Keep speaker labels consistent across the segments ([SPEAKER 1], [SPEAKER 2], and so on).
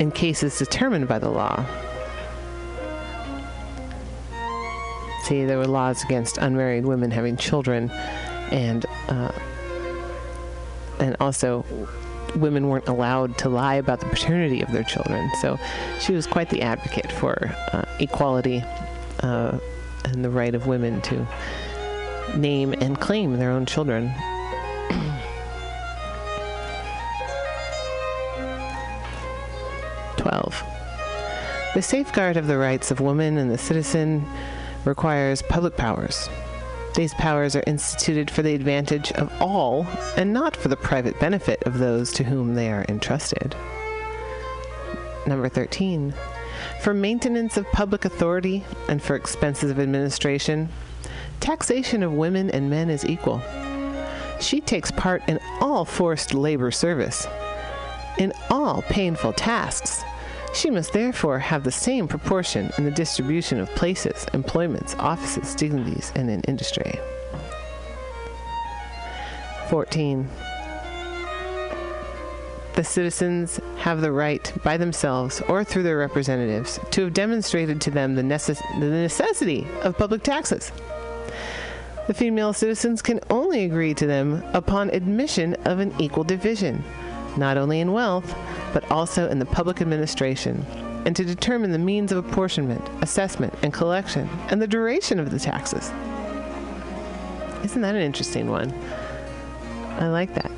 [SPEAKER 1] in cases determined by the law. See, there were laws against unmarried women having children, and uh, and also women weren't allowed to lie about the paternity of their children. So she was quite the advocate for uh, equality uh, and the right of women to name and claim their own children. Twelve. The safeguard of the rights of woman and the citizen requires public powers. These powers are instituted for the advantage of all and not for the private benefit of those to whom they are entrusted. Number 13. For maintenance of public authority and for expenses of administration, taxation of women and men is equal. She takes part in all forced labor service, in all painful tasks, she must therefore have the same proportion in the distribution of places, employments, offices, dignities, and in industry. 14. The citizens have the right, by themselves or through their representatives, to have demonstrated to them the, necess- the necessity of public taxes. The female citizens can only agree to them upon admission of an equal division not only in wealth, but also in the public administration, and to determine the means of apportionment, assessment, and collection, and the duration of the taxes. Isn't that an interesting one? I like that.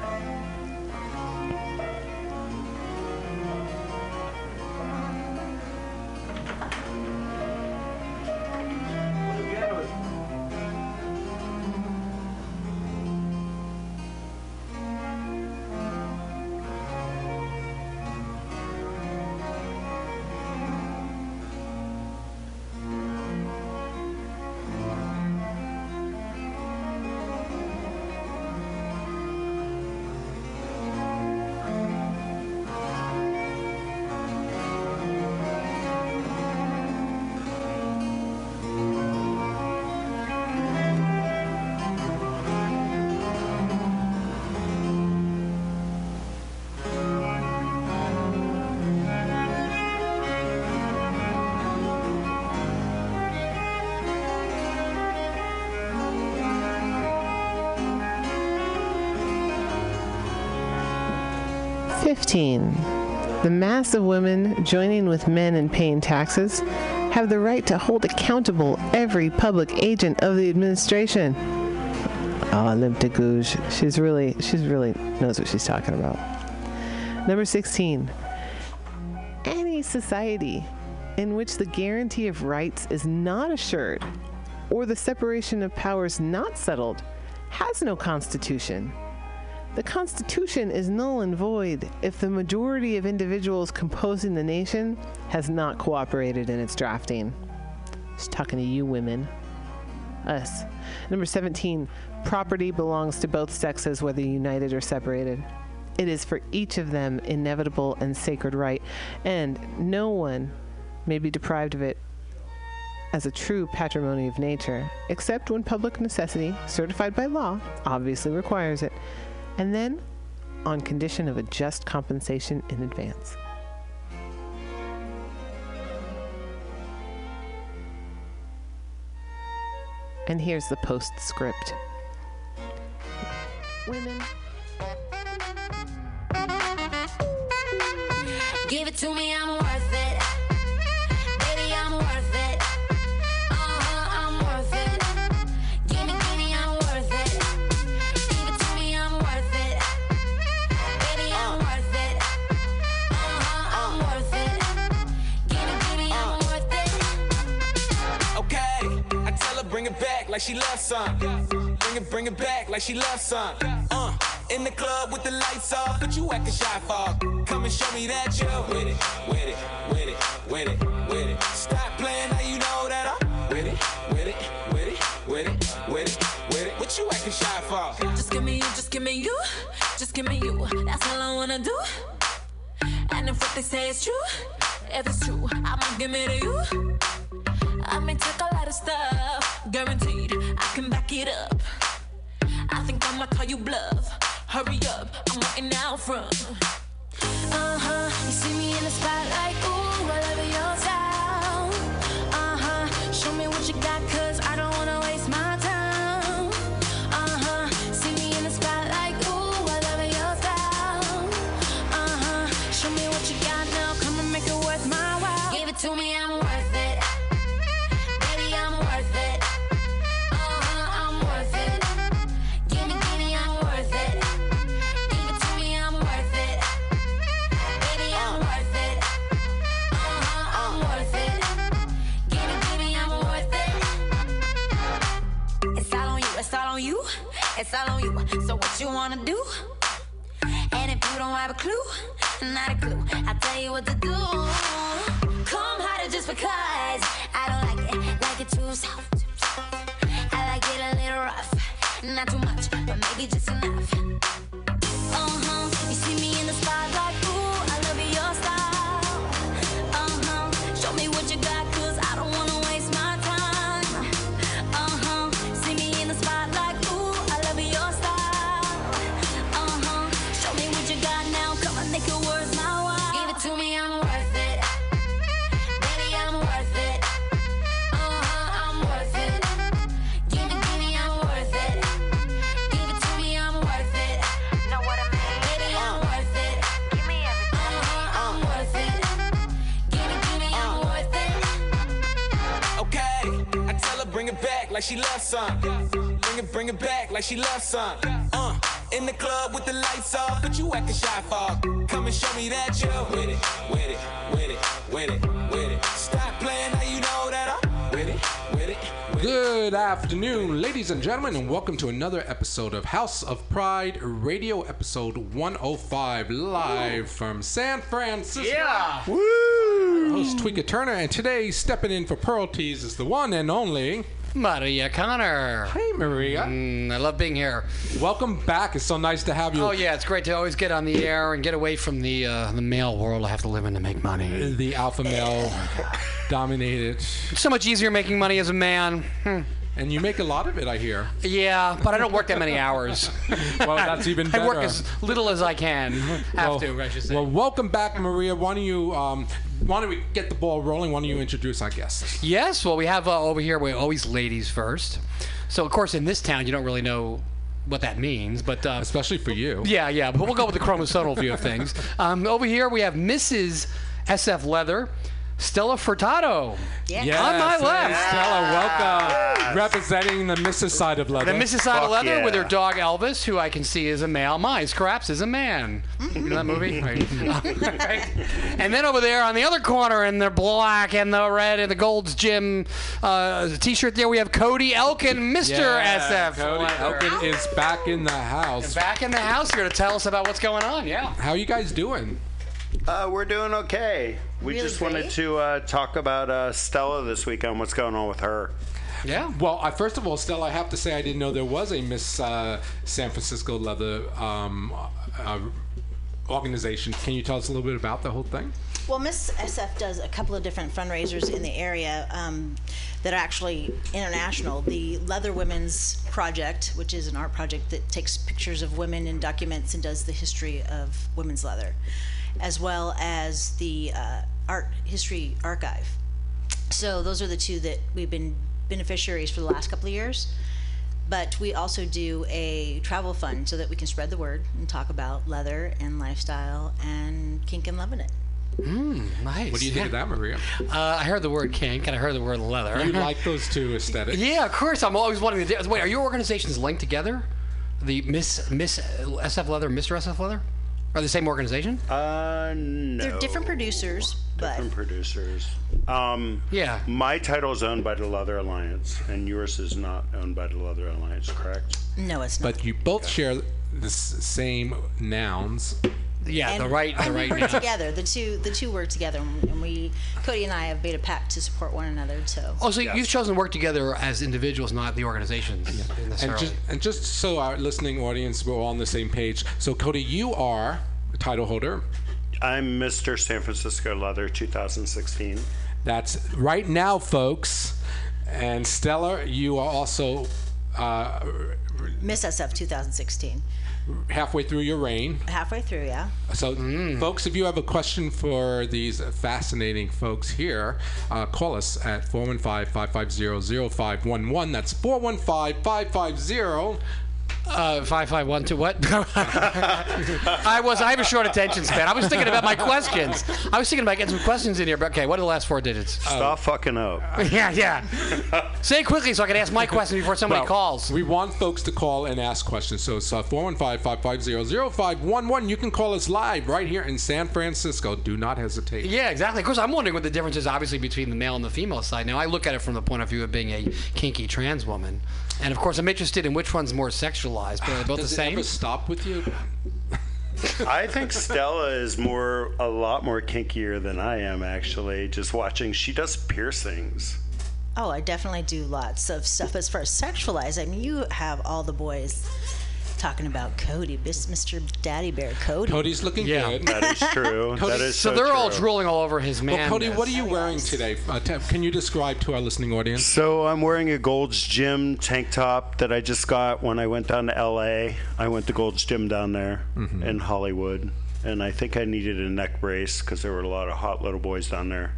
[SPEAKER 1] The mass of women joining with men in paying taxes have the right to hold accountable every public agent of the administration. Oh, Olympe de Gouges. She's really, she's really knows what she's talking about. Number 16. Any society in which the guarantee of rights is not assured or the separation of powers not settled has no constitution. The Constitution is null and void if the majority of individuals composing the nation has not cooperated in its drafting. Just talking to you women. Us. Number 17. Property belongs to both sexes, whether united or separated. It is for each of them inevitable and sacred right, and no one may be deprived of it as a true patrimony of nature, except when public necessity, certified by law, obviously requires it and then on condition of a just compensation in advance. And here's the postscript Women.
[SPEAKER 2] Give it to me, I'm worth it. Baby, I'm worth it. Uh-huh, I'm worth it. Give me, give me, I'm worth it. Give it to me, I'm worth it. Baby, I'm worth it. Uh-huh, I'm worth it. Give me, give me, I'm worth it.
[SPEAKER 3] Okay, I tell her bring it back like she loves some. Bring it, bring it back like she loves some. Uh, in the club with the lights off, but you acting shy for. Come and show me that you're with it, with it, with it, with it, with it. Stop playing now you know that I'm with it, with it, with it, with it, with it, with it. What you acting shy for?
[SPEAKER 2] Just give me you, just give me you, just give me you. That's all I wanna do. And if what they say is true, if it's true, I'ma give it to you. I may take a lot of stuff, guaranteed. I can back it up. I think I'ma call you bluff. Hurry up, I'm waiting out front. Uh huh. You see me in the spotlight, ooh, I love your style. Uh huh. Show me what you got, cause I don't wanna waste my time. Uh huh. See me in the spotlight, ooh, I love your style. Uh huh. Show me what you got now, come and make it worth my while. Give it to me, I'm worth it. Baby, I'm worth it. Uh huh, I'm worth it. Give me, give me, I'm worth it. Give it to me, I'm worth it. Baby, I'm worth it. Uh-huh, I'm worth it. Give it, give me, I'm worth it. It's all on you, it's all on you, it's all on you. So what you wanna do? And if you don't have a clue, not a clue, I'll tell you what to do. Come harder just because I don't like it, like it too soft. I like it a little rough, not too much, but maybe just enough. Uh-huh. You see me in the spotlight, ooh, I love your style. Uh-huh. Show me what you got, 'cause I don't wanna waste my time. Uh-huh. See me in the spotlight, ooh, I love your style. Uh-huh. Show me what you got now, come on, make it worth my while. Give it to me, I'm worth it. Baby, I'm worth it. Uh-huh, I'm worth it. Give it, give me, I'm worth it. Give it to me, I'm worth it.
[SPEAKER 4] Know what I mean?
[SPEAKER 2] Baby, I'm worth it.
[SPEAKER 4] Give me everything.
[SPEAKER 2] Uh-huh, I'm worth it. Give it, give me, I'm worth it.
[SPEAKER 3] Okay, I tell her bring it back like she loves some. Bring it, bring it back like she loves some. Uh, in the club with the lights off, but you acting shy for. Come and show me that you're with it, with it, with it, with it, with it. Stop playing now you know that I'm with it, with it, with it.
[SPEAKER 5] Good afternoon, ladies and gentlemen, and welcome to another episode of House of Pride Radio, episode 105, live from San Francisco.
[SPEAKER 6] Yeah.
[SPEAKER 5] Host Tweeka Turner, and today stepping in for Pearl Tees is the one and only.
[SPEAKER 6] Maria Connor.
[SPEAKER 5] Hey, Maria.
[SPEAKER 6] Mm, I love being here.
[SPEAKER 5] Welcome back. It's so nice to have you.
[SPEAKER 6] Oh yeah, it's great to always get on the air and get away from the uh, the male world I have to live in to make money.
[SPEAKER 5] The alpha male dominated,
[SPEAKER 6] It's so much easier making money as a man. Hmm.
[SPEAKER 5] and you make a lot of it, I hear.
[SPEAKER 6] Yeah, but I don't work that many hours.
[SPEAKER 5] Well, that's even better.
[SPEAKER 6] I work as little as I can. Have to, I should say.
[SPEAKER 5] Well, welcome back, Maria. Why don't you, um, why don't we get the ball rolling? Why don't you introduce our guest?
[SPEAKER 6] Yes, well, we have uh, over here, we're always ladies first. So, of course, in this town, you don't really know what that means, but. Uh,
[SPEAKER 5] Especially for you.
[SPEAKER 6] yeah, yeah, but we'll go with the chromosomal view of things. Um, over here, we have Mrs. SF Leather, Stella Furtado.
[SPEAKER 5] Yes,
[SPEAKER 6] On my
[SPEAKER 5] hey,
[SPEAKER 6] left.
[SPEAKER 5] Stella, welcome. Representing the Mrs. side of leather.
[SPEAKER 6] The Mrs. Side
[SPEAKER 7] Fuck
[SPEAKER 6] Leather with her
[SPEAKER 7] yeah.
[SPEAKER 6] dog Elvis, who I can see is a male. Mine, Scraps, is a man. You know that movie? Right. Right. And then over there on the other corner in the black and the red and the gold's gym uh, t-shirt there, we have Cody Elkin, Mr.
[SPEAKER 5] Yeah,
[SPEAKER 6] SF.
[SPEAKER 5] Cody
[SPEAKER 6] Leather.
[SPEAKER 5] Elkin is back in the house.
[SPEAKER 6] Back in the house here to tell us about what's going on. Yeah.
[SPEAKER 5] How you guys doing?
[SPEAKER 7] Uh, we're doing okay. We
[SPEAKER 2] Really
[SPEAKER 7] just wanted
[SPEAKER 2] great.
[SPEAKER 7] to uh, talk about uh, Stella this weekend. What's going on with her?
[SPEAKER 6] Yeah.
[SPEAKER 5] Well, I, first of all, Stella, I have to say I didn't know there was a Miss uh, San Francisco Leather um, uh, organization. Can you tell us a little bit about the whole thing?
[SPEAKER 8] Well, Miss SF does a couple of different fundraisers in the area um, that are actually international. The Leather Women's Project, which is an art project that takes pictures of women and documents and does the history of women's leather, as well as the uh, Art History Archive. So those are the two that we've been beneficiaries for the last couple of years. But we also do a travel fund so that we can spread the word and talk about leather and lifestyle and kink and loving it.
[SPEAKER 6] Nice.
[SPEAKER 5] What do you think of that, Maria?
[SPEAKER 6] Uh, I heard the word kink and I heard the word leather.
[SPEAKER 5] You like those two aesthetics?
[SPEAKER 6] Yeah, of course. I'm always wanting to. do- Wait, are your organizations linked together? The Miss Miss SF Leather, Mr. SF Leather, are they the same organization?
[SPEAKER 7] Uh, no.
[SPEAKER 8] They're different producers, but
[SPEAKER 7] Different producers. Um,
[SPEAKER 6] yeah.
[SPEAKER 7] My title is owned by the Leather Alliance, and yours is not owned by the Leather Alliance, correct?
[SPEAKER 8] no, it's not.
[SPEAKER 5] But you both share the s- same nouns.
[SPEAKER 6] Yeah, the
[SPEAKER 8] And-
[SPEAKER 6] right, the
[SPEAKER 8] and
[SPEAKER 6] right.
[SPEAKER 8] we work
[SPEAKER 6] now.
[SPEAKER 8] together. The two, the two work together, and and we, Cody and I, have made a pact to support one another. So
[SPEAKER 6] Oh, so you've chosen to work together as individuals, not the organizations
[SPEAKER 5] And
[SPEAKER 6] necessarily.
[SPEAKER 5] just, and just so our listening audience, we're all on the same page. So, Cody, you are the title holder.
[SPEAKER 7] I'm Mr. San Francisco Leather 2016.
[SPEAKER 5] That's right now, folks. And Stella, you are also uh,
[SPEAKER 8] Miss SF 2016.
[SPEAKER 5] halfway through your reign.
[SPEAKER 8] halfway through, yeah.
[SPEAKER 5] So, folks, if you have a question for these fascinating folks here, uh, call us at 415 550 0511. That's 415 550.
[SPEAKER 6] Uh, five five one two what? I was I have a short attention span. I was thinking about my questions. I was thinking about getting some questions in here, but okay, what are the last four digits?
[SPEAKER 7] Stop fucking up.
[SPEAKER 6] yeah, yeah. Say it quickly so I can ask my question before somebody
[SPEAKER 5] Well,
[SPEAKER 6] calls.
[SPEAKER 5] We want folks to call and ask questions. So it's uh, 415 550 0511. You can call us live right here in San Francisco. Do not hesitate.
[SPEAKER 6] Yeah, exactly. Of course, I'm wondering what the difference is, obviously, between the male and the female side. Now, I look at it from the point of view of being a kinky trans woman, and of course, I'm interested in which one's more sexualized. But are they both
[SPEAKER 5] Does
[SPEAKER 6] the
[SPEAKER 5] it
[SPEAKER 6] same?
[SPEAKER 5] ever stop with you?
[SPEAKER 7] I think Stella is more, a lot more kinkier than I am, actually. Just watching, she does piercings.
[SPEAKER 8] Oh, I definitely do lots of stuff as far as sexualized. I mean, you have all the boys talking about Cody, bis- Mr. Daddy Bear Cody.
[SPEAKER 5] Cody's looking
[SPEAKER 6] Yeah.
[SPEAKER 5] good.
[SPEAKER 7] That is true. that is
[SPEAKER 6] so
[SPEAKER 7] so
[SPEAKER 6] they're all
[SPEAKER 7] true.
[SPEAKER 6] drooling all over his man.
[SPEAKER 5] Well, Cody, what are you wearing today? Uh, t- can you describe to our listening audience?
[SPEAKER 7] So I'm wearing a Gold's Gym tank top that I just got when I went down to LA. I went to Gold's Gym down there
[SPEAKER 5] Mm-hmm.
[SPEAKER 7] in Hollywood, and I think I needed a neck brace because there were a lot of hot little boys down there.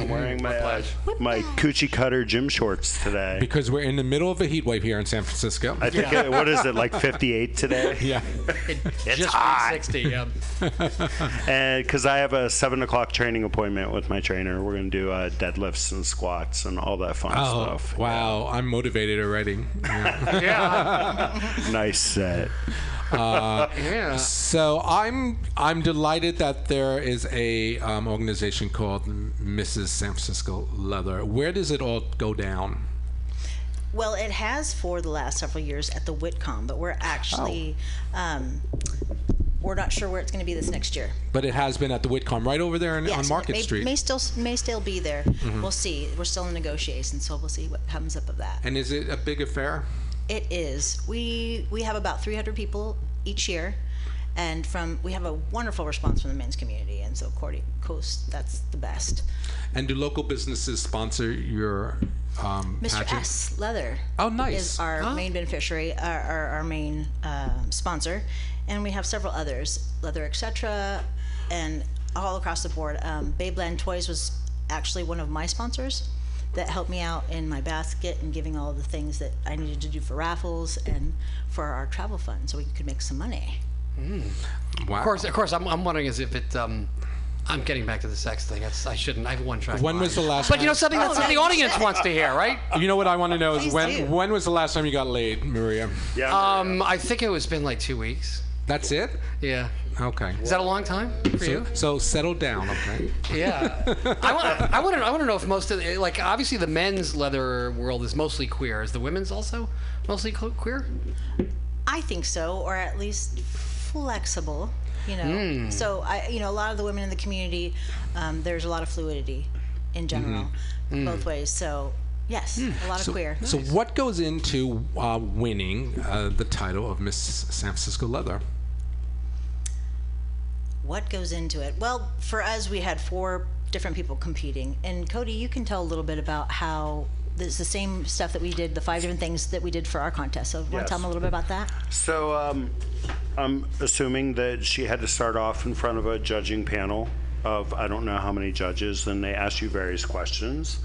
[SPEAKER 5] Mm-hmm.
[SPEAKER 7] I'm wearing my uh, my coochie cutter gym shorts today.
[SPEAKER 5] Because we're in the middle of a heat wave here in San Francisco.
[SPEAKER 7] I think uh, what is it like 58 today?
[SPEAKER 5] yeah.
[SPEAKER 6] Just 360. Yeah.
[SPEAKER 7] And because I have a seven o'clock training appointment with my trainer, we're gonna do uh, deadlifts and squats and all that fun
[SPEAKER 5] Oh,
[SPEAKER 7] stuff.
[SPEAKER 5] wow. I'm motivated already.
[SPEAKER 7] Nice set.
[SPEAKER 6] yeah.
[SPEAKER 5] Uh, So I'm I'm delighted that there is a um, organization called Mrs. San Francisco Leather. Where does it all go down?
[SPEAKER 8] Well, it has for the last several years at the Whitcomb, but we're actually,
[SPEAKER 5] Oh.
[SPEAKER 8] um, we're not sure where it's going to be this next year.
[SPEAKER 5] But it has been at the Whitcomb right over there in,
[SPEAKER 8] Yes,
[SPEAKER 5] on
[SPEAKER 8] it
[SPEAKER 5] Market
[SPEAKER 8] may,
[SPEAKER 5] Street. Mm-hmm.
[SPEAKER 8] may still may still be there. We'll see. We're still in negotiations, so we'll see what comes up of that.
[SPEAKER 5] and is it a big affair?
[SPEAKER 8] It is. We we have about 300 people each year, and from we have a wonderful response from the men's community, and so Cordy Coast, that's the best.
[SPEAKER 5] And do local businesses sponsor your um,
[SPEAKER 8] Mr.
[SPEAKER 5] pageant?
[SPEAKER 8] S Leather.
[SPEAKER 5] Oh, nice.
[SPEAKER 8] Is our main beneficiary, our our, our main um sponsor, and we have several others, Leather Etc. and all across the board. Um, Babeland Toys was actually one of my sponsors that helped me out in my basket and giving all the things that I needed to do for raffles and for our travel fund, so we could make some money.
[SPEAKER 5] Wow.
[SPEAKER 6] Of course, of course. I'm, I'm wondering is if it. Um, I'm getting back to the sex thing. That's, I shouldn't. I have one track.
[SPEAKER 5] When was the
[SPEAKER 6] mind.
[SPEAKER 5] last
[SPEAKER 6] But you know
[SPEAKER 5] time-
[SPEAKER 6] something that's the audience wants to hear, right?
[SPEAKER 5] You know what I want to know is
[SPEAKER 8] Please
[SPEAKER 5] when
[SPEAKER 8] do.
[SPEAKER 5] when was the last time you got laid, Maria?
[SPEAKER 7] Yeah.
[SPEAKER 6] Um, I think it was been like two weeks.
[SPEAKER 5] That's it?
[SPEAKER 6] Yeah.
[SPEAKER 5] Okay.
[SPEAKER 6] Is that a long time for you?
[SPEAKER 5] So, so settle down, okay?
[SPEAKER 6] Yeah, I want. I want to. I want to know if most of the, like obviously the men's leather world is mostly queer. Is the women's also mostly cl- queer?
[SPEAKER 8] I think so, or at least flexible. You know,
[SPEAKER 5] Hmm.
[SPEAKER 8] so I, you know, a lot of the women in the community, um, there's a lot of fluidity
[SPEAKER 5] Mm-hmm.
[SPEAKER 8] in general, both ways. So yes, a lot of queer.
[SPEAKER 5] Hmm. So what goes into uh, winning uh, the title of Miss San Francisco Leather?
[SPEAKER 8] what goes into it? Well, for us, we had four different people competing, and Cody, you can tell a little bit about how. It's the same stuff that we did, the five different things that we did for our contest. So, want to
[SPEAKER 7] Yes.
[SPEAKER 8] tell them a little bit about that?
[SPEAKER 7] So um, I'm assuming that she had to start off in front of a judging panel of I don't know how many judges, and they ask you various questions,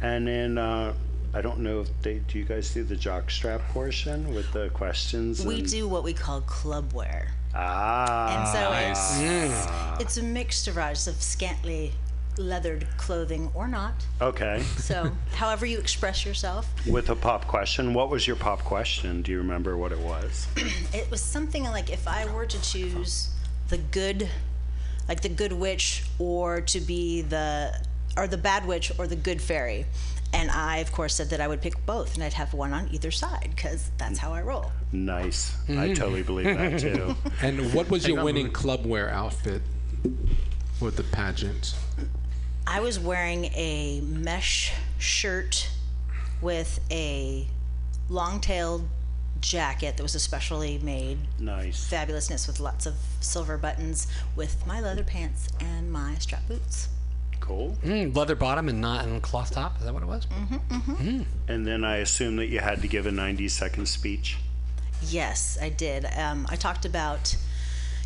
[SPEAKER 7] and then uh, I don't know if they do. You guys do the jockstrap portion with the questions.
[SPEAKER 8] We
[SPEAKER 7] and-
[SPEAKER 8] do what we call club wear.
[SPEAKER 7] Ah,
[SPEAKER 8] And so
[SPEAKER 5] Ah.
[SPEAKER 8] it's, it's a mixed variety of scantily leathered clothing or not.
[SPEAKER 7] okay.
[SPEAKER 8] So, however you express yourself,
[SPEAKER 7] With a pop question, what was your pop question? Do you remember what it was?
[SPEAKER 8] it was something like if I were to choose the good, like the good witch, or to be the, or the bad witch, or the good fairy. And I, of course, said that I would pick both and I'd have one on either side because that's how I roll.
[SPEAKER 7] Nice. I
[SPEAKER 5] Mm.
[SPEAKER 6] Mm.
[SPEAKER 7] totally believe that too.
[SPEAKER 5] And what was your winning clubwear outfit for the pageant?
[SPEAKER 8] I was wearing a mesh shirt with a long tailed jacket that was especially made
[SPEAKER 7] nice.
[SPEAKER 8] fabulousness with lots of silver buttons with my leather pants and my strap boots.
[SPEAKER 7] Cool.
[SPEAKER 6] Mm, leather bottom and not and cloth top.
[SPEAKER 8] Mm-hmm.
[SPEAKER 6] Is that what it was?
[SPEAKER 7] And then I assume that you had to give a 90 second speech.
[SPEAKER 8] Yes, I did. Um, I talked about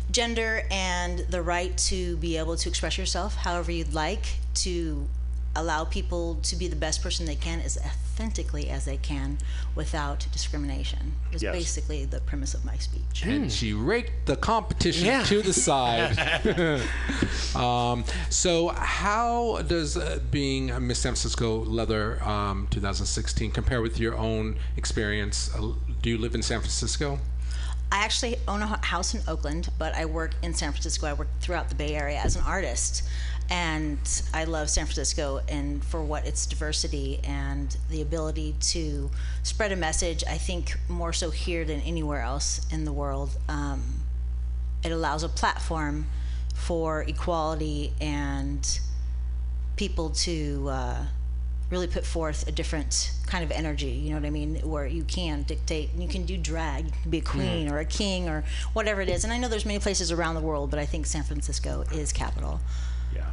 [SPEAKER 8] gender and the right to be able to express yourself however you'd like, to allow people to be the best person they can as authentically as they can without discrimination. Was
[SPEAKER 7] Yes.
[SPEAKER 8] basically the premise of my speech.
[SPEAKER 5] and she raked the competition
[SPEAKER 6] Hmm. Yeah.
[SPEAKER 5] to the side. um, so, how does uh, being a Miss San Francisco Leather um, 2016 compare with your own experience? Uh, do you live in San Francisco?
[SPEAKER 8] I actually own a hu- house in Oakland, but I work in San Francisco. I work throughout the Bay Area as an artist. And I love San Francisco and for what its diversity and the ability to spread a message, I think more so here than anywhere else in the world. Um, it allows a platform for equality and people to uh, really put forth a different kind of energy. You know what I mean? Where you can dictate, you can do drag, you can be a
[SPEAKER 5] Hmm.
[SPEAKER 8] queen or a king or whatever it is. And I know there's many places around the world, but I think San Francisco is capital.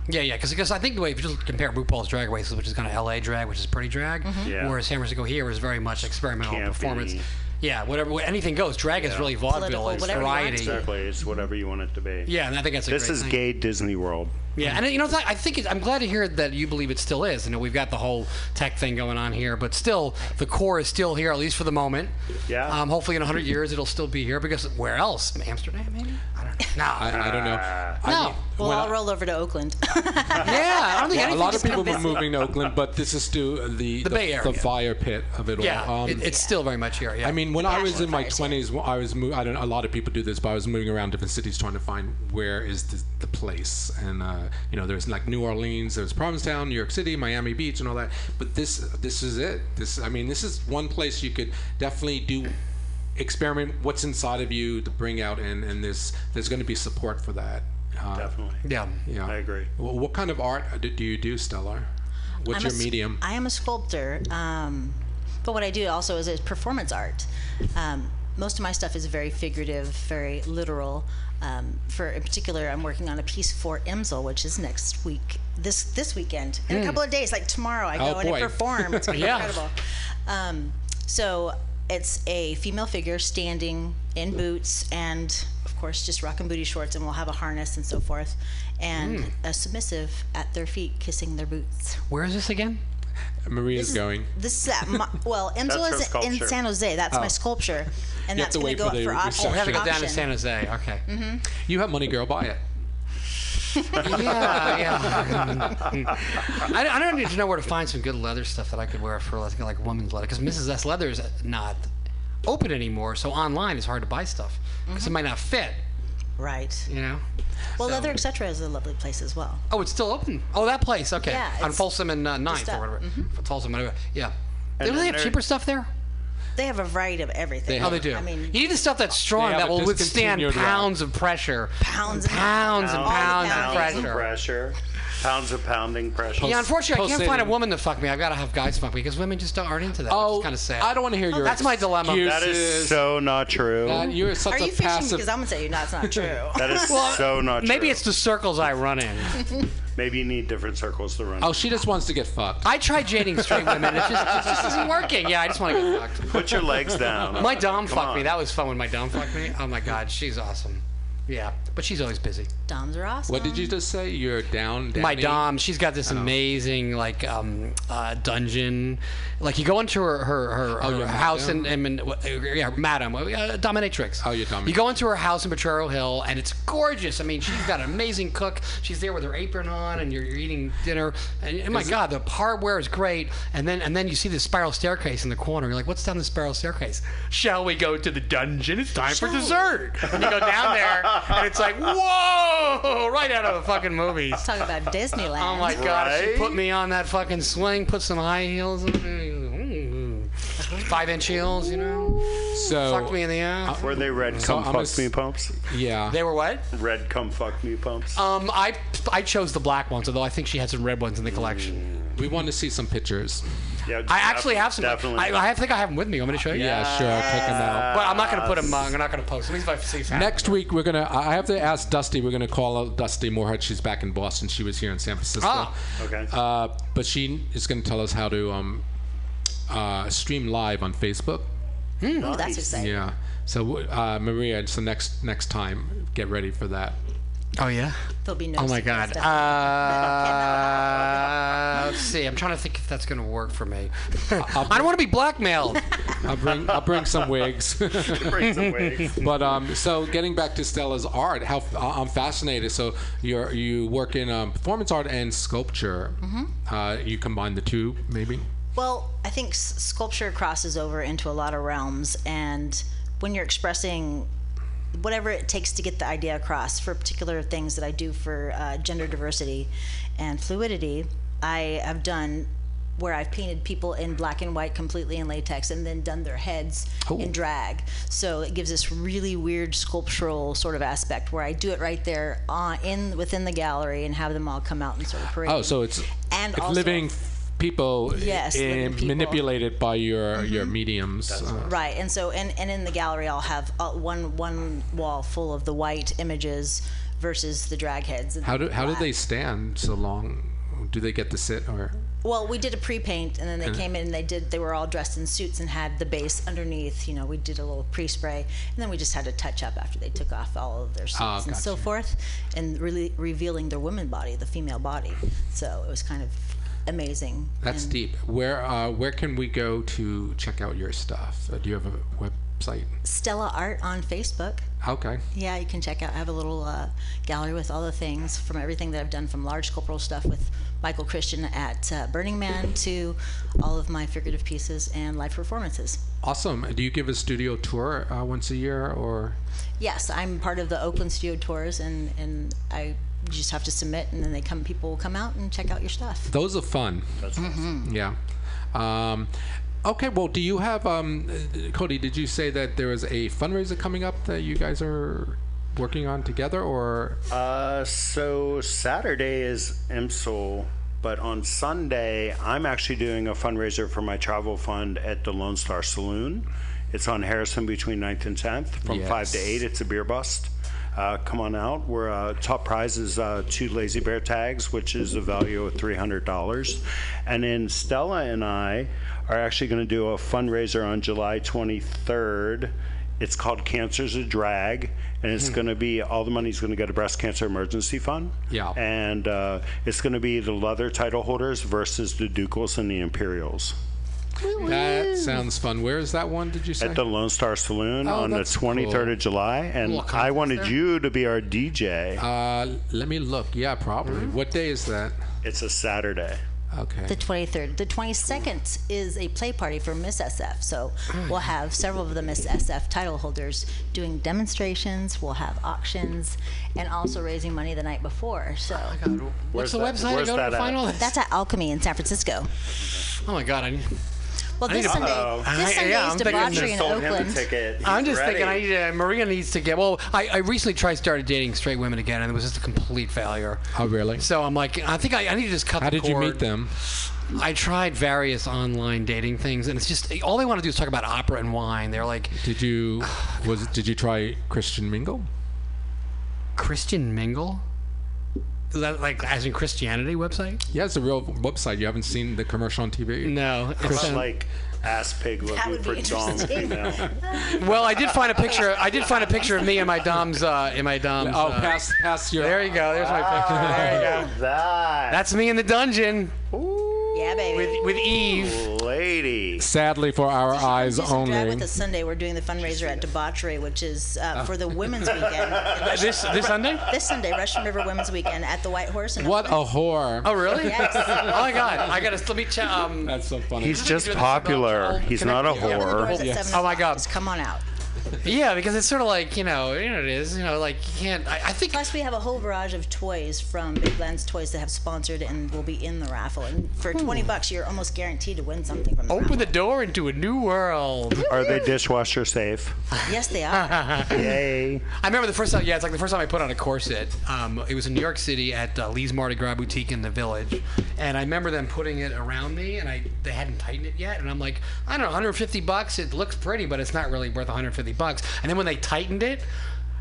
[SPEAKER 6] Yeah, yeah, because I think the way if you just compare RuPaul's Drag Race, which is kind of LA drag, which is pretty drag,
[SPEAKER 7] Yeah.
[SPEAKER 6] whereas San Francisco here is very much experimental
[SPEAKER 7] Campy.
[SPEAKER 6] performance. Yeah, whatever, anything goes. Drag is really vaudeville,
[SPEAKER 8] Political,
[SPEAKER 6] it's
[SPEAKER 8] whatever you want
[SPEAKER 6] variety.
[SPEAKER 8] to.
[SPEAKER 7] Exactly. It's whatever you want it to be.
[SPEAKER 6] Yeah, and I think that's a
[SPEAKER 7] This
[SPEAKER 6] great
[SPEAKER 7] is
[SPEAKER 6] thing.
[SPEAKER 7] gay Disney World.
[SPEAKER 6] Yeah, and you know, it's not- I think it, I'm glad to hear that you believe it still is. You know, we've got the whole tech thing going on here, but still, the core is still here, at least for the moment.
[SPEAKER 7] Yeah.
[SPEAKER 6] Um, hopefully, in 100 years, it'll still be here because where else? Amsterdam, maybe? I don't know. No.
[SPEAKER 5] I, I don't know. I
[SPEAKER 6] No.
[SPEAKER 5] mean,
[SPEAKER 8] Well,
[SPEAKER 5] when
[SPEAKER 8] I'll
[SPEAKER 5] I-
[SPEAKER 8] roll over to Oakland.
[SPEAKER 6] yeah, I don't think
[SPEAKER 5] a
[SPEAKER 6] anything
[SPEAKER 5] lot of
[SPEAKER 6] is gonna
[SPEAKER 5] people were
[SPEAKER 6] visit-
[SPEAKER 5] moving to Oakland, but this is to the
[SPEAKER 6] The Bay Area.
[SPEAKER 5] fire pit of it all.
[SPEAKER 6] Yeah,
[SPEAKER 5] Um,
[SPEAKER 6] it, it's still very much here. Yeah.
[SPEAKER 5] I mean, when I was in my
[SPEAKER 8] Bachelor
[SPEAKER 5] twenties, I was mo- I don't. A lot of people do this, but I was moving around different cities trying to find where is the, the place. And uh, you know, there's like New Orleans, there's Provincetown, New York City, Miami Beach, and all that. But this, this is it. This, I mean, this is one place you could definitely do experiment what's inside of you to bring out, and and there's there's going to be support for that. Uh,
[SPEAKER 7] Definitely.
[SPEAKER 6] yeah.
[SPEAKER 5] Yeah,
[SPEAKER 7] I agree.
[SPEAKER 5] Wh- what kind of art uh, do, do you do, Stellar? What's
[SPEAKER 8] I'm a
[SPEAKER 5] your
[SPEAKER 8] s-
[SPEAKER 5] medium?
[SPEAKER 8] I am a sculptor, um, but what I do also is, is performance art. Um, most of my stuff is very figurative, very literal. Um, for in particular, I'm working on a piece for IMSL, which is next week, this this weekend, in a couple of days, like tomorrow. I
[SPEAKER 5] Hmm. Oh,
[SPEAKER 8] go and
[SPEAKER 5] boy.
[SPEAKER 8] I perform. It's gonna be
[SPEAKER 6] Yeah.
[SPEAKER 8] incredible. Um, so it's a female figure standing in boots and, of course, just rock and booty shorts, and we'll have a harness and so forth, and
[SPEAKER 5] Hmm.
[SPEAKER 8] a submissive at their feet kissing their boots.
[SPEAKER 6] Where is this again?
[SPEAKER 5] Maria's
[SPEAKER 8] is-
[SPEAKER 5] going.
[SPEAKER 8] This is at my, well,
[SPEAKER 7] That's
[SPEAKER 8] Emsel
[SPEAKER 7] her
[SPEAKER 8] is in
[SPEAKER 7] sculpture.
[SPEAKER 8] San Jose. That's my sculpture, and
[SPEAKER 5] Oh. You have
[SPEAKER 8] that's
[SPEAKER 5] to
[SPEAKER 8] going
[SPEAKER 5] wait
[SPEAKER 8] to go
[SPEAKER 5] for
[SPEAKER 8] up
[SPEAKER 5] the
[SPEAKER 8] for Mm-hmm. option.
[SPEAKER 5] reception.
[SPEAKER 6] Oh, having it down
[SPEAKER 8] Option.
[SPEAKER 6] in San Jose. Okay.
[SPEAKER 5] You have money, girl. Buy it.
[SPEAKER 6] Yeah, yeah. I, I don't need to know where to find some good leather stuff that I could wear for like, like women's leather because Mrs. S leather is not open anymore, so online it's hard to buy stuff because it might not fit.
[SPEAKER 8] Right.
[SPEAKER 6] You know.
[SPEAKER 8] Well,
[SPEAKER 6] So-
[SPEAKER 8] Leather Etc. is a lovely place as well.
[SPEAKER 6] Oh, it's still open. Oh, that place. Okay.
[SPEAKER 8] Yeah,
[SPEAKER 6] On
[SPEAKER 8] it's
[SPEAKER 6] Folsom and uh, 9th or
[SPEAKER 8] up.
[SPEAKER 6] whatever. Folsom, whatever. Yeah. Do
[SPEAKER 7] then
[SPEAKER 6] they have
[SPEAKER 7] there-
[SPEAKER 6] cheaper stuff there?
[SPEAKER 8] They have a variety of everything.
[SPEAKER 5] They
[SPEAKER 6] Oh, they do.
[SPEAKER 8] I mean,
[SPEAKER 6] you need the stuff that's strong
[SPEAKER 5] have
[SPEAKER 6] that
[SPEAKER 5] a
[SPEAKER 6] will withstand
[SPEAKER 5] discontinued line.
[SPEAKER 6] pounds of pressure.
[SPEAKER 8] Pounds and-
[SPEAKER 6] pounds and pounds,
[SPEAKER 8] Pounds
[SPEAKER 6] of
[SPEAKER 8] and
[SPEAKER 6] pressure.
[SPEAKER 7] pressure. Pounds of pounding pressure.
[SPEAKER 6] Yeah, unfortunately, I can't find a
[SPEAKER 5] pulsating.
[SPEAKER 6] woman to fuck me. I've got to have guys fuck me because women just don't, aren't into that.
[SPEAKER 5] Oh,
[SPEAKER 6] it's kind of sad.
[SPEAKER 5] I don't want to hear your.
[SPEAKER 6] That's my dilemma.
[SPEAKER 5] excuses.
[SPEAKER 7] That is so not true.
[SPEAKER 5] Uh, you're such
[SPEAKER 8] are
[SPEAKER 5] a
[SPEAKER 8] you fishing?
[SPEAKER 5] passive.
[SPEAKER 8] Because I'm gonna tell you, no, it's not true.
[SPEAKER 7] That is so not true.
[SPEAKER 6] Maybe it's the circles I run in.
[SPEAKER 7] Maybe you need different circles to run.
[SPEAKER 5] oh, she just wants to get fucked.
[SPEAKER 6] I try jading straight women. It just, it just isn't working. Yeah, I just want to get fucked.
[SPEAKER 7] Put your legs down.
[SPEAKER 6] My dom
[SPEAKER 7] Come
[SPEAKER 6] fucked me.
[SPEAKER 7] on.
[SPEAKER 6] That was fun when my dom fucked me. Oh my god, she's awesome. Yeah, but she's always busy.
[SPEAKER 8] Doms are
[SPEAKER 7] Oh,
[SPEAKER 8] awesome.
[SPEAKER 5] what did you just say? You're down. Danny?
[SPEAKER 6] My dom, she's got this amazing like um, uh, dungeon. Like you go into her her, her, her
[SPEAKER 5] yeah,
[SPEAKER 6] house
[SPEAKER 5] madam.
[SPEAKER 6] and, and, and uh, yeah, madam, uh, dominatrix.
[SPEAKER 5] Oh, yeah, dominatrix.
[SPEAKER 6] You go into her house in Potrero Hill, and it's gorgeous. I mean, she's got an amazing cook. She's there with her apron on, and you're, you're eating dinner. And, and my God, the hardware is great. And then and then you see this spiral staircase in the corner. You're like, what's down the spiral staircase? Shall we go to the dungeon? It's time for dessert. And you go down there, and it's like, whoa, right out of the fucking movies.
[SPEAKER 8] Talk about Disneyland.
[SPEAKER 6] Oh my god! if She
[SPEAKER 7] Right?
[SPEAKER 6] put me on that fucking swing, put some high heels, on me, Mm. five inch heels, you know,
[SPEAKER 5] So uh,
[SPEAKER 6] fucked me in the ass.
[SPEAKER 7] Were they red
[SPEAKER 5] So
[SPEAKER 7] come
[SPEAKER 5] I'm a
[SPEAKER 7] fuck
[SPEAKER 5] s-
[SPEAKER 7] me pumps?
[SPEAKER 5] yeah.
[SPEAKER 6] They were what?
[SPEAKER 7] Red come fuck me pumps.
[SPEAKER 6] Um, I I chose the black ones, although I think she had some red ones in the collection.
[SPEAKER 5] we want to see some pictures.
[SPEAKER 7] yeah,
[SPEAKER 6] I actually have some.
[SPEAKER 7] Definitely.
[SPEAKER 6] I, I think I have them with me. I'm gonna to show you.
[SPEAKER 5] Yeah, sure. Check them out.
[SPEAKER 6] But I'm not gonna put them. Uh, I'm not gonna post. At least if I see some.
[SPEAKER 5] Next week we're gonna. I I have to ask Dusty. We're gonna call out Dusty Moorhead. She's back in Boston. She was here in San Francisco.
[SPEAKER 6] Ah.
[SPEAKER 7] okay.
[SPEAKER 5] Uh, but she is gonna tell us how to um, uh, stream live on Facebook.
[SPEAKER 6] Hmm.
[SPEAKER 8] Ooh, that's exciting.
[SPEAKER 5] Yeah. So uh, Maria, so next next time, get ready for that.
[SPEAKER 6] Oh yeah.
[SPEAKER 8] There'll be no.
[SPEAKER 6] Oh my God.
[SPEAKER 8] surprise stuff.
[SPEAKER 6] Uh, let's see. I'm trying to think if that's going to work for me. I don't want to be blackmailed.
[SPEAKER 5] I'll bring I'll bring some wigs.
[SPEAKER 7] Bring some wigs.
[SPEAKER 5] But um, so getting back to Stella's art, how I- I'm fascinated. So you you work in um, performance art and sculpture.
[SPEAKER 8] Mm-hmm.
[SPEAKER 5] Uh, you combine the two, maybe.
[SPEAKER 8] Well, I think s- sculpture crosses over into a lot of realms, and when you're expressing whatever it takes to get the idea across for particular things that I do for uh, gender diversity and fluidity, I have done where I've painted people in black and white completely in latex and then done their heads in drag. So it gives this really weird sculptural sort of aspect where I do it right there on, in within the gallery and have them all come out and sort of parade.
[SPEAKER 5] Oh, so it's
[SPEAKER 8] and
[SPEAKER 5] it's
[SPEAKER 8] also-
[SPEAKER 5] living f- people,
[SPEAKER 8] Yes, living
[SPEAKER 5] in-
[SPEAKER 8] people. Mm-hmm.
[SPEAKER 5] manipulated by your your mediums. Uh,
[SPEAKER 8] Right, and so and, and in the gallery, I'll have uh, one one wall full of the white images versus the drag heads.
[SPEAKER 5] how do how do they stand so long? Do they get to sit or?
[SPEAKER 8] Well, we did a pre-paint, and then they came in and they did. They were all dressed in suits and had the base underneath. You know, we did a little pre-spray, and then we just had to touch up after they took off all of their suits
[SPEAKER 5] Ah,
[SPEAKER 8] and so
[SPEAKER 5] gotcha.
[SPEAKER 8] forth, and really revealing their women body, the female body. So it was kind of amazing.
[SPEAKER 5] That's
[SPEAKER 8] and-
[SPEAKER 5] deep. Where uh, where can we go to check out your stuff? Uh, do you have a website?
[SPEAKER 8] Stella Art on Facebook.
[SPEAKER 5] Okay.
[SPEAKER 8] Yeah, you can check out. I have a little uh, gallery with all the things from everything that I've done from large corporal stuff with Michael Christian at uh, Burning Man to all of my figurative pieces and live performances.
[SPEAKER 5] Awesome. Do you give a studio tour uh, once a year or?
[SPEAKER 8] Yes, I'm part of the Oakland Studio Tours, and, and I just have to submit, and then they come. People will come out and check out your stuff.
[SPEAKER 5] Those are fun. Yeah. Um, okay. Well, do you have um, uh, Cody? Did you say that there is a fundraiser coming up that you guys are working on together, or
[SPEAKER 7] Uh, so Saturday is IMSOL, but on Sunday, I'm actually doing a fundraiser for my travel fund at the Lone Star Saloon. It's on Harrison between 9th and 10th from 5 to
[SPEAKER 5] Yes.
[SPEAKER 7] 8. It's a beer bust. Uh, come on out. We're uh, top prize is uh, two Lazy Bear tags, which is a value of $300. And then Stella and I are actually going to do a fundraiser on July 23rd. It's called Cancer's a Drag, and it's
[SPEAKER 5] Hmm.
[SPEAKER 7] going to be all the money's going to go to Breast Cancer Emergency Fund.
[SPEAKER 5] Yeah.
[SPEAKER 7] And uh, it's going to be the leather title holders versus the Dukals and the Imperials
[SPEAKER 5] that sounds fun? Where is that one? Did you say?
[SPEAKER 7] at the Lone Star Saloon
[SPEAKER 5] Oh,
[SPEAKER 7] on the
[SPEAKER 5] that's
[SPEAKER 7] 23rd
[SPEAKER 5] cool.
[SPEAKER 7] of July. And
[SPEAKER 5] Little
[SPEAKER 7] I
[SPEAKER 5] contest
[SPEAKER 7] wanted
[SPEAKER 5] there?
[SPEAKER 7] you to be our DJ.
[SPEAKER 5] uh, let me look. Yeah, probably. What day is that?
[SPEAKER 7] it's a Saturday.
[SPEAKER 5] Okay.
[SPEAKER 8] The 23rd. The 22nd is a play party for Miss SF. So we'll have several of the Miss SF title holders doing demonstrations. We'll have auctions and also raising money the night before. So
[SPEAKER 7] Oh
[SPEAKER 6] What's the
[SPEAKER 7] that-
[SPEAKER 6] website I
[SPEAKER 7] where's
[SPEAKER 6] go to
[SPEAKER 7] that
[SPEAKER 6] find
[SPEAKER 7] at?
[SPEAKER 6] all this?
[SPEAKER 8] that's at Alchemy in San Francisco.
[SPEAKER 6] oh my God! I need,
[SPEAKER 8] Well, this
[SPEAKER 6] need to-
[SPEAKER 8] Sunday,
[SPEAKER 6] I- yeah,
[SPEAKER 8] this Sunday
[SPEAKER 6] I'm
[SPEAKER 8] is
[SPEAKER 6] thinking
[SPEAKER 8] debauchery in Oakland.
[SPEAKER 6] I'm just thinking I need to, Maria needs to get. Well, I, I recently tried started dating straight women again, and it was just a complete failure.
[SPEAKER 5] oh, really?
[SPEAKER 6] So I'm like, I think I, I need to just cut.
[SPEAKER 5] How
[SPEAKER 6] the
[SPEAKER 5] did you meet
[SPEAKER 6] cord.
[SPEAKER 5] them?
[SPEAKER 6] I tried various online dating things, and it's just all they want to do is talk about opera and wine. They're like
[SPEAKER 5] Did you was did you try Christian Mingle?
[SPEAKER 6] Christian Mingle. Is that like as in Christianity website?
[SPEAKER 5] Yeah, it's a real website. You haven't seen the commercial on TV.
[SPEAKER 6] No. it's, um,
[SPEAKER 7] like ass pig looking
[SPEAKER 8] would
[SPEAKER 7] for
[SPEAKER 8] be
[SPEAKER 7] Dom
[SPEAKER 8] interesting.
[SPEAKER 7] female.
[SPEAKER 6] well, I did find a picture. I did find a picture of me and my dom's uh, in my dom's.
[SPEAKER 5] Oh,
[SPEAKER 6] uh,
[SPEAKER 5] pass pass your. Ah.
[SPEAKER 6] There you go. There's my picture. There you go.
[SPEAKER 7] that
[SPEAKER 6] That's me in the dungeon
[SPEAKER 8] Yeah, baby.
[SPEAKER 6] with with Eve.
[SPEAKER 7] lady.
[SPEAKER 5] Sadly, for our eyes
[SPEAKER 8] Just in Drag
[SPEAKER 5] only.
[SPEAKER 8] with us Sunday, we're doing the fundraiser at Debauchery, which is uh, for the Women's Weekend.
[SPEAKER 6] This this Sunday?
[SPEAKER 8] this Sunday, Russian River Women's Weekend at the White Horse. In
[SPEAKER 5] What a whore!
[SPEAKER 6] Oh really?
[SPEAKER 8] Yes.
[SPEAKER 6] Oh my God! I gotta let me check. Um,
[SPEAKER 5] That's so funny.
[SPEAKER 7] He's just
[SPEAKER 6] doing this about
[SPEAKER 7] popular.
[SPEAKER 6] all
[SPEAKER 7] He's not a
[SPEAKER 6] connected- Yeah,
[SPEAKER 8] Open the doors
[SPEAKER 7] whore.
[SPEAKER 8] at
[SPEAKER 5] Yes.
[SPEAKER 8] seven
[SPEAKER 6] Oh, my
[SPEAKER 8] o'clock.
[SPEAKER 6] God.
[SPEAKER 8] Just come on out.
[SPEAKER 6] yeah, because it's sort of like you know, you know what it is. You know, like you can't. I, I think.
[SPEAKER 8] Plus, we have a whole barrage of toys from Big Lens Toys that have sponsored and will be in the raffle. And
[SPEAKER 5] Hmm.
[SPEAKER 8] for 20 bucks, you're almost guaranteed to win something from the
[SPEAKER 6] Open the door into a new world.
[SPEAKER 7] Are they dishwasher safe?
[SPEAKER 8] raffle. Yes, they are.
[SPEAKER 7] Yay.
[SPEAKER 6] I remember the first time. Yeah, it's like the first time I put on a corset. Um, it was in New York City at uh, Lee's Mardi Gras boutique in the Village, and I remember them putting it around me, and I they hadn't tightened it yet, and I'm like, I don't know, 150 bucks. It looks pretty, but it's not really worth 150 bucks. And then when they tightened it.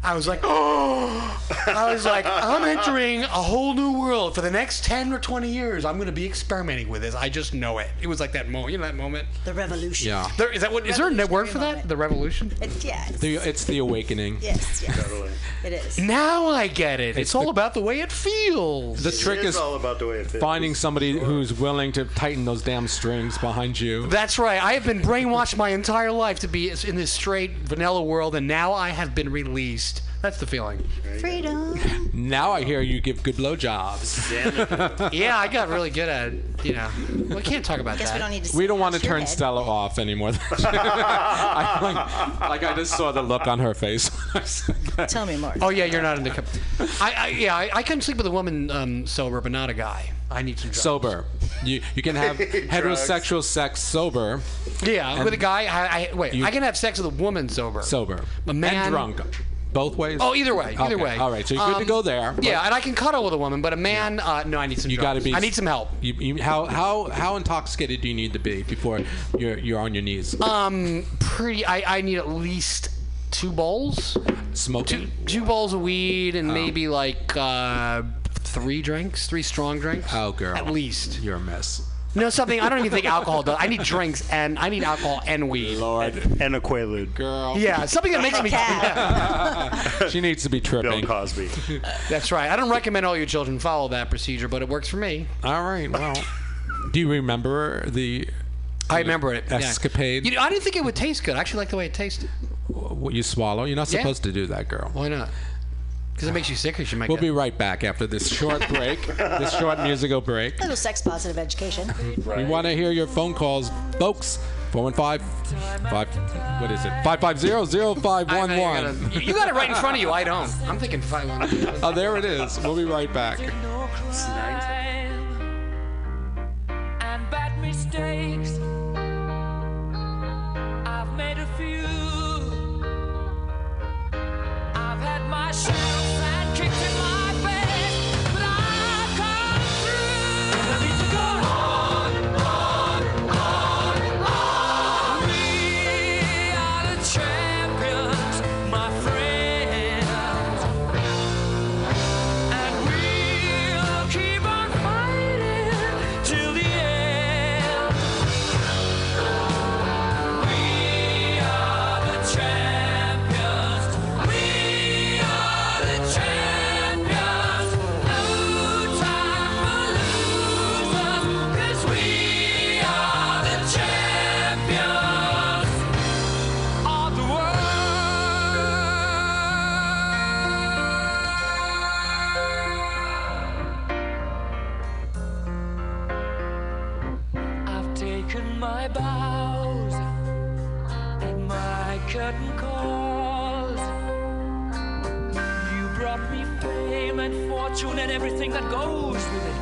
[SPEAKER 6] I was like, oh! I was like, I'm entering a whole new world. For the next 10 or 20 years, I'm going to be experimenting with this. I just know it. It was like that moment. You know that moment?
[SPEAKER 8] The revolution.
[SPEAKER 5] Yeah.
[SPEAKER 6] There, is that what? Is there a word for that?
[SPEAKER 8] Revolutionary moment.
[SPEAKER 6] The revolution?
[SPEAKER 8] It's, yeah. It's,
[SPEAKER 5] The- it's the awakening.
[SPEAKER 8] yes. Yes. It is.
[SPEAKER 6] Now I get it. It's,
[SPEAKER 5] It's
[SPEAKER 6] all
[SPEAKER 5] the-
[SPEAKER 6] about the way it feels.
[SPEAKER 5] The
[SPEAKER 7] It
[SPEAKER 5] trick
[SPEAKER 7] is
[SPEAKER 5] is
[SPEAKER 7] all about the way it feels.
[SPEAKER 5] finding somebody who's willing to tighten those damn strings behind you.
[SPEAKER 6] That's right. I have been brainwashed my entire life to be in this straight vanilla world, and now I have been released. That's the feeling.
[SPEAKER 8] Freedom.
[SPEAKER 5] Now I hear you give good blowjobs.
[SPEAKER 6] Yeah, I got really good at it. You know, well, I can't talk about
[SPEAKER 8] Guess
[SPEAKER 6] that.
[SPEAKER 8] we don't need to.
[SPEAKER 5] We don't want to
[SPEAKER 8] smash your
[SPEAKER 5] turn
[SPEAKER 8] head.
[SPEAKER 5] Stella off anymore. I, like, like I just saw the look on her face.
[SPEAKER 8] Tell me more.
[SPEAKER 6] Oh yeah, you're not into. cup- I, I yeah, I, I couldn't sleep with a woman um, sober, but not a guy. I need some drugs.
[SPEAKER 5] sober. You you can have heterosexual sex sober,
[SPEAKER 6] yeah, with a guy. I, I wait.
[SPEAKER 5] You-
[SPEAKER 6] I can have sex with a woman sober.
[SPEAKER 5] sober,
[SPEAKER 6] A man-
[SPEAKER 5] and drunk, both ways.
[SPEAKER 6] Oh, either way,
[SPEAKER 5] Okay,
[SPEAKER 6] either way.
[SPEAKER 5] All right, so you're good to
[SPEAKER 6] Um,
[SPEAKER 5] go there. but
[SPEAKER 6] Yeah, and I can cuddle with a woman, but a man, uh, no, I need some.
[SPEAKER 5] You got
[SPEAKER 6] drugs.
[SPEAKER 5] to be.
[SPEAKER 6] I need some help.
[SPEAKER 5] You, you, how how how intoxicated do you need to be before you're you're on your knees?
[SPEAKER 6] Um, pretty. I, I need at least two bowls,
[SPEAKER 5] Smoking.
[SPEAKER 6] two bowls of weed,
[SPEAKER 5] Oh.
[SPEAKER 6] and maybe like uh, three drinks, three strong drinks.
[SPEAKER 5] Oh, girl.
[SPEAKER 6] At least.
[SPEAKER 5] You're a mess.
[SPEAKER 6] No, something. I don't even think alcohol does. I need drinks and I need alcohol and weed.
[SPEAKER 5] Lord,
[SPEAKER 7] and a Quaalude.
[SPEAKER 5] girl.
[SPEAKER 6] Yeah, something that makes me.
[SPEAKER 8] Cat.
[SPEAKER 5] She needs to be
[SPEAKER 7] Bill
[SPEAKER 5] tripping.
[SPEAKER 7] Cosby.
[SPEAKER 6] That's right. I don't recommend all your children follow that procedure, but it works for me.
[SPEAKER 5] All right. Well, do you remember the
[SPEAKER 6] I remember it. yeah.
[SPEAKER 5] Escapade.
[SPEAKER 6] You know, I didn't think it would taste good. I actually like the way it tasted.
[SPEAKER 5] what you swallow? You're not
[SPEAKER 6] Yeah.
[SPEAKER 5] supposed to do that, girl.
[SPEAKER 6] Why not? Because it makes you sick. Or you might
[SPEAKER 5] We'll
[SPEAKER 6] get-
[SPEAKER 5] be right back after this short break, this short musical break.
[SPEAKER 8] Little sex positive education.
[SPEAKER 5] We want to hear your phone calls, folks. 415 5 what is it? 5500511.
[SPEAKER 6] I know you gotta- You got it right in front of you. I don't. I'm thinking five one.
[SPEAKER 5] Oh, there it is. We'll be right back.
[SPEAKER 9] no crime and bad mistakes. I've made a few. I've had my shells and kicks in my face, but I've come through. I need to go on, on, on, on. We are the champions, my friends. And we'll keep on fighting till the end. We are the champions. We are the champions. No time for losers, 'cause we are the champions of the world. I've taken my bows and my curtain calls. You brought me fame and fortune and everything that goes with it.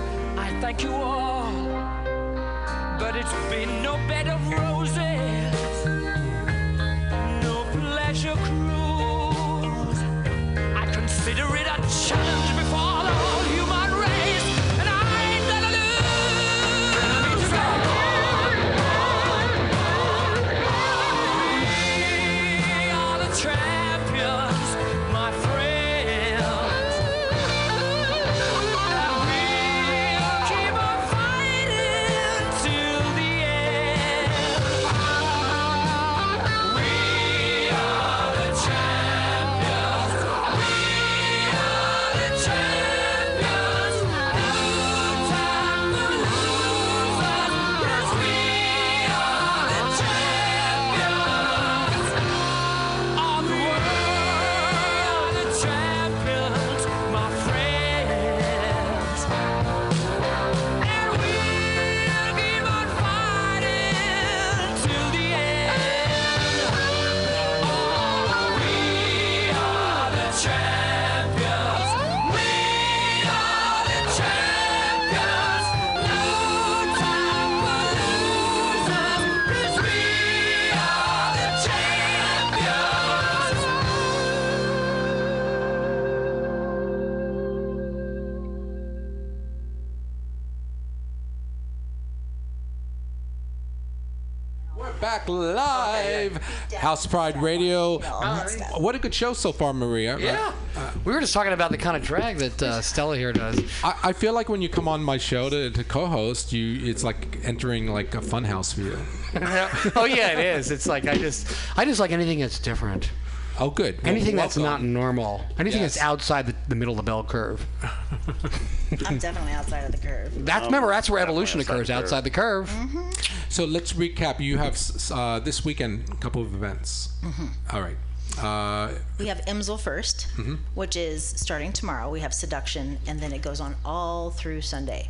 [SPEAKER 9] I thank you all. But it's been no bed of roses, no pleasure cruise. I consider it a challenge before the whole human race. And I ain't gonna lose. And I mean to go on, on, on, on. We are the champions, my friends. And we'll keep on fighting till the end. Oh,
[SPEAKER 5] back
[SPEAKER 6] Oh,
[SPEAKER 5] live. House Pride Radio. What a good show so far, Maria.
[SPEAKER 6] Yeah. we were just talking about the kind of drag that uh, Stella here does.
[SPEAKER 5] I, I feel like when you come on my show to, to co-host, you it's like entering like a funhouse for you.
[SPEAKER 6] oh yeah, it is. It's like I just, I just like anything that's different.
[SPEAKER 5] Oh, good. Well,
[SPEAKER 6] Anything that's not
[SPEAKER 5] welcome.
[SPEAKER 6] normal. Anything
[SPEAKER 5] Yes.
[SPEAKER 6] that's outside the, the middle of the bell curve.
[SPEAKER 8] I'm definitely outside of the curve.
[SPEAKER 6] That's remember that's where evolution
[SPEAKER 7] Um, outside
[SPEAKER 6] occurs
[SPEAKER 7] the curve.
[SPEAKER 6] outside the curve.
[SPEAKER 5] Mm-hmm. So let's recap. You have s- s- uh, this weekend a couple of events.
[SPEAKER 6] Mm-hmm.
[SPEAKER 5] All right. Uh,
[SPEAKER 8] We have IMSL 1st
[SPEAKER 5] Mm-hmm.
[SPEAKER 8] which is starting tomorrow. We have Seduction, and then it goes on all through Sunday.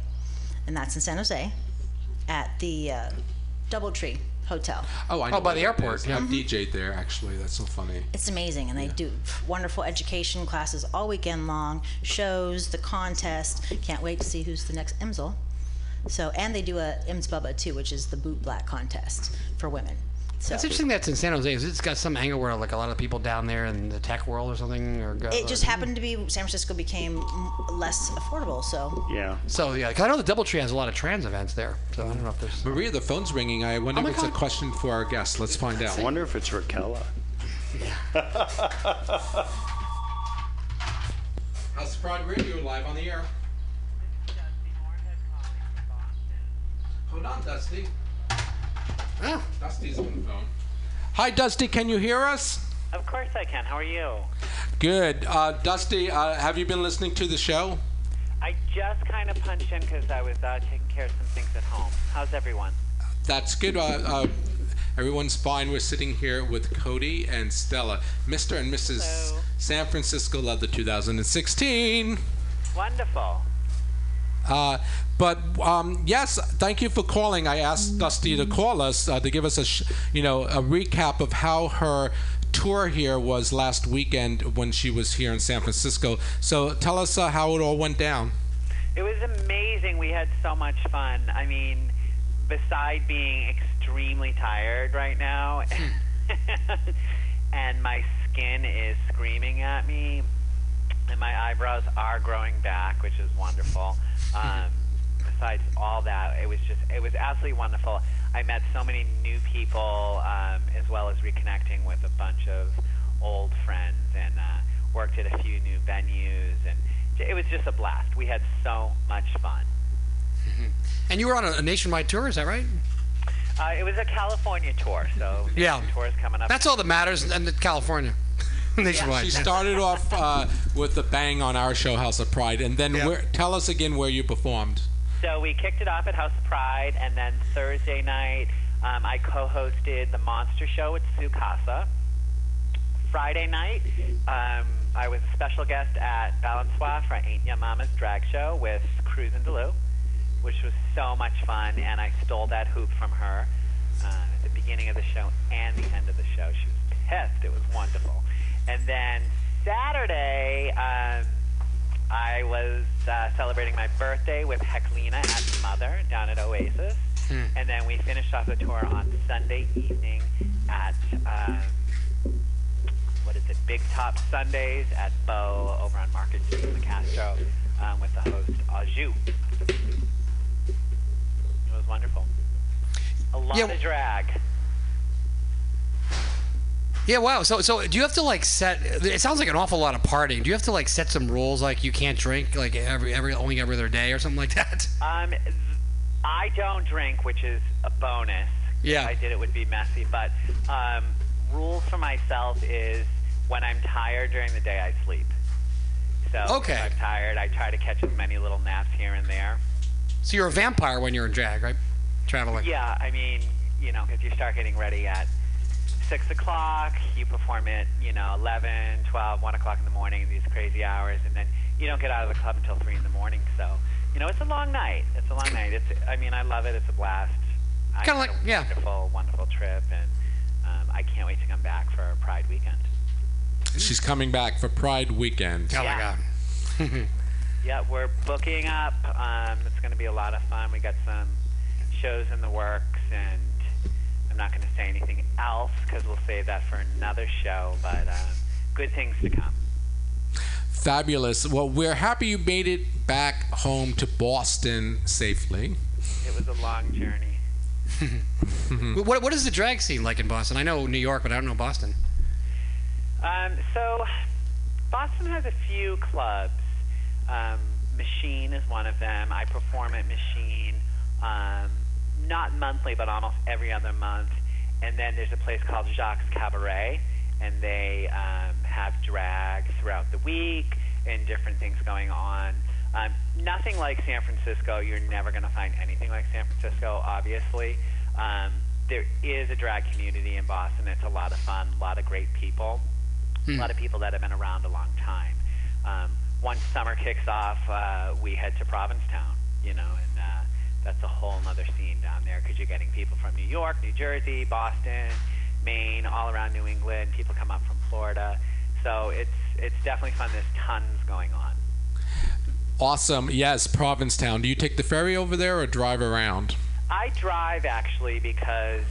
[SPEAKER 8] And that's in San Jose at the uh, Doubletree Hotel.
[SPEAKER 5] oh, I know
[SPEAKER 6] Oh, by
[SPEAKER 5] where
[SPEAKER 6] the
[SPEAKER 5] that
[SPEAKER 6] airport,
[SPEAKER 5] is.
[SPEAKER 6] yeah.
[SPEAKER 5] I've DJ'd there actually. That's so funny.
[SPEAKER 8] It's amazing, and they do wonderful education classes all weekend long, shows, the contest. Can't wait to see who's the next IMSL. So, and they do a IMS Bubba too, which is the boot black contest for women. So
[SPEAKER 6] It's interesting that's in San Jose. 'cause It's got some angle where like a lot of people down there in the tech world or something or go,
[SPEAKER 8] it just happened to be San Francisco became mm, less affordable, so
[SPEAKER 7] Yeah.
[SPEAKER 6] So yeah, 'cause I know the DoubleTree has a lot of trans events there. So I don't know if there's
[SPEAKER 5] Maria, the phone's ringing. I wonder
[SPEAKER 6] Oh, my
[SPEAKER 5] if it's a
[SPEAKER 6] God.
[SPEAKER 5] question for our guest. Let's find out.
[SPEAKER 7] I wonder if it's Raquella.
[SPEAKER 5] House Pride Radio live on the air. Hold on, Dusty.
[SPEAKER 6] Ah.
[SPEAKER 5] Dusty's on the phone. Hi, Dusty. Can you hear us?
[SPEAKER 10] Of course I can. How are you?
[SPEAKER 5] Good. Uh, Dusty, uh, have you been listening to the show?
[SPEAKER 10] I just kind of punched in because I was uh, taking care of some things at home. How's everyone?
[SPEAKER 5] That's good. Uh, uh, everyone's fine. We're sitting here with Cody and Stella, Mr. and Mrs.
[SPEAKER 10] Hello.
[SPEAKER 5] San Francisco Love the 2016.
[SPEAKER 10] Wonderful.
[SPEAKER 5] Uh, but um, yes, thank you for calling. I asked Dusty to call us uh, to give us a, sh- you know, a recap of how her tour here was last weekend when she was here in San Francisco. So tell us uh, how it all went down.
[SPEAKER 10] It was amazing. We had so much fun. I mean, beside being extremely tired right now, and my skin is screaming at me, and my eyebrows are growing back, which is wonderful. Um, besides all that, it was just, it was absolutely wonderful. I met so many new people, um, as well as reconnecting with a bunch of old friends, and uh, worked at a few new venues, and j- it was just a blast. We had so much fun.
[SPEAKER 6] Mm-hmm. And you were on a, a nationwide tour, is that right?
[SPEAKER 10] Uh, it was a California tour, so
[SPEAKER 6] Yeah.
[SPEAKER 10] tours coming up.
[SPEAKER 6] That's all that matters and California. nationwide.
[SPEAKER 5] She started off uh, with a bang on our show, House of Pride, and then
[SPEAKER 6] Yeah.
[SPEAKER 5] where, tell us again where you performed.
[SPEAKER 10] So we kicked it off at House of Pride, and then Thursday night, um, I co-hosted the Monster Show at Sukasa. Friday night, um, I was a special guest at Balancois for Ain't Ya Mama's drag show with Cruz and Delu, which was so much fun, and I stole that hoop from her uh, at the beginning of the show and the end of the show. She was pissed. It was wonderful. And then Saturday, um, I was uh, celebrating my birthday with Heclina and Mother down at Oasis. And then we finished off the tour on Sunday evening at, um, what is it, Big Top Sundays at Bo over on Market Street in Castro um, with the host, Aju. It was wonderful. A lot
[SPEAKER 6] Yeah,
[SPEAKER 10] of
[SPEAKER 6] w-
[SPEAKER 10] drag.
[SPEAKER 6] Yeah, wow. So, so do you have to like set? It sounds like an awful lot of partying. Do you have to like set some rules, like you can't drink like every every only every other day or something like that?
[SPEAKER 10] Um, th- I don't drink, which is a bonus.
[SPEAKER 6] Yeah.
[SPEAKER 10] If I did, it would be messy. But um, rules for myself is when I'm tired during the day, I sleep. So
[SPEAKER 6] Okay.
[SPEAKER 10] if I'm tired, I try to catch as many little naps here and there.
[SPEAKER 6] So you're a vampire when you're in drag, right? Traveling.
[SPEAKER 10] Yeah, I mean, you know, if you start getting ready at 6 o'clock, you perform at, you know, 11, 12, 1 o'clock in the morning, these crazy hours, and then you don't get out of the club until 3 in the morning. So, you know, it's a long night. It's a long night. It's, I mean, I love it. It's a blast. I
[SPEAKER 6] Kinda
[SPEAKER 10] had
[SPEAKER 6] like-
[SPEAKER 10] a
[SPEAKER 6] yeah.
[SPEAKER 10] Wonderful, wonderful trip, and um, I can't wait to come back for Pride Weekend.
[SPEAKER 5] She's coming back for Pride Weekend.
[SPEAKER 6] Oh my
[SPEAKER 10] Yeah.
[SPEAKER 6] god.
[SPEAKER 10] Yeah, we're booking up. Um, it's going to be a lot of fun. We got some shows in the works, and I'm not going to say anything else because we'll save that for another show. But um, good things to come.
[SPEAKER 5] Fabulous. Well, we're happy you made it back home to Boston safely.
[SPEAKER 10] It was a long journey.
[SPEAKER 6] Wh- Mm-hmm. what, what is the drag scene like in Boston? I know New York, but I don't know Boston.
[SPEAKER 10] Um, so, Boston has a few clubs. Um, Machine is one of them. I perform at Machine, um, not monthly, but almost every other month. And then there's a place called Jacques Cabaret, and they um, have drag throughout the week and different things going on. Um, nothing like San Francisco. You're never going to find anything like San Francisco, obviously. Um, there is a drag community in Boston. It's a lot of fun, a lot of great people Hmm.
[SPEAKER 9] Hmm.
[SPEAKER 10] a lot of people that have been around a long time. Um, once summer kicks off, uh, we head to Provincetown, you know, and uh, that's a whole other scene down there because you're getting people from New York, New Jersey, Boston, Maine, all around New England. People come up from Florida, so it's it's definitely fun. There's tons going on.
[SPEAKER 5] Awesome. Yes, Provincetown. Do you take the ferry over there or drive around?
[SPEAKER 10] I drive actually because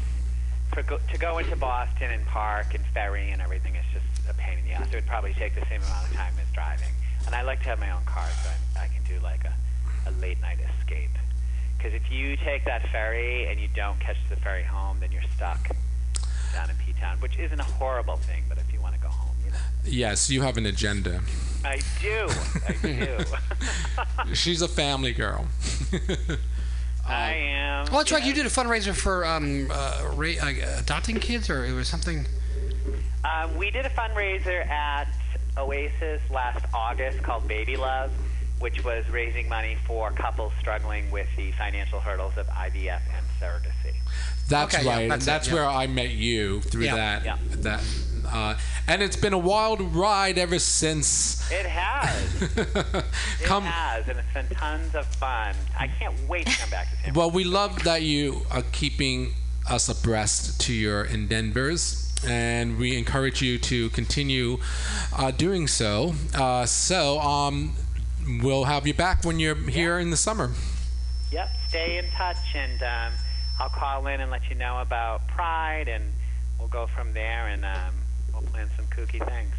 [SPEAKER 10] for go- to go into Boston and park and ferry and everything is just a pain in the ass. It would probably take the same amount of time as driving. And I like to have my own car so I, I can do like a, a late night escape. Because if you take that ferry and you don't catch the ferry home, then you're stuck down in P Town, which isn't a horrible thing, but if you want to go home, you know.
[SPEAKER 5] Yes, you have an agenda.
[SPEAKER 10] I do. I do.
[SPEAKER 5] She's a family girl.
[SPEAKER 10] I am.
[SPEAKER 6] Well, that's right. You
[SPEAKER 10] yes.
[SPEAKER 6] did a fundraiser for um, uh, ra- uh, adopting kids, or it was something.
[SPEAKER 10] Um, we did a fundraiser at Oasis last August called Baby Love, which was raising money for couples struggling with the financial hurdles of IVF and surrogacy.
[SPEAKER 5] That's
[SPEAKER 6] Okay, yeah,
[SPEAKER 5] right.
[SPEAKER 6] that's
[SPEAKER 5] that's
[SPEAKER 6] it,
[SPEAKER 5] that's where
[SPEAKER 6] yeah.
[SPEAKER 5] I met you through
[SPEAKER 6] Yeah.
[SPEAKER 5] that.
[SPEAKER 10] Yeah.
[SPEAKER 5] That. Uh, and it's been a wild ride ever since.
[SPEAKER 10] It has. It
[SPEAKER 5] Come.
[SPEAKER 10] has, and it's been tons of fun. I can't wait to come back to San
[SPEAKER 5] Well, we love that you are keeping us abreast to your endeavors. And we encourage you to continue uh, doing so. Uh, so um, we'll have you back when you're here in the summer.
[SPEAKER 10] Yep, stay in touch, and um, I'll call in and let you know about Pride, and we'll go from there, and um, we'll plan some kooky things.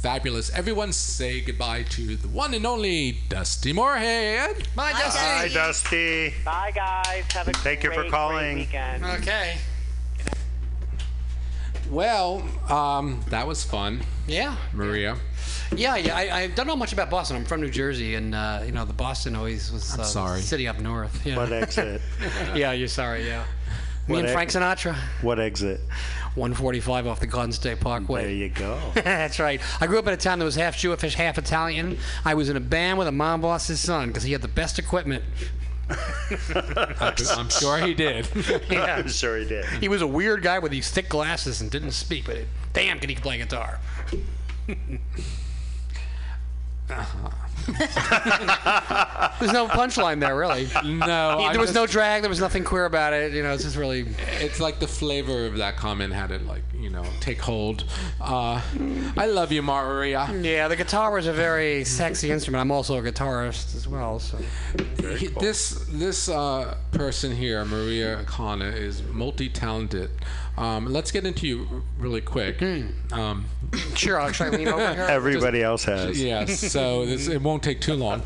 [SPEAKER 5] Fabulous. Everyone say goodbye to the one and only Dusty Moorhead.
[SPEAKER 6] My
[SPEAKER 7] Hi,
[SPEAKER 6] Dusty.
[SPEAKER 7] Dusty.
[SPEAKER 10] Bye, guys. Have a
[SPEAKER 7] Thank you for
[SPEAKER 10] great, great
[SPEAKER 7] calling.
[SPEAKER 10] weekend.
[SPEAKER 6] Okay.
[SPEAKER 5] Well, um, that was fun,
[SPEAKER 6] Yeah.
[SPEAKER 5] Maria.
[SPEAKER 6] Yeah. Yeah. I, I don't know much about Boston. I'm from New Jersey, and uh, you know the Boston always was uh,
[SPEAKER 5] sorry.
[SPEAKER 6] city up north. Yeah.
[SPEAKER 7] What exit?
[SPEAKER 6] yeah. You're sorry. Yeah. Me
[SPEAKER 7] What
[SPEAKER 6] and
[SPEAKER 7] a-
[SPEAKER 6] Frank Sinatra.
[SPEAKER 7] What exit?
[SPEAKER 6] 145 off the Garden State Parkway.
[SPEAKER 7] There you go.
[SPEAKER 6] That's right. I grew up in a town that was half Jewish, half Italian. I was in a band with a mom boss's son because he had the best equipment.
[SPEAKER 5] I'm sure he did.
[SPEAKER 6] Yeah.
[SPEAKER 7] I'm sure he did.
[SPEAKER 6] he was a weird guy with these thick glasses and didn't speak, but it, damn, could he play guitar? There's no punchline there, really.
[SPEAKER 5] no, Oh, I
[SPEAKER 6] there was
[SPEAKER 5] just-
[SPEAKER 6] no drag. There was nothing queer about it. You know, it's just really.
[SPEAKER 5] It's like the flavor of that comment had it like you know take hold. Uh, I love you, Maria.
[SPEAKER 6] Yeah, the guitar was a very sexy instrument. I'm also a guitarist as well, so.
[SPEAKER 5] He- This this uh, person here, Maria Kana, is multi-talented. Um, let's get into you r- really quick. Um,
[SPEAKER 6] Sure, I'll try to lean over here.
[SPEAKER 7] Everybody else has.
[SPEAKER 5] yeah, so this, it won't take too long.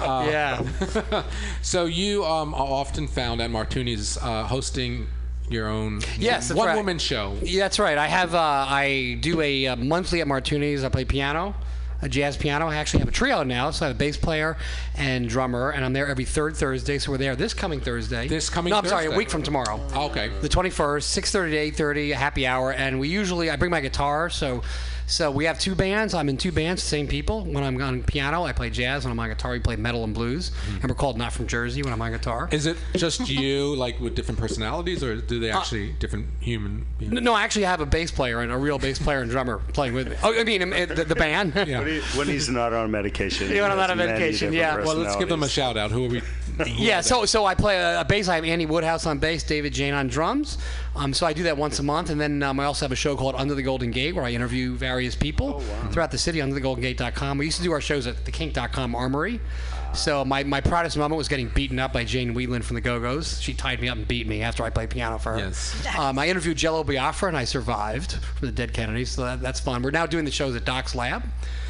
[SPEAKER 5] Uh,
[SPEAKER 6] Yeah.
[SPEAKER 5] So you um, are often found at Martuni's uh, hosting your own
[SPEAKER 6] Yes, that's right.
[SPEAKER 5] one woman show.
[SPEAKER 6] Yeah, that's right. I have uh, I do a uh, monthly at Martuni's. I play piano, a jazz piano. I actually have a trio now, so I have a bass player and drummer, and I'm there every third Thursday. So we're there this coming Thursday.
[SPEAKER 5] This coming
[SPEAKER 6] No, I'm sorry,
[SPEAKER 5] Thursday.
[SPEAKER 6] a week from tomorrow.
[SPEAKER 5] Okay.
[SPEAKER 6] The 21st, 6:30 to 8:30, a happy hour, and we usually I bring my guitar, so so we have two bands. I'm in two bands, same people. When I'm on piano, I play jazz. When I'm on guitar, we play metal and blues.
[SPEAKER 5] Hmm.
[SPEAKER 6] And we're called Not from Jersey when I'm on guitar.
[SPEAKER 5] Is it just you, like with different personalities, or do they actually different human? beings?
[SPEAKER 6] Uh, No, I actually have a bass player and a real bass player and drummer playing with me. Oh, I mean, um, uh, the, the band.
[SPEAKER 5] Yeah.
[SPEAKER 7] When, he, when he's not on medication.
[SPEAKER 6] You're not
[SPEAKER 7] he has
[SPEAKER 6] on
[SPEAKER 7] many
[SPEAKER 6] medication,
[SPEAKER 7] different
[SPEAKER 6] yeah.
[SPEAKER 5] Well, let's give them a shout
[SPEAKER 7] personalities.
[SPEAKER 5] out. Who are we? who
[SPEAKER 6] Yeah,
[SPEAKER 5] are they?
[SPEAKER 6] so so I play a, a bass. I have Andy Woodhouse on bass, David Jane on drums. Um, so I do that once a month, and then um, I also have a show called Under the Golden Gate where I interview various
[SPEAKER 5] Oh,
[SPEAKER 6] people throughout the city. UnderTheGoldenGate.com. We used to do our shows at the Kink.com Armory. So my, my proudest moment was getting beaten up by Jane Whelan from the Go-Go's. She tied me up and beat me after I played piano for her.
[SPEAKER 5] Yes.
[SPEAKER 6] Um, I interviewed Jello Biafra and I survived from the Dead Kennedys, so that, that's fun. We're now doing the shows at Doc's Lab.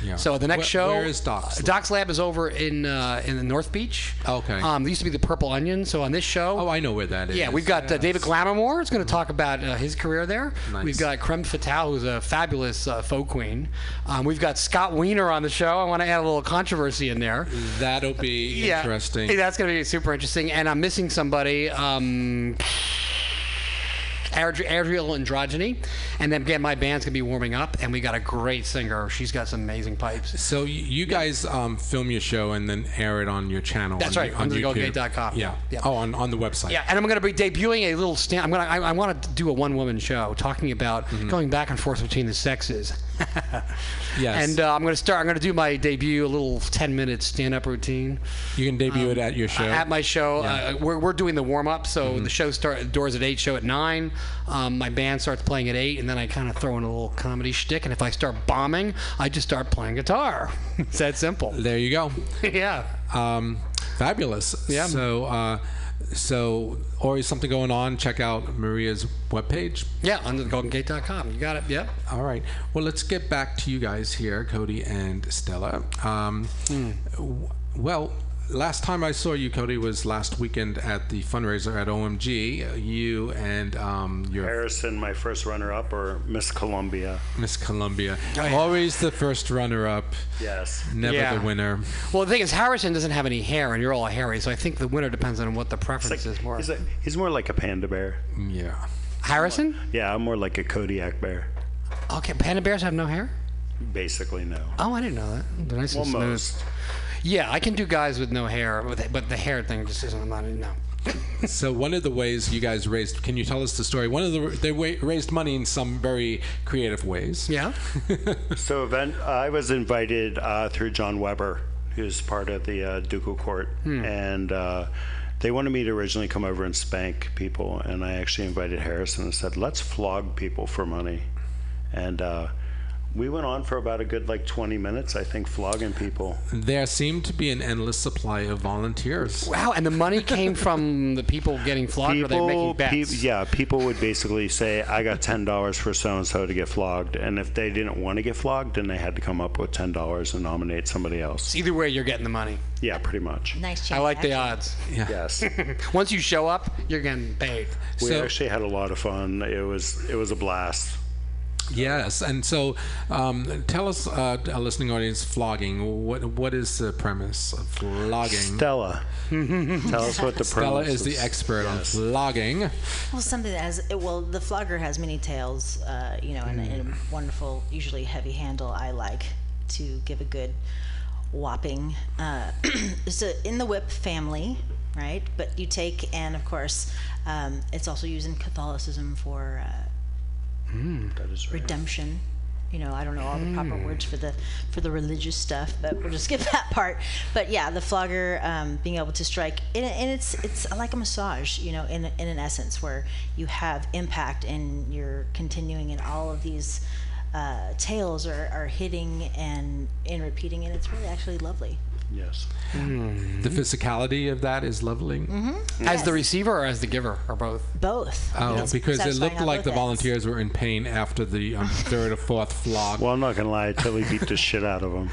[SPEAKER 5] Yeah.
[SPEAKER 6] So the next
[SPEAKER 5] Wh-
[SPEAKER 6] show,
[SPEAKER 5] where is Doc's Lab?
[SPEAKER 6] Doc's Lab is over in uh, in the North Beach.
[SPEAKER 5] Okay.
[SPEAKER 6] Um, there used to be the Purple Onion. So on this show,
[SPEAKER 5] Oh, I know where that is.
[SPEAKER 6] yeah, we've got uh,
[SPEAKER 5] Yes.
[SPEAKER 6] David Glamamore is going to talk about uh, his career there.
[SPEAKER 5] Nice.
[SPEAKER 6] We've got Creme Fatale, who's a fabulous uh, faux queen. Um, we've got Scott Weiner on the show. I want to add a little controversy in there.
[SPEAKER 5] That'll be interesting.
[SPEAKER 6] Yeah, that's going to be super interesting. And I'm missing somebody. Um, Adri- Adriel Androgyny. And then again, my band's going to be warming up, and we got a great singer. She's got some amazing pipes.
[SPEAKER 5] So y- you guys um, film your show and then air it on your channel.
[SPEAKER 6] That's
[SPEAKER 5] on,
[SPEAKER 6] right,
[SPEAKER 5] On
[SPEAKER 6] under the
[SPEAKER 5] YouTube.
[SPEAKER 6] goldgate.com.
[SPEAKER 5] Yeah.
[SPEAKER 6] Yeah.
[SPEAKER 5] Oh, on, on the website.
[SPEAKER 6] Yeah, and I'm going to be debuting a little stand. I'm going to. I, I want to do a one-woman show talking about
[SPEAKER 5] Mm-hmm.
[SPEAKER 6] going back and forth between the sexes.
[SPEAKER 5] Yes.
[SPEAKER 6] And uh, I'm going to start. I'm going to do my debut, a little 10-minute stand-up routine. Um,
[SPEAKER 5] You can debut it at your show.
[SPEAKER 6] At my show,
[SPEAKER 5] Yeah. Mm-hmm.
[SPEAKER 6] uh, we're, we're doing the warm up, so the show start doors at eight, show at nine. Um, my band starts playing at eight, and then I kind of throw in a little comedy shtick. And if I start bombing, I just start playing guitar. it's that simple.
[SPEAKER 5] there you go.
[SPEAKER 6] yeah.
[SPEAKER 5] Um, fabulous.
[SPEAKER 6] Yeah.
[SPEAKER 5] So, uh, so always something going on. Check out Maria's webpage.
[SPEAKER 6] Yeah, under the goldengate.com. You got it. Yep.
[SPEAKER 5] All right. Well, let's get back to you guys here, Cody and Stella. Um,
[SPEAKER 6] Hmm.
[SPEAKER 5] w- well, last time I saw you, Cody, was last weekend at the fundraiser at OMG. uh, You and um, your
[SPEAKER 7] Harrison, my first runner-up, or Miss Columbia.
[SPEAKER 5] Miss Columbia.
[SPEAKER 6] Oh,
[SPEAKER 5] Always the first runner up,
[SPEAKER 7] Yes.
[SPEAKER 5] never
[SPEAKER 6] Yeah.
[SPEAKER 5] the winner.
[SPEAKER 6] Well, the thing is, Harrison doesn't have any hair, and you're all hairy, so I think the winner depends on what the preference
[SPEAKER 7] It's like-
[SPEAKER 6] is more.
[SPEAKER 7] he's, a, he's more like a panda bear.
[SPEAKER 5] Yeah.
[SPEAKER 6] Harrison?
[SPEAKER 7] Yeah, I'm more like a Kodiak bear.
[SPEAKER 6] Okay, panda bears have no hair?
[SPEAKER 7] Basically, no.
[SPEAKER 6] Oh, I didn't know that. They're nice
[SPEAKER 7] Well,
[SPEAKER 6] and smooth.
[SPEAKER 7] most.
[SPEAKER 6] Yeah, I can do guys with no hair, but the, but the hair thing just isn't. I'm not. No.
[SPEAKER 5] So one of the ways you guys raised, can you tell us the story? One of the they wa- raised money in some very creative ways.
[SPEAKER 6] Yeah.
[SPEAKER 7] So event, I was invited uh, through John Weber, who's part of the uh, Ducal Court,
[SPEAKER 6] Hmm.
[SPEAKER 7] and uh, they wanted me to originally come over and spank people, and I actually invited Harrison and said, "Let's flog people for money," and uh, we went on for about a good like 20 minutes, I think, flogging people.
[SPEAKER 5] There seemed to be an endless supply of volunteers.
[SPEAKER 6] Wow, and the money came from the people getting flogged, or they're making bets.
[SPEAKER 7] peop- yeah, people would basically say, "I got ten dollars for so and so to get flogged," and if they didn't want to get flogged, then they had to come up with ten dollars and nominate somebody else.
[SPEAKER 6] Either way, you're getting the money.
[SPEAKER 7] Yeah, pretty much.
[SPEAKER 8] Nice
[SPEAKER 6] I
[SPEAKER 8] chance.
[SPEAKER 6] like the
[SPEAKER 8] actually.
[SPEAKER 6] odds.
[SPEAKER 7] Yes,
[SPEAKER 6] Once you show up, you're getting paid.
[SPEAKER 7] we
[SPEAKER 5] So-
[SPEAKER 7] actually had a lot of fun. It was it was a blast.
[SPEAKER 5] Yes, and so um, tell us, uh, our listening audience, flogging. What what is the premise of flogging?
[SPEAKER 7] Stella, tell us what the
[SPEAKER 5] Stella
[SPEAKER 7] premise
[SPEAKER 5] is the expert on flogging.
[SPEAKER 8] Well, something that has it, well, the flogger has many tails, uh, you know, and, a- and a wonderful, usually heavy handle. I like to give a good whopping. Uh, so in the whip family, right? But you take, and of course, um, it's also used in Catholicism for uh,
[SPEAKER 6] Hmm.
[SPEAKER 8] redemption. You know, I don't know all the proper words for the for the religious stuff, but we'll just skip that part. But yeah, the flogger um, being able to strike, and, and it's it's like a massage, you know, in in an essence where you have impact and you're continuing, and all of these uh, tails are, are hitting and and repeating, and it's really actually lovely.
[SPEAKER 7] Yes.
[SPEAKER 6] Hmm.
[SPEAKER 5] The physicality of that is lovely.
[SPEAKER 6] As the receiver or as the giver, or both?
[SPEAKER 8] Both.
[SPEAKER 5] Oh,
[SPEAKER 8] It's
[SPEAKER 5] because it
[SPEAKER 8] satisfying
[SPEAKER 5] looked
[SPEAKER 8] on
[SPEAKER 5] like
[SPEAKER 8] both
[SPEAKER 5] the
[SPEAKER 8] ends.
[SPEAKER 5] volunteers were in pain after the um, third or fourth flog.
[SPEAKER 7] Well, I'm not gonna lie. Tilly beat the shit out of him.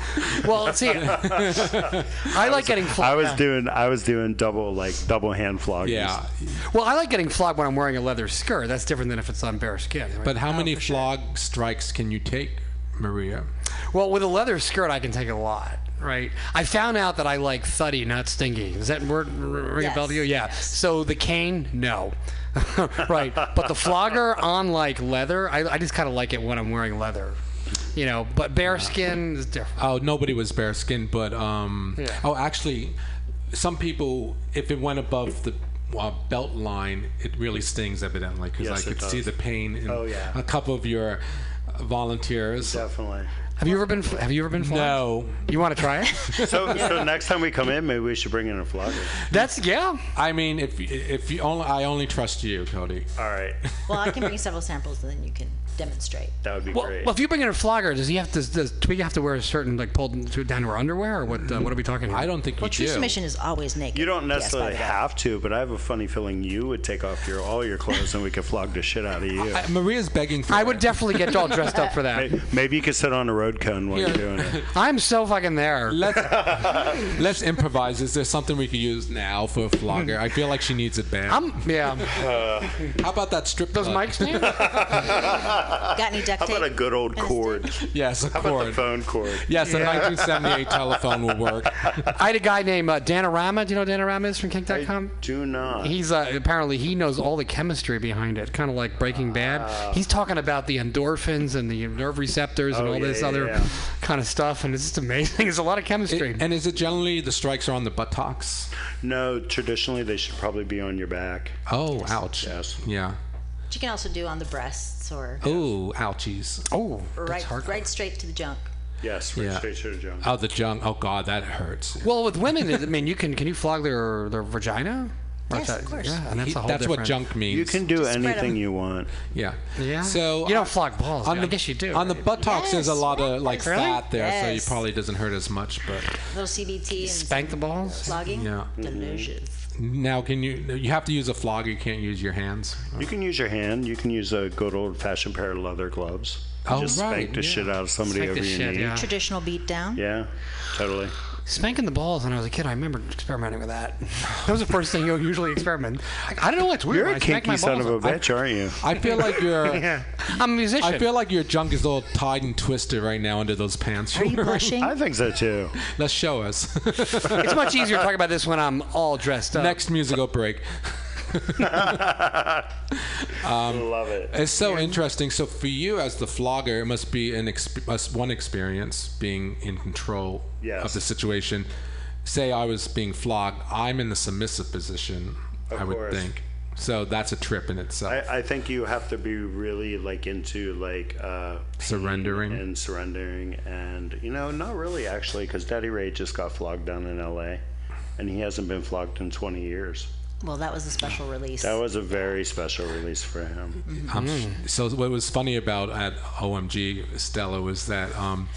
[SPEAKER 6] Well, let's see. I like getting flogged.
[SPEAKER 7] I was doing I was doing double like double hand flogging.
[SPEAKER 5] yeah,
[SPEAKER 6] well, I like getting flogged when I'm wearing a leather skirt. That's different than if it's on bare skin. right?
[SPEAKER 5] but how many flog strikes can you take, Maria?
[SPEAKER 6] Well, with a leather skirt, I can take a lot, right? I found out that I like thuddy, not stingy. Does that word r- ring a bell to you? Yeah. So the cane, no. right. But the flogger on like leather, I, I just kind of like it when I'm wearing leather, you know. But bare skin is different.
[SPEAKER 5] Oh, nobody was bare skinned, but um,
[SPEAKER 6] Yeah.
[SPEAKER 5] oh, actually, some people, if it went above the uh, belt line, it really stings evidently because
[SPEAKER 7] Yes,
[SPEAKER 5] I
[SPEAKER 7] it
[SPEAKER 5] could see
[SPEAKER 7] does.
[SPEAKER 5] the pain in
[SPEAKER 7] Oh, yeah.
[SPEAKER 5] a couple of your uh, volunteers.
[SPEAKER 7] Definitely.
[SPEAKER 6] Have you ever been? fl- Have you ever been flogged?
[SPEAKER 5] No,
[SPEAKER 6] You want to try it?
[SPEAKER 7] So, so next time we come in, maybe we should bring in a flogger.
[SPEAKER 6] That's yeah.
[SPEAKER 5] I mean, if if you only, I only trust you, Cody.
[SPEAKER 7] All right,
[SPEAKER 8] Well, I can bring several samples, and then you can demonstrate.
[SPEAKER 7] that would be
[SPEAKER 6] Well,
[SPEAKER 7] great.
[SPEAKER 6] well, if you bring in a flogger, does he have to? Does Twig have to wear a certain like pulled to- down to her underwear, or what? Uh, what are we talking? Here?
[SPEAKER 5] I don't think
[SPEAKER 8] Well,
[SPEAKER 5] you
[SPEAKER 8] true
[SPEAKER 5] do.
[SPEAKER 8] submission is always naked.
[SPEAKER 7] You don't
[SPEAKER 8] Yes, by
[SPEAKER 7] necessarily
[SPEAKER 8] the way.
[SPEAKER 7] have to, but I have a funny feeling you would take off your all your clothes and we could flog the shit out of you.
[SPEAKER 5] Maria's begging for
[SPEAKER 6] I would
[SPEAKER 5] it.
[SPEAKER 6] definitely get all dressed up for that.
[SPEAKER 7] May- Maybe you could sit on a road cone while you're doing it.
[SPEAKER 6] I'm so fucking there.
[SPEAKER 5] Let's, let's improvise. Is there something we could use now for a flogger? I feel like she needs it banned.
[SPEAKER 6] I'm yeah.
[SPEAKER 5] How about that strip
[SPEAKER 6] Those
[SPEAKER 5] club?
[SPEAKER 6] mic stand?
[SPEAKER 8] Got any duct
[SPEAKER 7] How
[SPEAKER 8] tape?
[SPEAKER 7] about a good old
[SPEAKER 8] And a
[SPEAKER 7] cord?
[SPEAKER 5] Yes, a
[SPEAKER 7] How about the
[SPEAKER 5] cord.
[SPEAKER 7] phone cord?
[SPEAKER 5] Yes, a 1978 telephone will work.
[SPEAKER 6] I had a guy named uh, Danorama. Do you know who Danorama is from
[SPEAKER 7] I
[SPEAKER 6] Kink.com?
[SPEAKER 7] do not.
[SPEAKER 6] He's uh, apparently he knows all the chemistry behind it, kind of like Breaking
[SPEAKER 7] Ah.
[SPEAKER 6] Bad. He's talking about the endorphins and the nerve receptors and
[SPEAKER 7] Oh,
[SPEAKER 6] all
[SPEAKER 7] yeah,
[SPEAKER 6] this
[SPEAKER 7] yeah,
[SPEAKER 6] other
[SPEAKER 7] yeah.
[SPEAKER 6] kind of stuff, and it's just amazing. It's a lot of chemistry.
[SPEAKER 5] And is it generally the strikes are on the buttocks?
[SPEAKER 7] No, traditionally they should probably be on your back.
[SPEAKER 5] Oh, ouch.
[SPEAKER 7] Yes.
[SPEAKER 5] Yeah.
[SPEAKER 8] But you can also do on the breasts or
[SPEAKER 5] Oh, ouchies.
[SPEAKER 6] oh,
[SPEAKER 8] right,
[SPEAKER 6] hard.
[SPEAKER 8] right straight to the junk.
[SPEAKER 7] Yes, we're
[SPEAKER 5] Yeah.
[SPEAKER 7] straight to the junk.
[SPEAKER 5] Oh, the junk. Oh, God, that hurts.
[SPEAKER 6] Well, with women, I mean, you can can you flog their their vagina? Or
[SPEAKER 8] Yes,
[SPEAKER 6] is that-
[SPEAKER 8] of course.
[SPEAKER 6] Yeah, and that's
[SPEAKER 5] He-
[SPEAKER 6] a whole
[SPEAKER 5] that's what
[SPEAKER 6] different-
[SPEAKER 5] junk means.
[SPEAKER 7] You can do
[SPEAKER 8] spread 'em.
[SPEAKER 7] anything you want.
[SPEAKER 5] Yeah.
[SPEAKER 6] Yeah.
[SPEAKER 5] So uh,
[SPEAKER 6] you don't flog balls.
[SPEAKER 5] on
[SPEAKER 6] I
[SPEAKER 5] the,
[SPEAKER 6] guess you do.
[SPEAKER 5] On the
[SPEAKER 6] right?
[SPEAKER 5] buttocks, there's a
[SPEAKER 8] Yes,
[SPEAKER 5] lot of like
[SPEAKER 8] yes.
[SPEAKER 5] fat there, so you
[SPEAKER 8] Yes.
[SPEAKER 5] probably doesn't hurt as much. But
[SPEAKER 8] Little CBT and
[SPEAKER 6] spank the balls.
[SPEAKER 8] flogging.
[SPEAKER 5] yeah.
[SPEAKER 8] Delicious.
[SPEAKER 5] Now, can you? You have to use a flogger. You can't use your hands.
[SPEAKER 7] You can use your hand. You can use a good old fashioned pair of leather gloves.
[SPEAKER 5] Oh,
[SPEAKER 7] Just
[SPEAKER 5] right,
[SPEAKER 7] spank the
[SPEAKER 5] yeah.
[SPEAKER 7] shit out of somebody
[SPEAKER 6] Spank
[SPEAKER 7] over
[SPEAKER 6] the
[SPEAKER 7] your
[SPEAKER 6] shit,
[SPEAKER 7] knee.
[SPEAKER 6] yeah.
[SPEAKER 8] Traditional beatdown.
[SPEAKER 7] Yeah, totally.
[SPEAKER 6] Spanking the balls when I was a kid, I remember experimenting with that. That was the first thing you'll usually experiment. I, I don't know what's weird.
[SPEAKER 7] You're
[SPEAKER 6] but I
[SPEAKER 7] a
[SPEAKER 6] smack my
[SPEAKER 7] kinky son of a
[SPEAKER 6] balls.
[SPEAKER 7] bitch, aren't you?
[SPEAKER 5] I feel like you're.
[SPEAKER 6] Yeah. I'm a musician.
[SPEAKER 5] I feel like your junk is all tied and twisted right now under those pants.
[SPEAKER 8] Are you blushing?
[SPEAKER 7] I think so too.
[SPEAKER 5] Let's show us.
[SPEAKER 6] it's much easier to talk about this when I'm all dressed up.
[SPEAKER 5] Next musical break.
[SPEAKER 7] Love it.
[SPEAKER 5] Um, It's so interesting. So for you as the flogger, it must be an exp- us- one experience being in control
[SPEAKER 7] Yes.
[SPEAKER 5] of the situation. Say I was being flogged, I'm in the submissive position. I would
[SPEAKER 7] course.
[SPEAKER 5] think. So that's a trip in itself.
[SPEAKER 7] I, I think you have to be really like into like uh, pain
[SPEAKER 5] Surrendering.
[SPEAKER 6] Mm-hmm.
[SPEAKER 7] and surrendering, and you know, not really actually, because Daddy Ray just got flogged down in L.A. and he hasn't been flogged in 20 years.
[SPEAKER 8] Well, that was a special release. Mm-hmm.
[SPEAKER 7] That was a very special release for him.
[SPEAKER 5] Um, So what was funny about at OMG Stella was that um,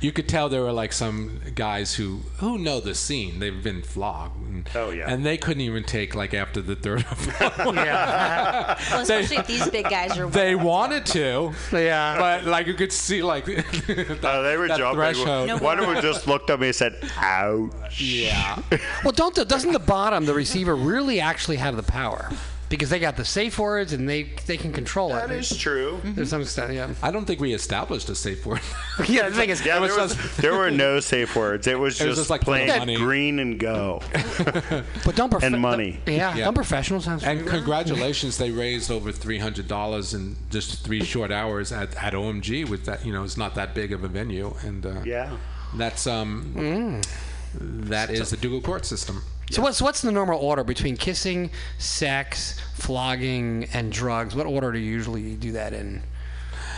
[SPEAKER 5] you could tell there were like some guys who who know the scene. They've been flogged. And,
[SPEAKER 7] Oh, yeah.
[SPEAKER 5] And they couldn't even take like after the third. or fourth one.
[SPEAKER 8] well, especially if these big guys are.
[SPEAKER 5] They wanted to,
[SPEAKER 6] Yeah.
[SPEAKER 5] but like you could see like that,
[SPEAKER 7] Oh, they were
[SPEAKER 5] that
[SPEAKER 7] jumping.
[SPEAKER 5] threshold.
[SPEAKER 7] One of them just looked at me and said, "Ouch."
[SPEAKER 5] Yeah.
[SPEAKER 6] well, don't the, doesn't the bottom, the receiver, really actually have the power? Because they got the safe words and they they can control it.
[SPEAKER 7] That is true.
[SPEAKER 6] There's some extent, yeah.
[SPEAKER 5] Mm-hmm. I don't think we established a safe word.
[SPEAKER 6] Yeah, the thing is,
[SPEAKER 7] Yeah,
[SPEAKER 5] It was
[SPEAKER 7] there, was,
[SPEAKER 5] just-
[SPEAKER 7] there were no safe words. It was just,
[SPEAKER 5] It was just like
[SPEAKER 7] plain
[SPEAKER 5] put money.
[SPEAKER 7] green and go.
[SPEAKER 6] but don't prof-
[SPEAKER 7] and money.
[SPEAKER 6] Yeah,
[SPEAKER 5] Yeah.
[SPEAKER 6] don't professional sounds.
[SPEAKER 5] and congratulations, they raised over three hundred dollars in just three short hours at, at OMG. With that, you know, it's not that big of a venue, and uh,
[SPEAKER 7] Yeah.
[SPEAKER 5] That's um,
[SPEAKER 6] Mm.
[SPEAKER 5] that is the dual court system.
[SPEAKER 6] So what's what's the normal order between kissing, sex, flogging, and drugs? What order do you usually do that in?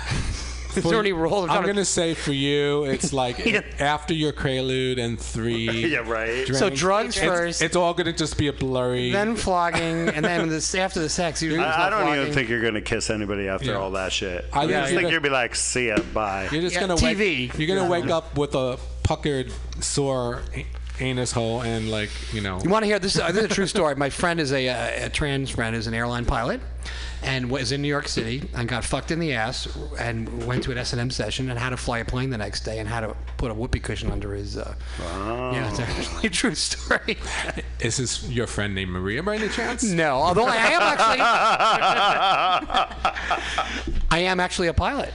[SPEAKER 6] Is there any rule?
[SPEAKER 5] I'm gonna say for you, it's like after your prelude and three.
[SPEAKER 7] Yeah, right.
[SPEAKER 5] drinks,
[SPEAKER 6] so drugs
[SPEAKER 5] it's-
[SPEAKER 6] first,
[SPEAKER 5] It's all gonna just be a blurry.
[SPEAKER 6] then flogging, and then this, after the sex, usually there's
[SPEAKER 7] I, I
[SPEAKER 6] no
[SPEAKER 7] don't even
[SPEAKER 6] flogging.
[SPEAKER 7] think you're going to kiss anybody after
[SPEAKER 5] Yeah.
[SPEAKER 7] all that shit.
[SPEAKER 5] I
[SPEAKER 7] I
[SPEAKER 5] think
[SPEAKER 7] just
[SPEAKER 5] you're
[SPEAKER 7] think
[SPEAKER 5] the-
[SPEAKER 7] you'll be like, see ya, bye.
[SPEAKER 5] you're just
[SPEAKER 6] Yeah,
[SPEAKER 5] gonna
[SPEAKER 6] TV.
[SPEAKER 5] wake. You're gonna wake up with a puckered, sore a- anus hole and like you know.
[SPEAKER 6] You want to hear this? Uh, this is a true story. My friend is a, uh, a trans friend is an airline pilot, and was in New York City and got fucked in the ass and went to an S and M session and how to fly a plane the next day and how to put a whoopee cushion under his. Uh, Yeah,
[SPEAKER 7] Oh.
[SPEAKER 6] it's actually a true story.
[SPEAKER 5] Is this your friend named Maria by any chance?
[SPEAKER 6] No, although I am actually, I am actually a pilot,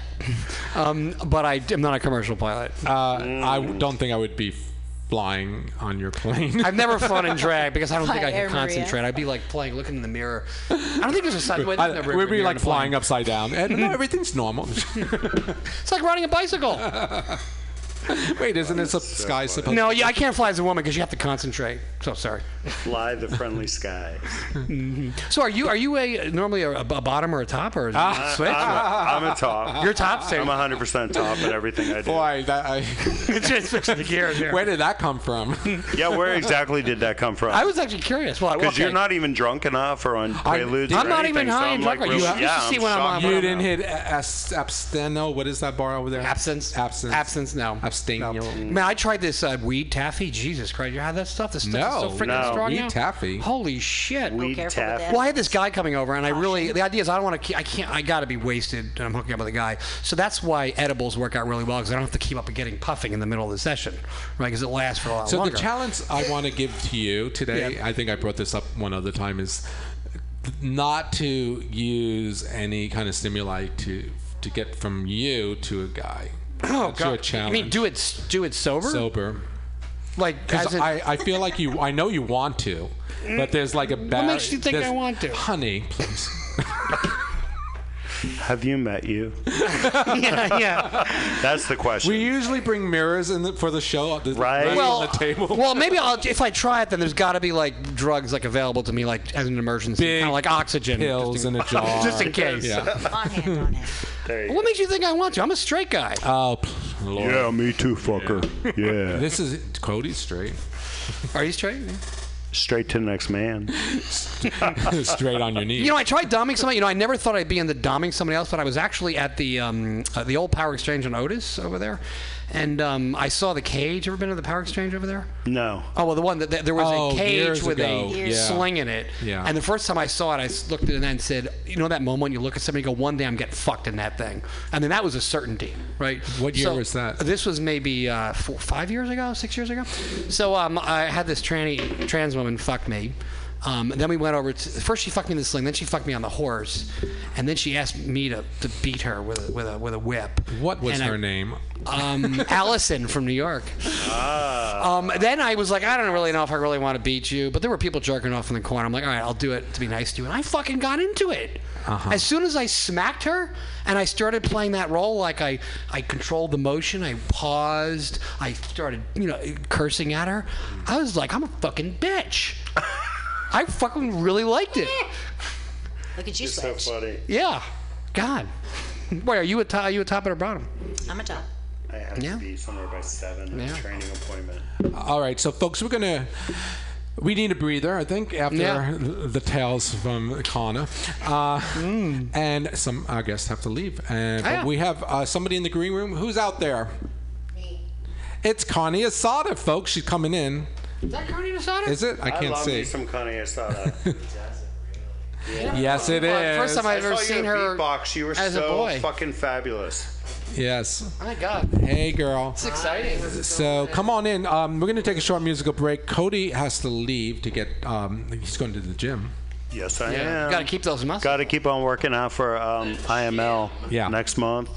[SPEAKER 6] um, but I am not a commercial pilot.
[SPEAKER 5] Uh, I don't think I would be flying on your plane.
[SPEAKER 6] I've never flown in drag because I don't think I
[SPEAKER 8] Fire,
[SPEAKER 6] can
[SPEAKER 8] Maria.
[SPEAKER 6] concentrate. I'd be like playing, looking in the mirror. I don't think there's a side. Wait,
[SPEAKER 5] I-
[SPEAKER 6] there's no
[SPEAKER 5] we'd
[SPEAKER 6] mirror
[SPEAKER 5] be
[SPEAKER 6] in
[SPEAKER 5] like
[SPEAKER 6] a plane.
[SPEAKER 5] flying upside down, and no, everything's normal.
[SPEAKER 6] It's like riding a bicycle.
[SPEAKER 5] Wait, isn't this a sky supposed?
[SPEAKER 6] no, yeah, I can't fly as a woman because you have to concentrate. So sorry.
[SPEAKER 7] Fly the friendly skies.
[SPEAKER 6] Mm-hmm. So are you are you a normally a, a bottom or a top or is it
[SPEAKER 5] Ah,
[SPEAKER 6] a switch?
[SPEAKER 7] I'm a top.
[SPEAKER 6] Ah, You're top,
[SPEAKER 7] I'm
[SPEAKER 6] Sam.
[SPEAKER 7] 100% top in everything I do.
[SPEAKER 5] Boy, that I,
[SPEAKER 6] Just switching the gears here.
[SPEAKER 5] where did that come from?
[SPEAKER 7] Yeah, where exactly did that come from?
[SPEAKER 6] I was actually curious. Well,
[SPEAKER 7] Because
[SPEAKER 6] okay.
[SPEAKER 7] you're not even drunk enough or on preludes
[SPEAKER 6] I'm
[SPEAKER 7] or
[SPEAKER 6] not
[SPEAKER 7] anything,
[SPEAKER 6] even
[SPEAKER 7] so
[SPEAKER 6] high
[SPEAKER 7] I'm
[SPEAKER 6] and
[SPEAKER 7] like
[SPEAKER 6] drunk right
[SPEAKER 7] really-
[SPEAKER 6] now. You
[SPEAKER 7] yeah,
[SPEAKER 6] used to see
[SPEAKER 7] I'm
[SPEAKER 6] when I'm
[SPEAKER 7] shocked
[SPEAKER 6] on-
[SPEAKER 7] right
[SPEAKER 5] You
[SPEAKER 7] now.
[SPEAKER 5] didn't hit a- Mm. a- absteno. What is that bar over there?
[SPEAKER 6] absence.
[SPEAKER 5] Absence.
[SPEAKER 6] Absence. No.
[SPEAKER 5] abstain. you know.
[SPEAKER 6] Man, I tried this uh, weed taffy. Jesus Christ, you had that stuff? This stuff
[SPEAKER 5] No,
[SPEAKER 6] is so freaking
[SPEAKER 7] no.
[SPEAKER 6] strong
[SPEAKER 5] Weed
[SPEAKER 6] now.
[SPEAKER 5] taffy?
[SPEAKER 6] Holy shit.
[SPEAKER 7] Weed
[SPEAKER 8] careful with
[SPEAKER 7] taffy.
[SPEAKER 8] that.
[SPEAKER 6] Well, I had this guy coming over, and I really the idea is I don't want to. I can't. I got to be wasted, and I'm hooking up with a guy. So that's why edibles work out really well because I don't have to keep up getting puffing in the middle of the session, right? Because it lasts for a lot
[SPEAKER 5] So
[SPEAKER 6] longer.
[SPEAKER 5] the challenge I want to give to you today,
[SPEAKER 6] Yeah.
[SPEAKER 5] I think I brought this up one other time, is not to use any kind of stimuli to to get from you to a guy.
[SPEAKER 6] oh
[SPEAKER 5] That's
[SPEAKER 6] God.
[SPEAKER 5] your challenge.
[SPEAKER 6] I mean, do it. Do it sober.
[SPEAKER 5] sober.
[SPEAKER 6] like as
[SPEAKER 5] Because
[SPEAKER 6] in,
[SPEAKER 5] I, I feel like you, I know you want to, but there's like a bad.
[SPEAKER 6] makes you think I want to?
[SPEAKER 5] Honey, please.
[SPEAKER 7] Have you met you?
[SPEAKER 6] yeah, yeah.
[SPEAKER 7] That's the question.
[SPEAKER 5] We usually bring mirrors in the, for the show. the-
[SPEAKER 7] Right.
[SPEAKER 6] Well,
[SPEAKER 5] on the table.
[SPEAKER 6] well, maybe I'll, if I try it, then there's got to be like drugs like available to me, like as an emergency,
[SPEAKER 5] Big
[SPEAKER 6] kind of like oxygen,
[SPEAKER 5] pills
[SPEAKER 6] just in,
[SPEAKER 5] in a jar.
[SPEAKER 6] just in case.
[SPEAKER 5] Yeah.
[SPEAKER 8] on hand, on hand.
[SPEAKER 7] There you
[SPEAKER 6] What makes you think I want to? I'm a straight guy.
[SPEAKER 5] Oh, p- Lord.
[SPEAKER 7] go. yeah, me too, fucker. Yeah.
[SPEAKER 5] This is Cody's straight.
[SPEAKER 6] Are you straight?
[SPEAKER 7] Straight to the next man.
[SPEAKER 5] straight on your knees.
[SPEAKER 6] You know, I tried doming somebody. You know, I never thought I'd be in the doming somebody else, but I was actually at the um, uh, the old Power Exchange on Otis over there, and um, I saw the cage. Ever been to the Power Exchange over there?
[SPEAKER 7] No.
[SPEAKER 6] Oh well, the one that that- there was
[SPEAKER 5] Oh,
[SPEAKER 6] a
[SPEAKER 5] years
[SPEAKER 6] cage with
[SPEAKER 5] ago.
[SPEAKER 6] a
[SPEAKER 5] Years.
[SPEAKER 6] sling in it.
[SPEAKER 5] Yeah.
[SPEAKER 6] And the first time I saw it, I s- looked at it and then said, you know that moment when you look at somebody and go, one day I'm getting fucked in that thing. And then that was a certainty, right?
[SPEAKER 5] What year
[SPEAKER 6] So
[SPEAKER 5] was that?
[SPEAKER 6] This was maybe uh, four, five years ago, six years ago. So um, I had this tranny, trans woman fuck me. Um, and then we went over to first she fucked me in the sling, then she fucked me on the horse, and then she asked me to, to beat her with a, with a with a whip.
[SPEAKER 5] What was
[SPEAKER 6] And I-
[SPEAKER 5] her name?
[SPEAKER 6] um, Allison from New York. Um, then I was like, I don't really know if I really want to beat you, but there were people jerking off in the corner. I'm like, all right, I'll do it to be nice to you, and I fucking got into it. As soon as I smacked her, and I started playing that role, like I, I controlled the motion, I paused, I started, you know, cursing at her. I was like, I'm a fucking bitch. I fucking really liked it.
[SPEAKER 8] Look at you switch.
[SPEAKER 7] funny.
[SPEAKER 6] Yeah, God. Wait, are you a top? Are you a top or a bottom?
[SPEAKER 8] I'm a top.
[SPEAKER 7] I have
[SPEAKER 6] Yeah.
[SPEAKER 7] to be somewhere by seven.
[SPEAKER 6] Yeah.
[SPEAKER 7] Yeah. Training appointment.
[SPEAKER 5] All right, so folks, we're gonna we need a breather, I think, after
[SPEAKER 6] Yeah.
[SPEAKER 5] the tales from Connor, uh, and some our guests have to leave. And but
[SPEAKER 6] Mm. Oh, yeah.
[SPEAKER 5] we have uh, somebody in the green room who's out there. It's Connie Asada, folks. She's coming in.
[SPEAKER 6] Is that Carney Desada?
[SPEAKER 5] Is it? I
[SPEAKER 7] I
[SPEAKER 5] can't
[SPEAKER 7] love
[SPEAKER 5] see.
[SPEAKER 7] me some Connie Asada.
[SPEAKER 5] yes, it is.
[SPEAKER 6] Well, first time I've
[SPEAKER 7] I
[SPEAKER 6] ever
[SPEAKER 7] saw
[SPEAKER 6] seen
[SPEAKER 7] you at
[SPEAKER 6] her
[SPEAKER 7] beatbox. You were
[SPEAKER 6] as a
[SPEAKER 7] so
[SPEAKER 6] boy.
[SPEAKER 7] fucking fabulous.
[SPEAKER 5] Yes.
[SPEAKER 6] Oh my God,
[SPEAKER 5] Hey, girl.
[SPEAKER 6] it's exciting.
[SPEAKER 5] So come on in. Um, we're gonna take a short musical break. Cody has to leave to get. Um, he's going to the gym.
[SPEAKER 7] Yes, I
[SPEAKER 6] Yeah,
[SPEAKER 7] am.
[SPEAKER 6] got to keep those muscles.
[SPEAKER 7] Got to keep on working out for um, IML
[SPEAKER 5] Yeah.
[SPEAKER 7] next month.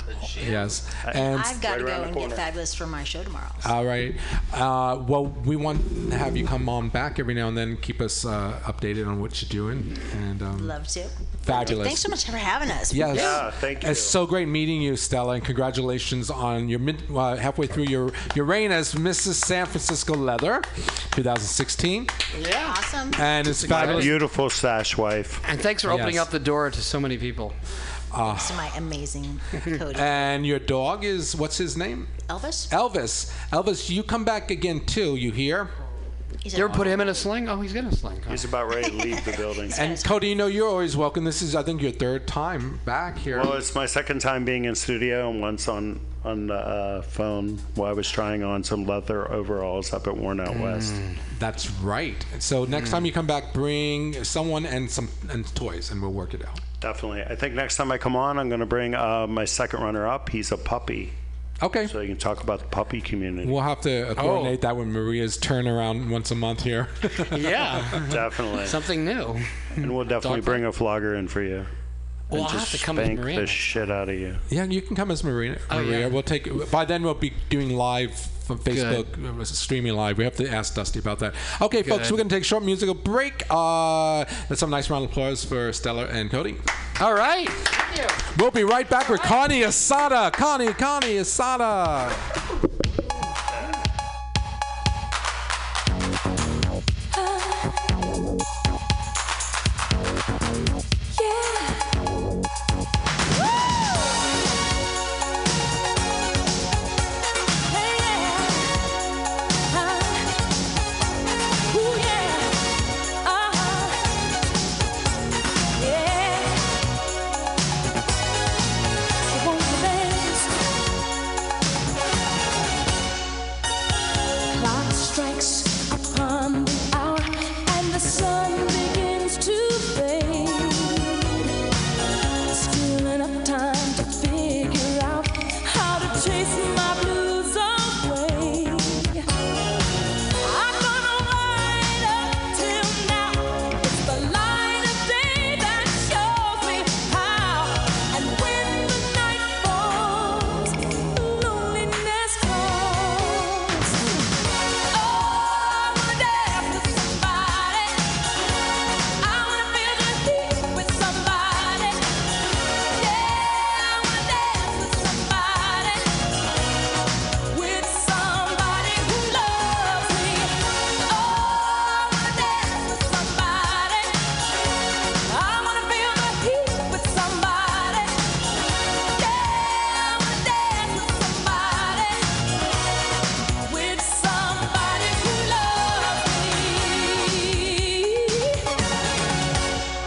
[SPEAKER 5] Yes. And
[SPEAKER 8] I've got to go
[SPEAKER 7] around the
[SPEAKER 8] and
[SPEAKER 7] corner.
[SPEAKER 8] get fabulous for my show tomorrow.
[SPEAKER 5] All right. Uh, well, we want to have you come on back every now and then. Keep us uh, updated on what you're doing. And um,
[SPEAKER 8] Love to.
[SPEAKER 5] fabulous.
[SPEAKER 8] Thanks so much for having us.
[SPEAKER 5] Yes.
[SPEAKER 7] Yeah, thank you.
[SPEAKER 5] It's so great meeting you, Stella, and congratulations on your mid, uh, halfway through your your reign as Mrs. San Francisco Leather, 2016,
[SPEAKER 6] yeah.
[SPEAKER 8] Awesome.
[SPEAKER 5] and it's fabulous.
[SPEAKER 7] Beautiful sash wife.
[SPEAKER 6] And thanks for opening
[SPEAKER 5] Yes. Ah,
[SPEAKER 6] up the door to so many people.
[SPEAKER 8] Thanks to my amazing Cody.
[SPEAKER 5] And your dog is what's his name?
[SPEAKER 8] Elvis?
[SPEAKER 5] Elvis. Elvis, you come back again too. You hear?
[SPEAKER 8] He's
[SPEAKER 6] You
[SPEAKER 8] a
[SPEAKER 6] ever put him in a sling? Oh, he's got a sling.
[SPEAKER 7] He's about ready to leave the building.
[SPEAKER 5] And Cody, you know you're always welcome. This is I think your third time back here.
[SPEAKER 7] Well, it's my second time being in studio and once on on the uh, phone while I was trying on some leather overalls up at Worn Out West.
[SPEAKER 6] Mm.
[SPEAKER 5] That's right. And So next
[SPEAKER 6] Hmm.
[SPEAKER 5] time you come back, bring someone and some and toys, and we'll work it out.
[SPEAKER 7] Definitely. I think next time I come on, I'm going to bring uh, my second runner up. He's a puppy.
[SPEAKER 5] Okay.
[SPEAKER 7] So you can talk about the puppy community.
[SPEAKER 5] We'll have
[SPEAKER 6] Oh.
[SPEAKER 5] to uh, coordinate that with Maria's turnaround once a month here.
[SPEAKER 6] yeah,
[SPEAKER 7] Definitely.
[SPEAKER 6] something new.
[SPEAKER 7] and we'll definitely bring a vlogger in for you.
[SPEAKER 6] Well,
[SPEAKER 7] and
[SPEAKER 6] I'll have
[SPEAKER 7] just
[SPEAKER 6] to come as
[SPEAKER 7] spank
[SPEAKER 6] Miranda.
[SPEAKER 7] the shit out of you.
[SPEAKER 5] yeah, you can come as Maria. Maria,
[SPEAKER 6] Oh, yeah.
[SPEAKER 5] we'll take. By then, we'll be doing live from Facebook uh, streaming live. We have to ask Dusty about that. Okay, folks,
[SPEAKER 6] Good.
[SPEAKER 5] we're gonna take a short musical break. Uh, let's have a nice round of applause for Stella and Cody.
[SPEAKER 6] All right.
[SPEAKER 5] We'll be right back with Connie Asada. Connie, Connie Asada.
[SPEAKER 2] I
[SPEAKER 9] Oh,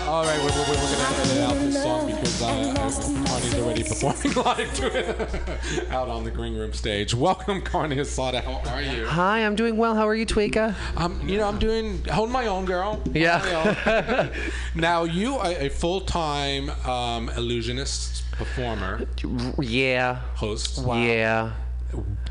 [SPEAKER 5] All right, we're, we're, we're gonna edit out this song because uh, Connie's already performing live to it out on the green room stage. Welcome, Connie Asada. How are you?
[SPEAKER 11] Hi, I'm doing well. How are you, Tweeka?
[SPEAKER 5] Um, you know, I'm doing holding my own, girl. Holding
[SPEAKER 11] Yeah.
[SPEAKER 5] my own. now you are a full-time um, illusionist performer
[SPEAKER 11] Yeah.
[SPEAKER 5] host.
[SPEAKER 11] Yeah.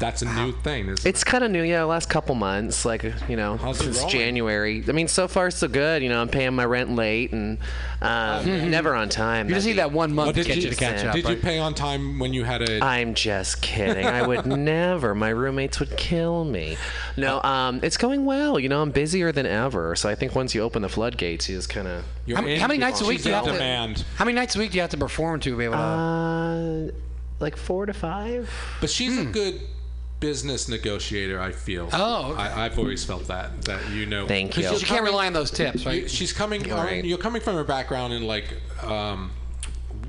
[SPEAKER 5] That's a new thing. Isn't
[SPEAKER 11] It's kind of new, yeah. Last couple months, like you know,
[SPEAKER 5] How's it
[SPEAKER 11] since
[SPEAKER 5] rolling?
[SPEAKER 11] January. I mean, so far so good. You know, I'm paying my rent late and um, never on time.
[SPEAKER 6] You just need that one month
[SPEAKER 5] Oh,
[SPEAKER 6] to
[SPEAKER 5] Mm-hmm. did
[SPEAKER 6] get
[SPEAKER 5] you-
[SPEAKER 6] you to catch
[SPEAKER 11] did
[SPEAKER 6] up.
[SPEAKER 5] Did you
[SPEAKER 6] right?
[SPEAKER 5] pay on time when you had a?
[SPEAKER 11] I'm just kidding. I would never. My roommates would kill me. No,
[SPEAKER 6] Uh,
[SPEAKER 11] um, it's going well. You know, I'm busier than ever. So I think once you open the floodgates, you just kind of.
[SPEAKER 5] you're
[SPEAKER 6] How-
[SPEAKER 5] in-
[SPEAKER 6] how many nights a week
[SPEAKER 5] she's
[SPEAKER 6] do you
[SPEAKER 5] in
[SPEAKER 6] have to-
[SPEAKER 5] demand.
[SPEAKER 6] How many nights a week do you have to perform to be able to?
[SPEAKER 11] Uh, like four to five.
[SPEAKER 5] But she's
[SPEAKER 6] Hmm.
[SPEAKER 5] a good business negotiator. I feel.
[SPEAKER 6] Oh, okay.
[SPEAKER 5] I, I've always felt that that you know.
[SPEAKER 11] Thank
[SPEAKER 5] 'cause
[SPEAKER 11] you.
[SPEAKER 6] you
[SPEAKER 5] she's
[SPEAKER 6] can't
[SPEAKER 5] coming-
[SPEAKER 6] rely on those tips,
[SPEAKER 5] you-
[SPEAKER 6] right?
[SPEAKER 5] She's coming.
[SPEAKER 11] All right.
[SPEAKER 5] You're coming from a background in like um,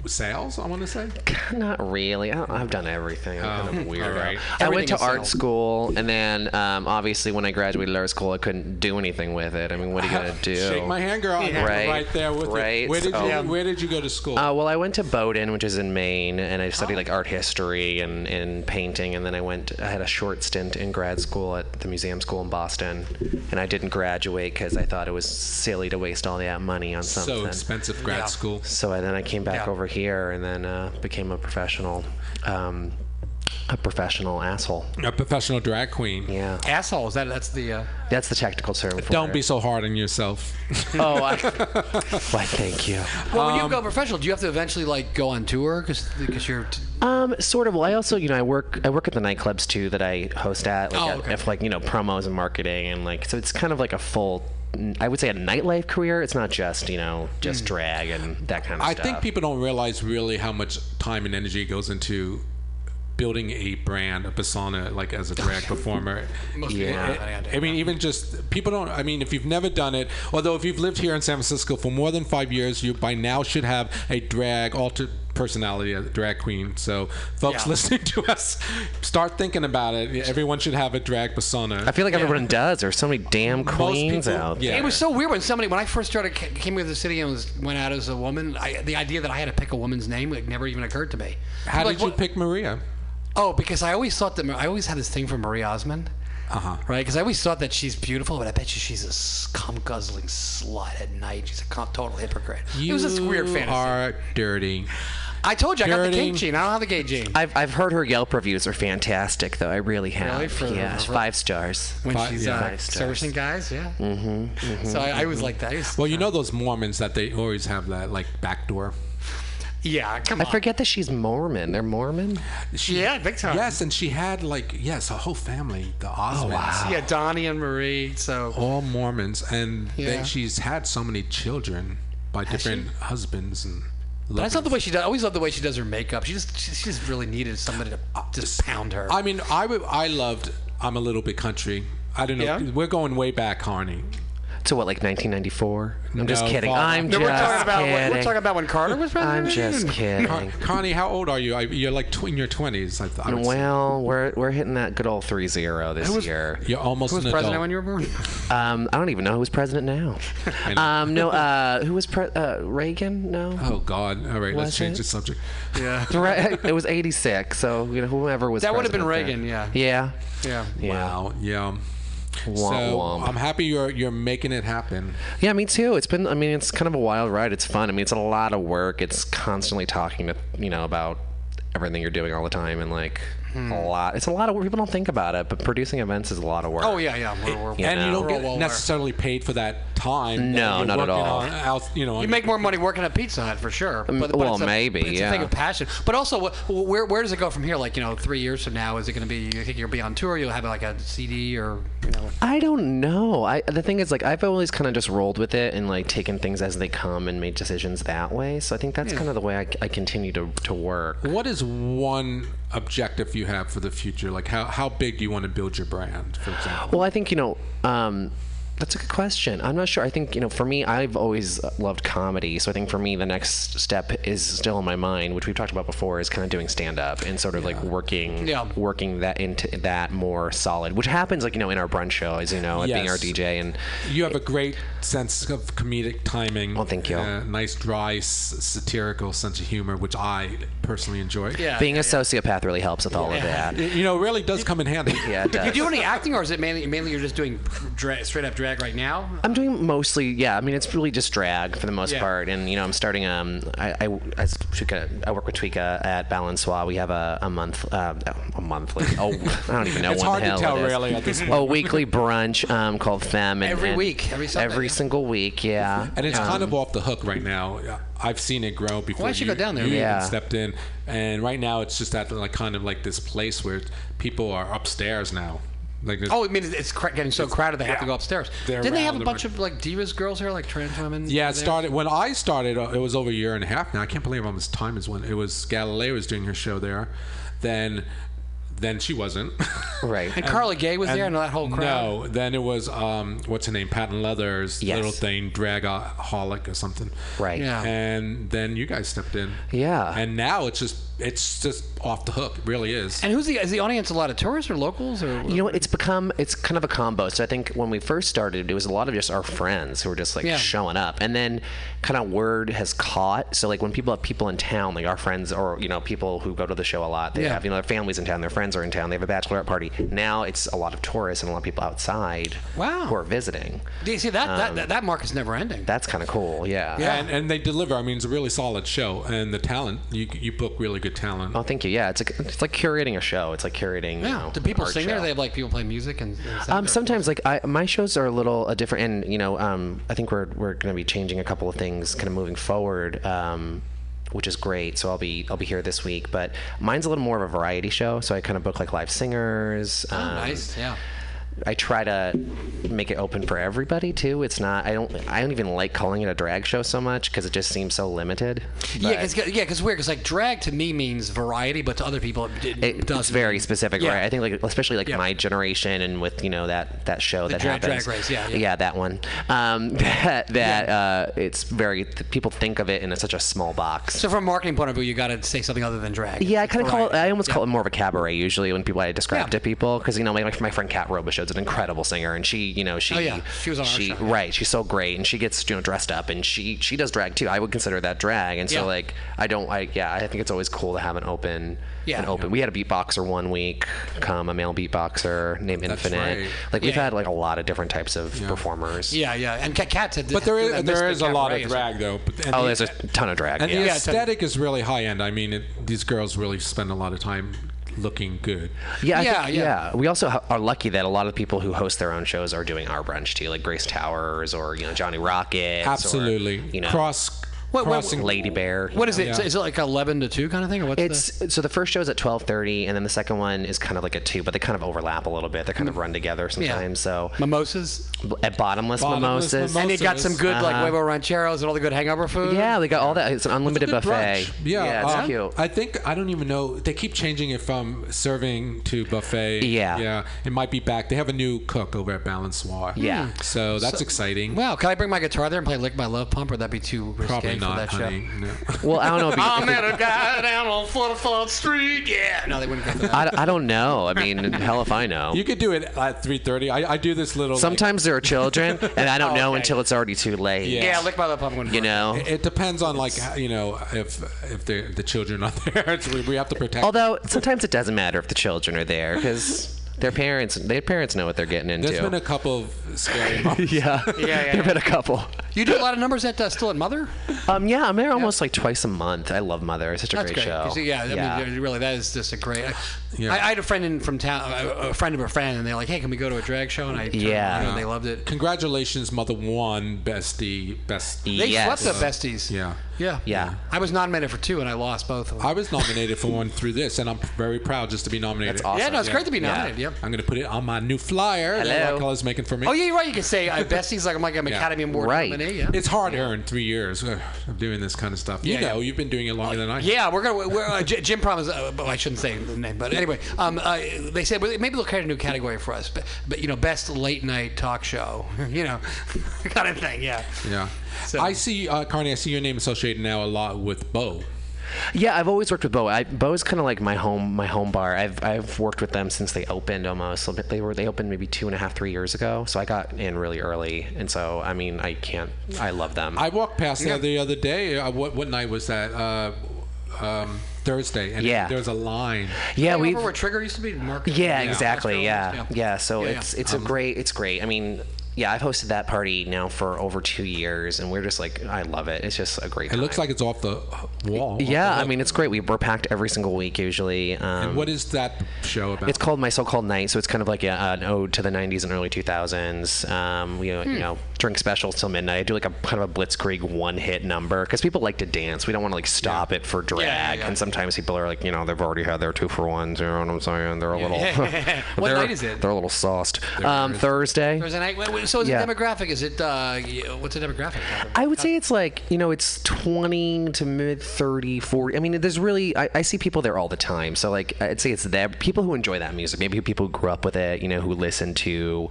[SPEAKER 5] sales. I want to say.
[SPEAKER 11] Not really. I don't, I've done everything. I'm kind of
[SPEAKER 5] Oh,
[SPEAKER 11] weird.
[SPEAKER 5] alright.
[SPEAKER 11] I went
[SPEAKER 6] Everything
[SPEAKER 11] to
[SPEAKER 6] is
[SPEAKER 11] art
[SPEAKER 6] sales.
[SPEAKER 11] school, and then um, obviously when I graduated art school, I couldn't do anything with it. I mean, what are you gonna do?
[SPEAKER 5] Shake my hand, girl. I'm
[SPEAKER 11] Right.
[SPEAKER 5] right there with you.
[SPEAKER 11] Right. Oh.
[SPEAKER 5] Where did you
[SPEAKER 11] So-
[SPEAKER 5] Where did you go to school?
[SPEAKER 11] Uh, well, I went to Bowdoin, which is in Maine, and I studied like art history and, and painting. And then I went, I had a short stint in grad school at the museum school in Boston. And I didn't graduate because I thought it was silly to waste all that money on something.
[SPEAKER 5] so expensive grad
[SPEAKER 6] Yeah.
[SPEAKER 5] school.
[SPEAKER 11] So I, then I came back
[SPEAKER 6] Yeah.
[SPEAKER 11] over here and then uh, became a professional, um, a professional asshole.
[SPEAKER 5] A professional drag queen.
[SPEAKER 11] Yeah,
[SPEAKER 6] Asshole, is that that's the uh,
[SPEAKER 11] that's the technical term for
[SPEAKER 5] Don't
[SPEAKER 11] it.
[SPEAKER 5] be so hard on yourself.
[SPEAKER 11] Oh, I, why? Thank you.
[SPEAKER 6] well.
[SPEAKER 5] Um,
[SPEAKER 6] When you go professional, do you have to eventually like go on tour because you're t-
[SPEAKER 11] Um, sort of. Well, I also, you know, I work I work at the nightclubs too that I host at, like,
[SPEAKER 6] Oh,
[SPEAKER 11] at-
[SPEAKER 6] okay.
[SPEAKER 11] at, like you know promos and marketing and like so it's kind of like a full. I would say a nightlife career. It's not just you know
[SPEAKER 6] Hmm.
[SPEAKER 11] just drag and uh, that kind of
[SPEAKER 5] I
[SPEAKER 11] stuff.
[SPEAKER 5] think people don't realize really how much time and energy goes into building a brand, a persona, like as a drag performer.
[SPEAKER 6] yeah.
[SPEAKER 5] I mean, even just people don't. I mean, if you've never done it, although if you've lived here in San Francisco for more than five years, you by now should have a drag altered personality, a drag queen. So, folks
[SPEAKER 6] Yeah.
[SPEAKER 5] listening to us, start thinking about it. Everyone should have a drag persona.
[SPEAKER 11] I feel like everyone does. There's so many damn queens
[SPEAKER 5] people-
[SPEAKER 11] out.
[SPEAKER 5] yeah.
[SPEAKER 11] there.
[SPEAKER 6] It was so weird when somebody when I first started ca- came into the city and was, went out as a woman. I, the idea that I had to pick a woman's name like never even occurred to me.
[SPEAKER 5] How
[SPEAKER 6] People
[SPEAKER 5] did
[SPEAKER 6] like,
[SPEAKER 5] you
[SPEAKER 6] "What-
[SPEAKER 5] pick Maria?
[SPEAKER 6] Oh, because I always thought that I always had this thing for Marie Osmond. Uh
[SPEAKER 5] uh-huh.
[SPEAKER 6] huh. Right? Because I always thought that she's beautiful, but I bet you she's a scum guzzling slut at night. She's a con- total hypocrite. it was this weird
[SPEAKER 5] You
[SPEAKER 6] fantasy.
[SPEAKER 5] Are dirty.
[SPEAKER 6] I told you I got the
[SPEAKER 5] dirty.
[SPEAKER 6] gay gene. I don't have the gay gene.
[SPEAKER 11] I've I've heard her Yelp reviews are fantastic though. I really have.
[SPEAKER 6] Really? For-
[SPEAKER 11] yeah,
[SPEAKER 6] for-
[SPEAKER 11] five stars. mm-hmm.
[SPEAKER 6] when
[SPEAKER 5] Five-
[SPEAKER 6] she's
[SPEAKER 5] yeah.
[SPEAKER 6] uh,
[SPEAKER 5] Five
[SPEAKER 6] servicing guys, yeah. Mm-hmm, So I, I was like that. I was-
[SPEAKER 5] Well, you know those Mormons that they always have that like back door.
[SPEAKER 6] yeah, come
[SPEAKER 11] I
[SPEAKER 6] on.
[SPEAKER 11] forget that she's Mormon. They're Mormon.
[SPEAKER 5] She,
[SPEAKER 6] Yeah, big time. Oh,
[SPEAKER 5] Yes, and she had like yes, a whole family, the Osmonds,
[SPEAKER 6] Yeah, Donnie and Marie. So
[SPEAKER 5] all Mormons, and they,
[SPEAKER 6] Yeah.
[SPEAKER 5] she's had so many children by different husbands and.
[SPEAKER 6] I just love the way she does. I always love the way she does her makeup. She just, she, she just really needed somebody to just pound her.
[SPEAKER 5] I mean, I would, I loved. I'm a little bit country. I don't know.
[SPEAKER 6] Yeah?
[SPEAKER 5] We're going way back, Harney.
[SPEAKER 11] To what, like 1994? I'm just
[SPEAKER 5] No,
[SPEAKER 11] kidding.
[SPEAKER 5] follow-
[SPEAKER 11] I'm
[SPEAKER 5] No,
[SPEAKER 11] just
[SPEAKER 6] we're talking about
[SPEAKER 11] kidding.
[SPEAKER 6] when, we're talking about when Carter was president.
[SPEAKER 11] I'm just
[SPEAKER 5] Har-
[SPEAKER 11] kidding.
[SPEAKER 5] Connie, how old are you? I, you're like tw- in your 20s. I, th- I would say.
[SPEAKER 11] Well, we're we're hitting that good old three zero this year.
[SPEAKER 5] you're almost
[SPEAKER 6] Who was
[SPEAKER 5] an
[SPEAKER 6] president
[SPEAKER 5] adult.
[SPEAKER 6] when you were born?
[SPEAKER 11] Um, I don't even know who was president now.
[SPEAKER 5] I know.
[SPEAKER 11] Um, no, uh, who was pre- uh, Reagan? No,
[SPEAKER 5] oh God! All right, let's
[SPEAKER 11] Was
[SPEAKER 5] change
[SPEAKER 11] it?
[SPEAKER 5] the subject.
[SPEAKER 6] Yeah.
[SPEAKER 11] Right, it was '86. So you know, whoever was
[SPEAKER 6] That would have been
[SPEAKER 11] president
[SPEAKER 6] Reagan, yeah.
[SPEAKER 11] then. Yeah,
[SPEAKER 6] Yeah.
[SPEAKER 11] yeah,
[SPEAKER 5] Wow. Yeah.
[SPEAKER 11] Womp
[SPEAKER 5] so
[SPEAKER 11] womp.
[SPEAKER 5] I'm happy you're you're making it happen.
[SPEAKER 11] yeah. Me too. It's been. I mean, it's kind of a wild ride. It's fun. I mean, it's a lot of work. It's constantly talking to you know about everything you're doing all the time and like
[SPEAKER 6] Hmm.
[SPEAKER 11] a lot. It's a lot of work. People don't think about it, but producing events is a lot of work.
[SPEAKER 6] Oh yeah, yeah. We're, we're,
[SPEAKER 11] Yeah.
[SPEAKER 5] and you
[SPEAKER 11] know.
[SPEAKER 5] don't
[SPEAKER 6] We're
[SPEAKER 5] get
[SPEAKER 6] all aware.
[SPEAKER 5] necessarily paid for that time. that
[SPEAKER 11] No,
[SPEAKER 5] you're
[SPEAKER 11] not at
[SPEAKER 5] working
[SPEAKER 11] all.
[SPEAKER 5] on out- you know,
[SPEAKER 6] You
[SPEAKER 5] on-
[SPEAKER 6] make more money working at Pizza Hut for sure. But, but
[SPEAKER 11] Mm, well,
[SPEAKER 6] it's a-
[SPEAKER 11] maybe,
[SPEAKER 6] but It's a thing
[SPEAKER 11] yeah.
[SPEAKER 6] of passion. But also, wh- wh- where where does it go from here? Like you know, three years from now, is it going to be? You think you'll be on tour? You'll have like a CD or you know?
[SPEAKER 11] I don't know. I the thing is like I've always kind of just rolled with it and like taken things as they come and made decisions that way. So I think
[SPEAKER 6] Hmm.
[SPEAKER 11] that's kind of the way I, I continue to, to work.
[SPEAKER 5] What is one objective you have for the future? Like how, how big do you want to build your brand, for example?
[SPEAKER 11] Well, I think you know um, That's a good question. I'm not sure. I think, you know, for me, I've always loved comedy. So I think for me, the next step is still in my mind, which we've talked about before, is kind of doing stand up and sort of like working
[SPEAKER 6] Yeah.
[SPEAKER 11] working that into that more solid, which happens like, you know, in our brunch show, as you know, and being our
[SPEAKER 5] Yes.
[SPEAKER 11] DJ. And
[SPEAKER 5] You have a great sense of comedic timing. Well, thank
[SPEAKER 11] you.
[SPEAKER 5] nice, dry, s- satirical sense of humor, which I personally enjoy.
[SPEAKER 11] being a sociopath really helps with all of that.
[SPEAKER 5] Y- You know, it really does come in handy.
[SPEAKER 11] Yeah, it
[SPEAKER 6] Do you
[SPEAKER 11] does.
[SPEAKER 6] do any acting, or is it mainly mainly you're just doing dra- straight up drag right now?
[SPEAKER 11] I'm doing mostly, yeah. I mean, it's really just drag for the most
[SPEAKER 6] Yeah.
[SPEAKER 11] part, and you know, I'm starting. Um, I, I as Tweeka, I work with Tweeka at Balancois. We have a a month, uh, a monthly. Oh, I don't even know
[SPEAKER 5] It's
[SPEAKER 11] when
[SPEAKER 5] hard
[SPEAKER 11] the
[SPEAKER 5] to
[SPEAKER 11] hell
[SPEAKER 5] tell
[SPEAKER 11] it is.
[SPEAKER 5] really at this point.
[SPEAKER 11] A weekly brunch um, called Femme. And,
[SPEAKER 5] Every
[SPEAKER 11] and
[SPEAKER 5] week, every Sunday,
[SPEAKER 11] every single week, yeah.
[SPEAKER 5] And it's
[SPEAKER 11] Um,
[SPEAKER 5] kind of off the hook right now. I've seen it grow before.
[SPEAKER 6] don't you go down there?
[SPEAKER 5] you even
[SPEAKER 11] Yeah.
[SPEAKER 5] stepped in, and right now it's just at like kind of like this place where people are upstairs now. Like there's-
[SPEAKER 6] Oh, I mean, it's cra- getting so crowded they have to go upstairs.
[SPEAKER 5] They're
[SPEAKER 6] Didn't they have
[SPEAKER 5] around the
[SPEAKER 6] a bunch of like divas girls here, like trans women?
[SPEAKER 5] Yeah, it
[SPEAKER 6] there?
[SPEAKER 5] started when I started. uh, It was over a year and a half now. I can't believe how much time is when it was. Galilea was doing her show there, then, then she wasn't.
[SPEAKER 11] Right.
[SPEAKER 6] And Carla Gay was there and that whole crowd?
[SPEAKER 5] No, then it was um, what's her name, Patton Leathers,
[SPEAKER 11] Yes.
[SPEAKER 5] little thing, dragaholic or something.
[SPEAKER 11] Right. Yeah.
[SPEAKER 5] And then you guys stepped in.
[SPEAKER 11] Yeah.
[SPEAKER 5] And now it's just it's just off the hook. It really is.
[SPEAKER 6] And who's the is the audience a lot of tourists or locals or?
[SPEAKER 11] You know what? It's become it's kind of a combo. So I think when we first started, it was a lot of just our friends who were just like
[SPEAKER 6] Yeah.
[SPEAKER 11] showing up, and then kind of word has caught. So like when people have people in town, like our friends or you know people who go to the show a lot, they
[SPEAKER 6] Yeah.
[SPEAKER 11] have you know their families in town, their friends are in town, they have a bachelorette party. Now it's a lot of tourists and a lot of people outside
[SPEAKER 6] Wow.
[SPEAKER 11] who are visiting.
[SPEAKER 6] Do you see that that,
[SPEAKER 11] Um,
[SPEAKER 6] that that market's never ending?
[SPEAKER 11] That's kind of cool. Yeah.
[SPEAKER 5] And, and they deliver. I mean, it's a really solid show, and the talent you you book really good talent.
[SPEAKER 11] Oh, thank you. Yeah, it's like it's like curating a show. It's like curating. you
[SPEAKER 6] Yeah.
[SPEAKER 11] know,
[SPEAKER 6] Do people
[SPEAKER 11] an art
[SPEAKER 6] sing
[SPEAKER 11] show.
[SPEAKER 6] there? They have like people play music and. and stuff?
[SPEAKER 11] Um, sometimes, like I, my shows are a little uh, different, and you know, um, I think we're we're going to be changing a couple of things, kind of moving forward, um, which is great. So I'll be I'll be here this week, but mine's a little more of a variety show, so I kind of book like live singers.
[SPEAKER 6] Oh,
[SPEAKER 11] um,
[SPEAKER 6] nice. Yeah.
[SPEAKER 11] I try to make it open for everybody too. It's not. I don't. I don't even like calling it a drag show so much because it just seems so limited.
[SPEAKER 6] Yeah, cause, yeah, because weird, because like drag to me means variety, but to other people it, it,
[SPEAKER 11] It, it's
[SPEAKER 6] does.
[SPEAKER 11] very specific,
[SPEAKER 6] Yeah.
[SPEAKER 11] right? I think, like especially like
[SPEAKER 6] Yeah.
[SPEAKER 11] my generation, and with you know that that show that
[SPEAKER 6] Drag-
[SPEAKER 11] happens,
[SPEAKER 6] Drag Race, yeah, yeah.
[SPEAKER 11] that one. Um, that that uh, it's very th- people think of it in such a small box.
[SPEAKER 6] So from a marketing point of view, you got to say something other than drag.
[SPEAKER 11] yeah, I kind of call it. I almost call it more of a cabaret usually when people I describe
[SPEAKER 6] Yeah.
[SPEAKER 11] to people because you know my, my friend Kat Robichaud's an incredible singer and she you know she
[SPEAKER 6] Oh, yeah. She was on our show, yeah.
[SPEAKER 11] right she's so great and she gets you know dressed up and she she does drag too I would consider that drag and so
[SPEAKER 6] Yeah.
[SPEAKER 11] like I don't I yeah I think it's always cool to have an open
[SPEAKER 6] Yeah.
[SPEAKER 11] an open we had a beatboxer one week come a male beatboxer named
[SPEAKER 5] That's
[SPEAKER 11] Infinite
[SPEAKER 5] right.
[SPEAKER 11] like we've
[SPEAKER 6] Yeah.
[SPEAKER 11] had like a lot of different types of performers
[SPEAKER 6] Yeah, yeah, and Ca- Kat said.
[SPEAKER 5] But there
[SPEAKER 6] do
[SPEAKER 5] is
[SPEAKER 6] that
[SPEAKER 5] there
[SPEAKER 6] misfit
[SPEAKER 5] is a lot
[SPEAKER 6] cabaret
[SPEAKER 5] of
[SPEAKER 6] or
[SPEAKER 5] drag though. But, and
[SPEAKER 11] oh
[SPEAKER 5] the-
[SPEAKER 11] there's a ton of drag
[SPEAKER 5] And
[SPEAKER 11] yeah.
[SPEAKER 5] the aesthetic is really high end. I mean, it, these girls really spend a lot of time looking good.
[SPEAKER 11] Yeah, I
[SPEAKER 6] Yeah,
[SPEAKER 11] think,
[SPEAKER 6] yeah.
[SPEAKER 11] yeah, We also ha- are lucky that a lot of people who host their own shows are doing our brunch too, like Grace Towers or you know Johnny Rockets. or,
[SPEAKER 5] Absolutely.
[SPEAKER 11] you know,
[SPEAKER 5] Cross
[SPEAKER 6] What- what-
[SPEAKER 5] crossing
[SPEAKER 11] Lady Bear. you
[SPEAKER 6] What is
[SPEAKER 11] know.
[SPEAKER 6] it? Is
[SPEAKER 5] Yeah.
[SPEAKER 6] it like eleven to two kind of thing, or what's the,
[SPEAKER 11] It's so the first show is at twelve thirty, and then the second one is kind of like a two, but they kind of overlap a little bit. They kind
[SPEAKER 5] Mm.
[SPEAKER 11] of run together sometimes.
[SPEAKER 6] mimosas?
[SPEAKER 11] So at bottomless,
[SPEAKER 5] Bottomless
[SPEAKER 11] mimosas.
[SPEAKER 6] And you got some good like
[SPEAKER 11] Uh-huh.
[SPEAKER 6] huevo rancheros and all the good hangover food.
[SPEAKER 11] yeah, they got all that. It's an unlimited
[SPEAKER 5] Good
[SPEAKER 11] buffet.
[SPEAKER 5] brunch. Yeah,
[SPEAKER 11] it's
[SPEAKER 5] um,
[SPEAKER 11] cute.
[SPEAKER 5] I think I don't even know. They keep changing it from serving to buffet.
[SPEAKER 11] Yeah.
[SPEAKER 5] yeah. It might be back. They have a new cook over at Balancois.
[SPEAKER 11] Yeah.
[SPEAKER 5] so that's exciting.
[SPEAKER 6] Wow, can I bring my guitar there and play "Lick My Love Pump"? Or would that be too risque
[SPEAKER 5] Probably
[SPEAKER 6] for
[SPEAKER 5] not,
[SPEAKER 6] that
[SPEAKER 5] honey.
[SPEAKER 6] show?
[SPEAKER 5] No.
[SPEAKER 11] well, I don't know. If you,
[SPEAKER 6] I met a guy down on Flutterfluff Street. Yeah, no, they wouldn't go for that.
[SPEAKER 11] I, I don't know. I mean, hell if I know.
[SPEAKER 5] You could do it at 3:30. I, I do this little. like-
[SPEAKER 11] Sometimes there are children, and I don't know
[SPEAKER 6] okay.
[SPEAKER 11] until it's already too late.
[SPEAKER 5] Oh, Yeah.
[SPEAKER 6] yeah, "Lick My Love Pump."
[SPEAKER 11] You know.
[SPEAKER 5] it depends on like how- you know if if the the children are there. It's- we- we have to protect.
[SPEAKER 11] Although sometimes it doesn't matter if the children are there because their parents their parents know what they're getting into.
[SPEAKER 5] There's been a couple of scary moments.
[SPEAKER 11] yeah. yeah,
[SPEAKER 6] yeah,
[SPEAKER 11] There've been a couple.
[SPEAKER 6] You do a lot of numbers at uh, still at Mother.
[SPEAKER 11] Um, yeah, I'm there almost like twice a month. I love Mother. It's such a
[SPEAKER 6] That's
[SPEAKER 11] great, show.
[SPEAKER 6] You see, yeah, I mean, really, that is just a great. I,
[SPEAKER 5] Yeah.
[SPEAKER 6] I, I had a friend in from town, a, a friend of a friend, and they're like, "Hey, can we go to a drag show?" And I turned
[SPEAKER 11] Yeah.
[SPEAKER 6] around and they loved it.
[SPEAKER 5] Congratulations, Mother One, bestie, best.
[SPEAKER 6] They
[SPEAKER 11] Yes.
[SPEAKER 6] swept the besties.
[SPEAKER 5] Yeah.
[SPEAKER 6] yeah,
[SPEAKER 11] Yeah.
[SPEAKER 6] I was nominated for two, and I lost both of them.
[SPEAKER 5] I was nominated for one through this, and I'm very proud just to be nominated.
[SPEAKER 11] That's awesome.
[SPEAKER 6] yeah, no, it's
[SPEAKER 5] Yeah.
[SPEAKER 6] great to be
[SPEAKER 5] Yeah.
[SPEAKER 6] nominated. Yeah.
[SPEAKER 5] I'm going to put it on my new flyer that
[SPEAKER 11] Hello.
[SPEAKER 5] Rockall is making for me.
[SPEAKER 6] Oh yeah, yeah, you're right. You can say uh, Bestie's like I'm like an Academy Award nominee. Yeah.
[SPEAKER 5] It's hard earned three years uh, of doing this kind of stuff. You
[SPEAKER 6] Yeah,
[SPEAKER 5] know, you've been doing it longer than I have.
[SPEAKER 6] Yeah, we're gonna. We're, uh, J- Jim Prom is. Uh, well, I shouldn't say the name, but anyway, um, uh, they said well, maybe they'll create a new category for us. But, but you know, best late night talk show, you know, kind of thing. Yeah.
[SPEAKER 5] Yeah. I see, uh, Carney, I see your name associated now a lot with Bo.
[SPEAKER 11] Yeah, I've always worked with Bo. I, Bo's kind of like my home, my home bar. I've I've worked with them since they opened almost. So They were they opened maybe two and a half, three years ago. So I got in really early, and so I mean I can't. I love them.
[SPEAKER 5] I walked past there the other day. Uh, what, what night was that? Uh, um, Thursday. And
[SPEAKER 11] Yeah.
[SPEAKER 5] there was a line.
[SPEAKER 11] yeah, we.
[SPEAKER 6] Remember where Trigger used to be? Mark.
[SPEAKER 11] Yeah,
[SPEAKER 5] Yeah.
[SPEAKER 11] exactly. Yeah.
[SPEAKER 5] Yeah.
[SPEAKER 11] yeah, So
[SPEAKER 5] Yeah,
[SPEAKER 11] it's
[SPEAKER 5] yeah. Um,
[SPEAKER 11] it's a great it's great. I mean, yeah, I've hosted that party now for over two years, and we're just like, I love it. It's just a great.
[SPEAKER 5] It looks like it's off the wall.
[SPEAKER 11] Yeah, I mean, it's great. We, we're packed every single week usually. Um,
[SPEAKER 5] What is that show about?
[SPEAKER 11] It's called My So-Called Night, so it's kind of like a, an ode to the '90s and early 2000s. Um, we,
[SPEAKER 5] Hmm.
[SPEAKER 11] you know, drink specials till midnight. do like a kind of a blitzkrieg one-hit number because people like to dance. We don't want to like stop it for drag.
[SPEAKER 6] yeah.
[SPEAKER 11] And sometimes people are like, you know, they've already had their two for ones. You know what I'm saying? They're a little.
[SPEAKER 6] What
[SPEAKER 11] they're-
[SPEAKER 6] night is it?
[SPEAKER 11] They're a little sauced. Um, Thursday.
[SPEAKER 6] There's a night. wait, wait, So is
[SPEAKER 11] Yeah.
[SPEAKER 6] it demographic? Is it uh, y- what's the demographic?
[SPEAKER 11] I would say it's like, you know, it's 20 to mid 30, 40. I mean, there's really, I, I see people there all the time. So, like, I'd say it's there. People who enjoy that music, maybe people who grew up with it, you know, who listen to.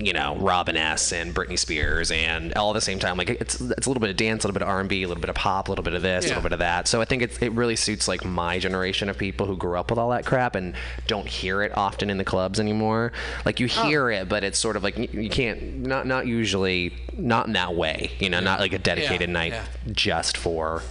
[SPEAKER 11] You know, Robin S. and Britney Spears, and all at the same time, like it's it's a little bit of dance, a little bit of R and B, a little bit of pop, a little bit of this, a
[SPEAKER 6] Yeah.
[SPEAKER 11] little bit of that. So I think it it really suits like my generation of people who grew up with all that crap and don't hear it often in the clubs anymore. Like you hear it, but it's sort of like you, you can't not not usually not in that way. You know, not like a dedicated
[SPEAKER 6] Yeah,
[SPEAKER 11] night
[SPEAKER 6] yeah.
[SPEAKER 11] just for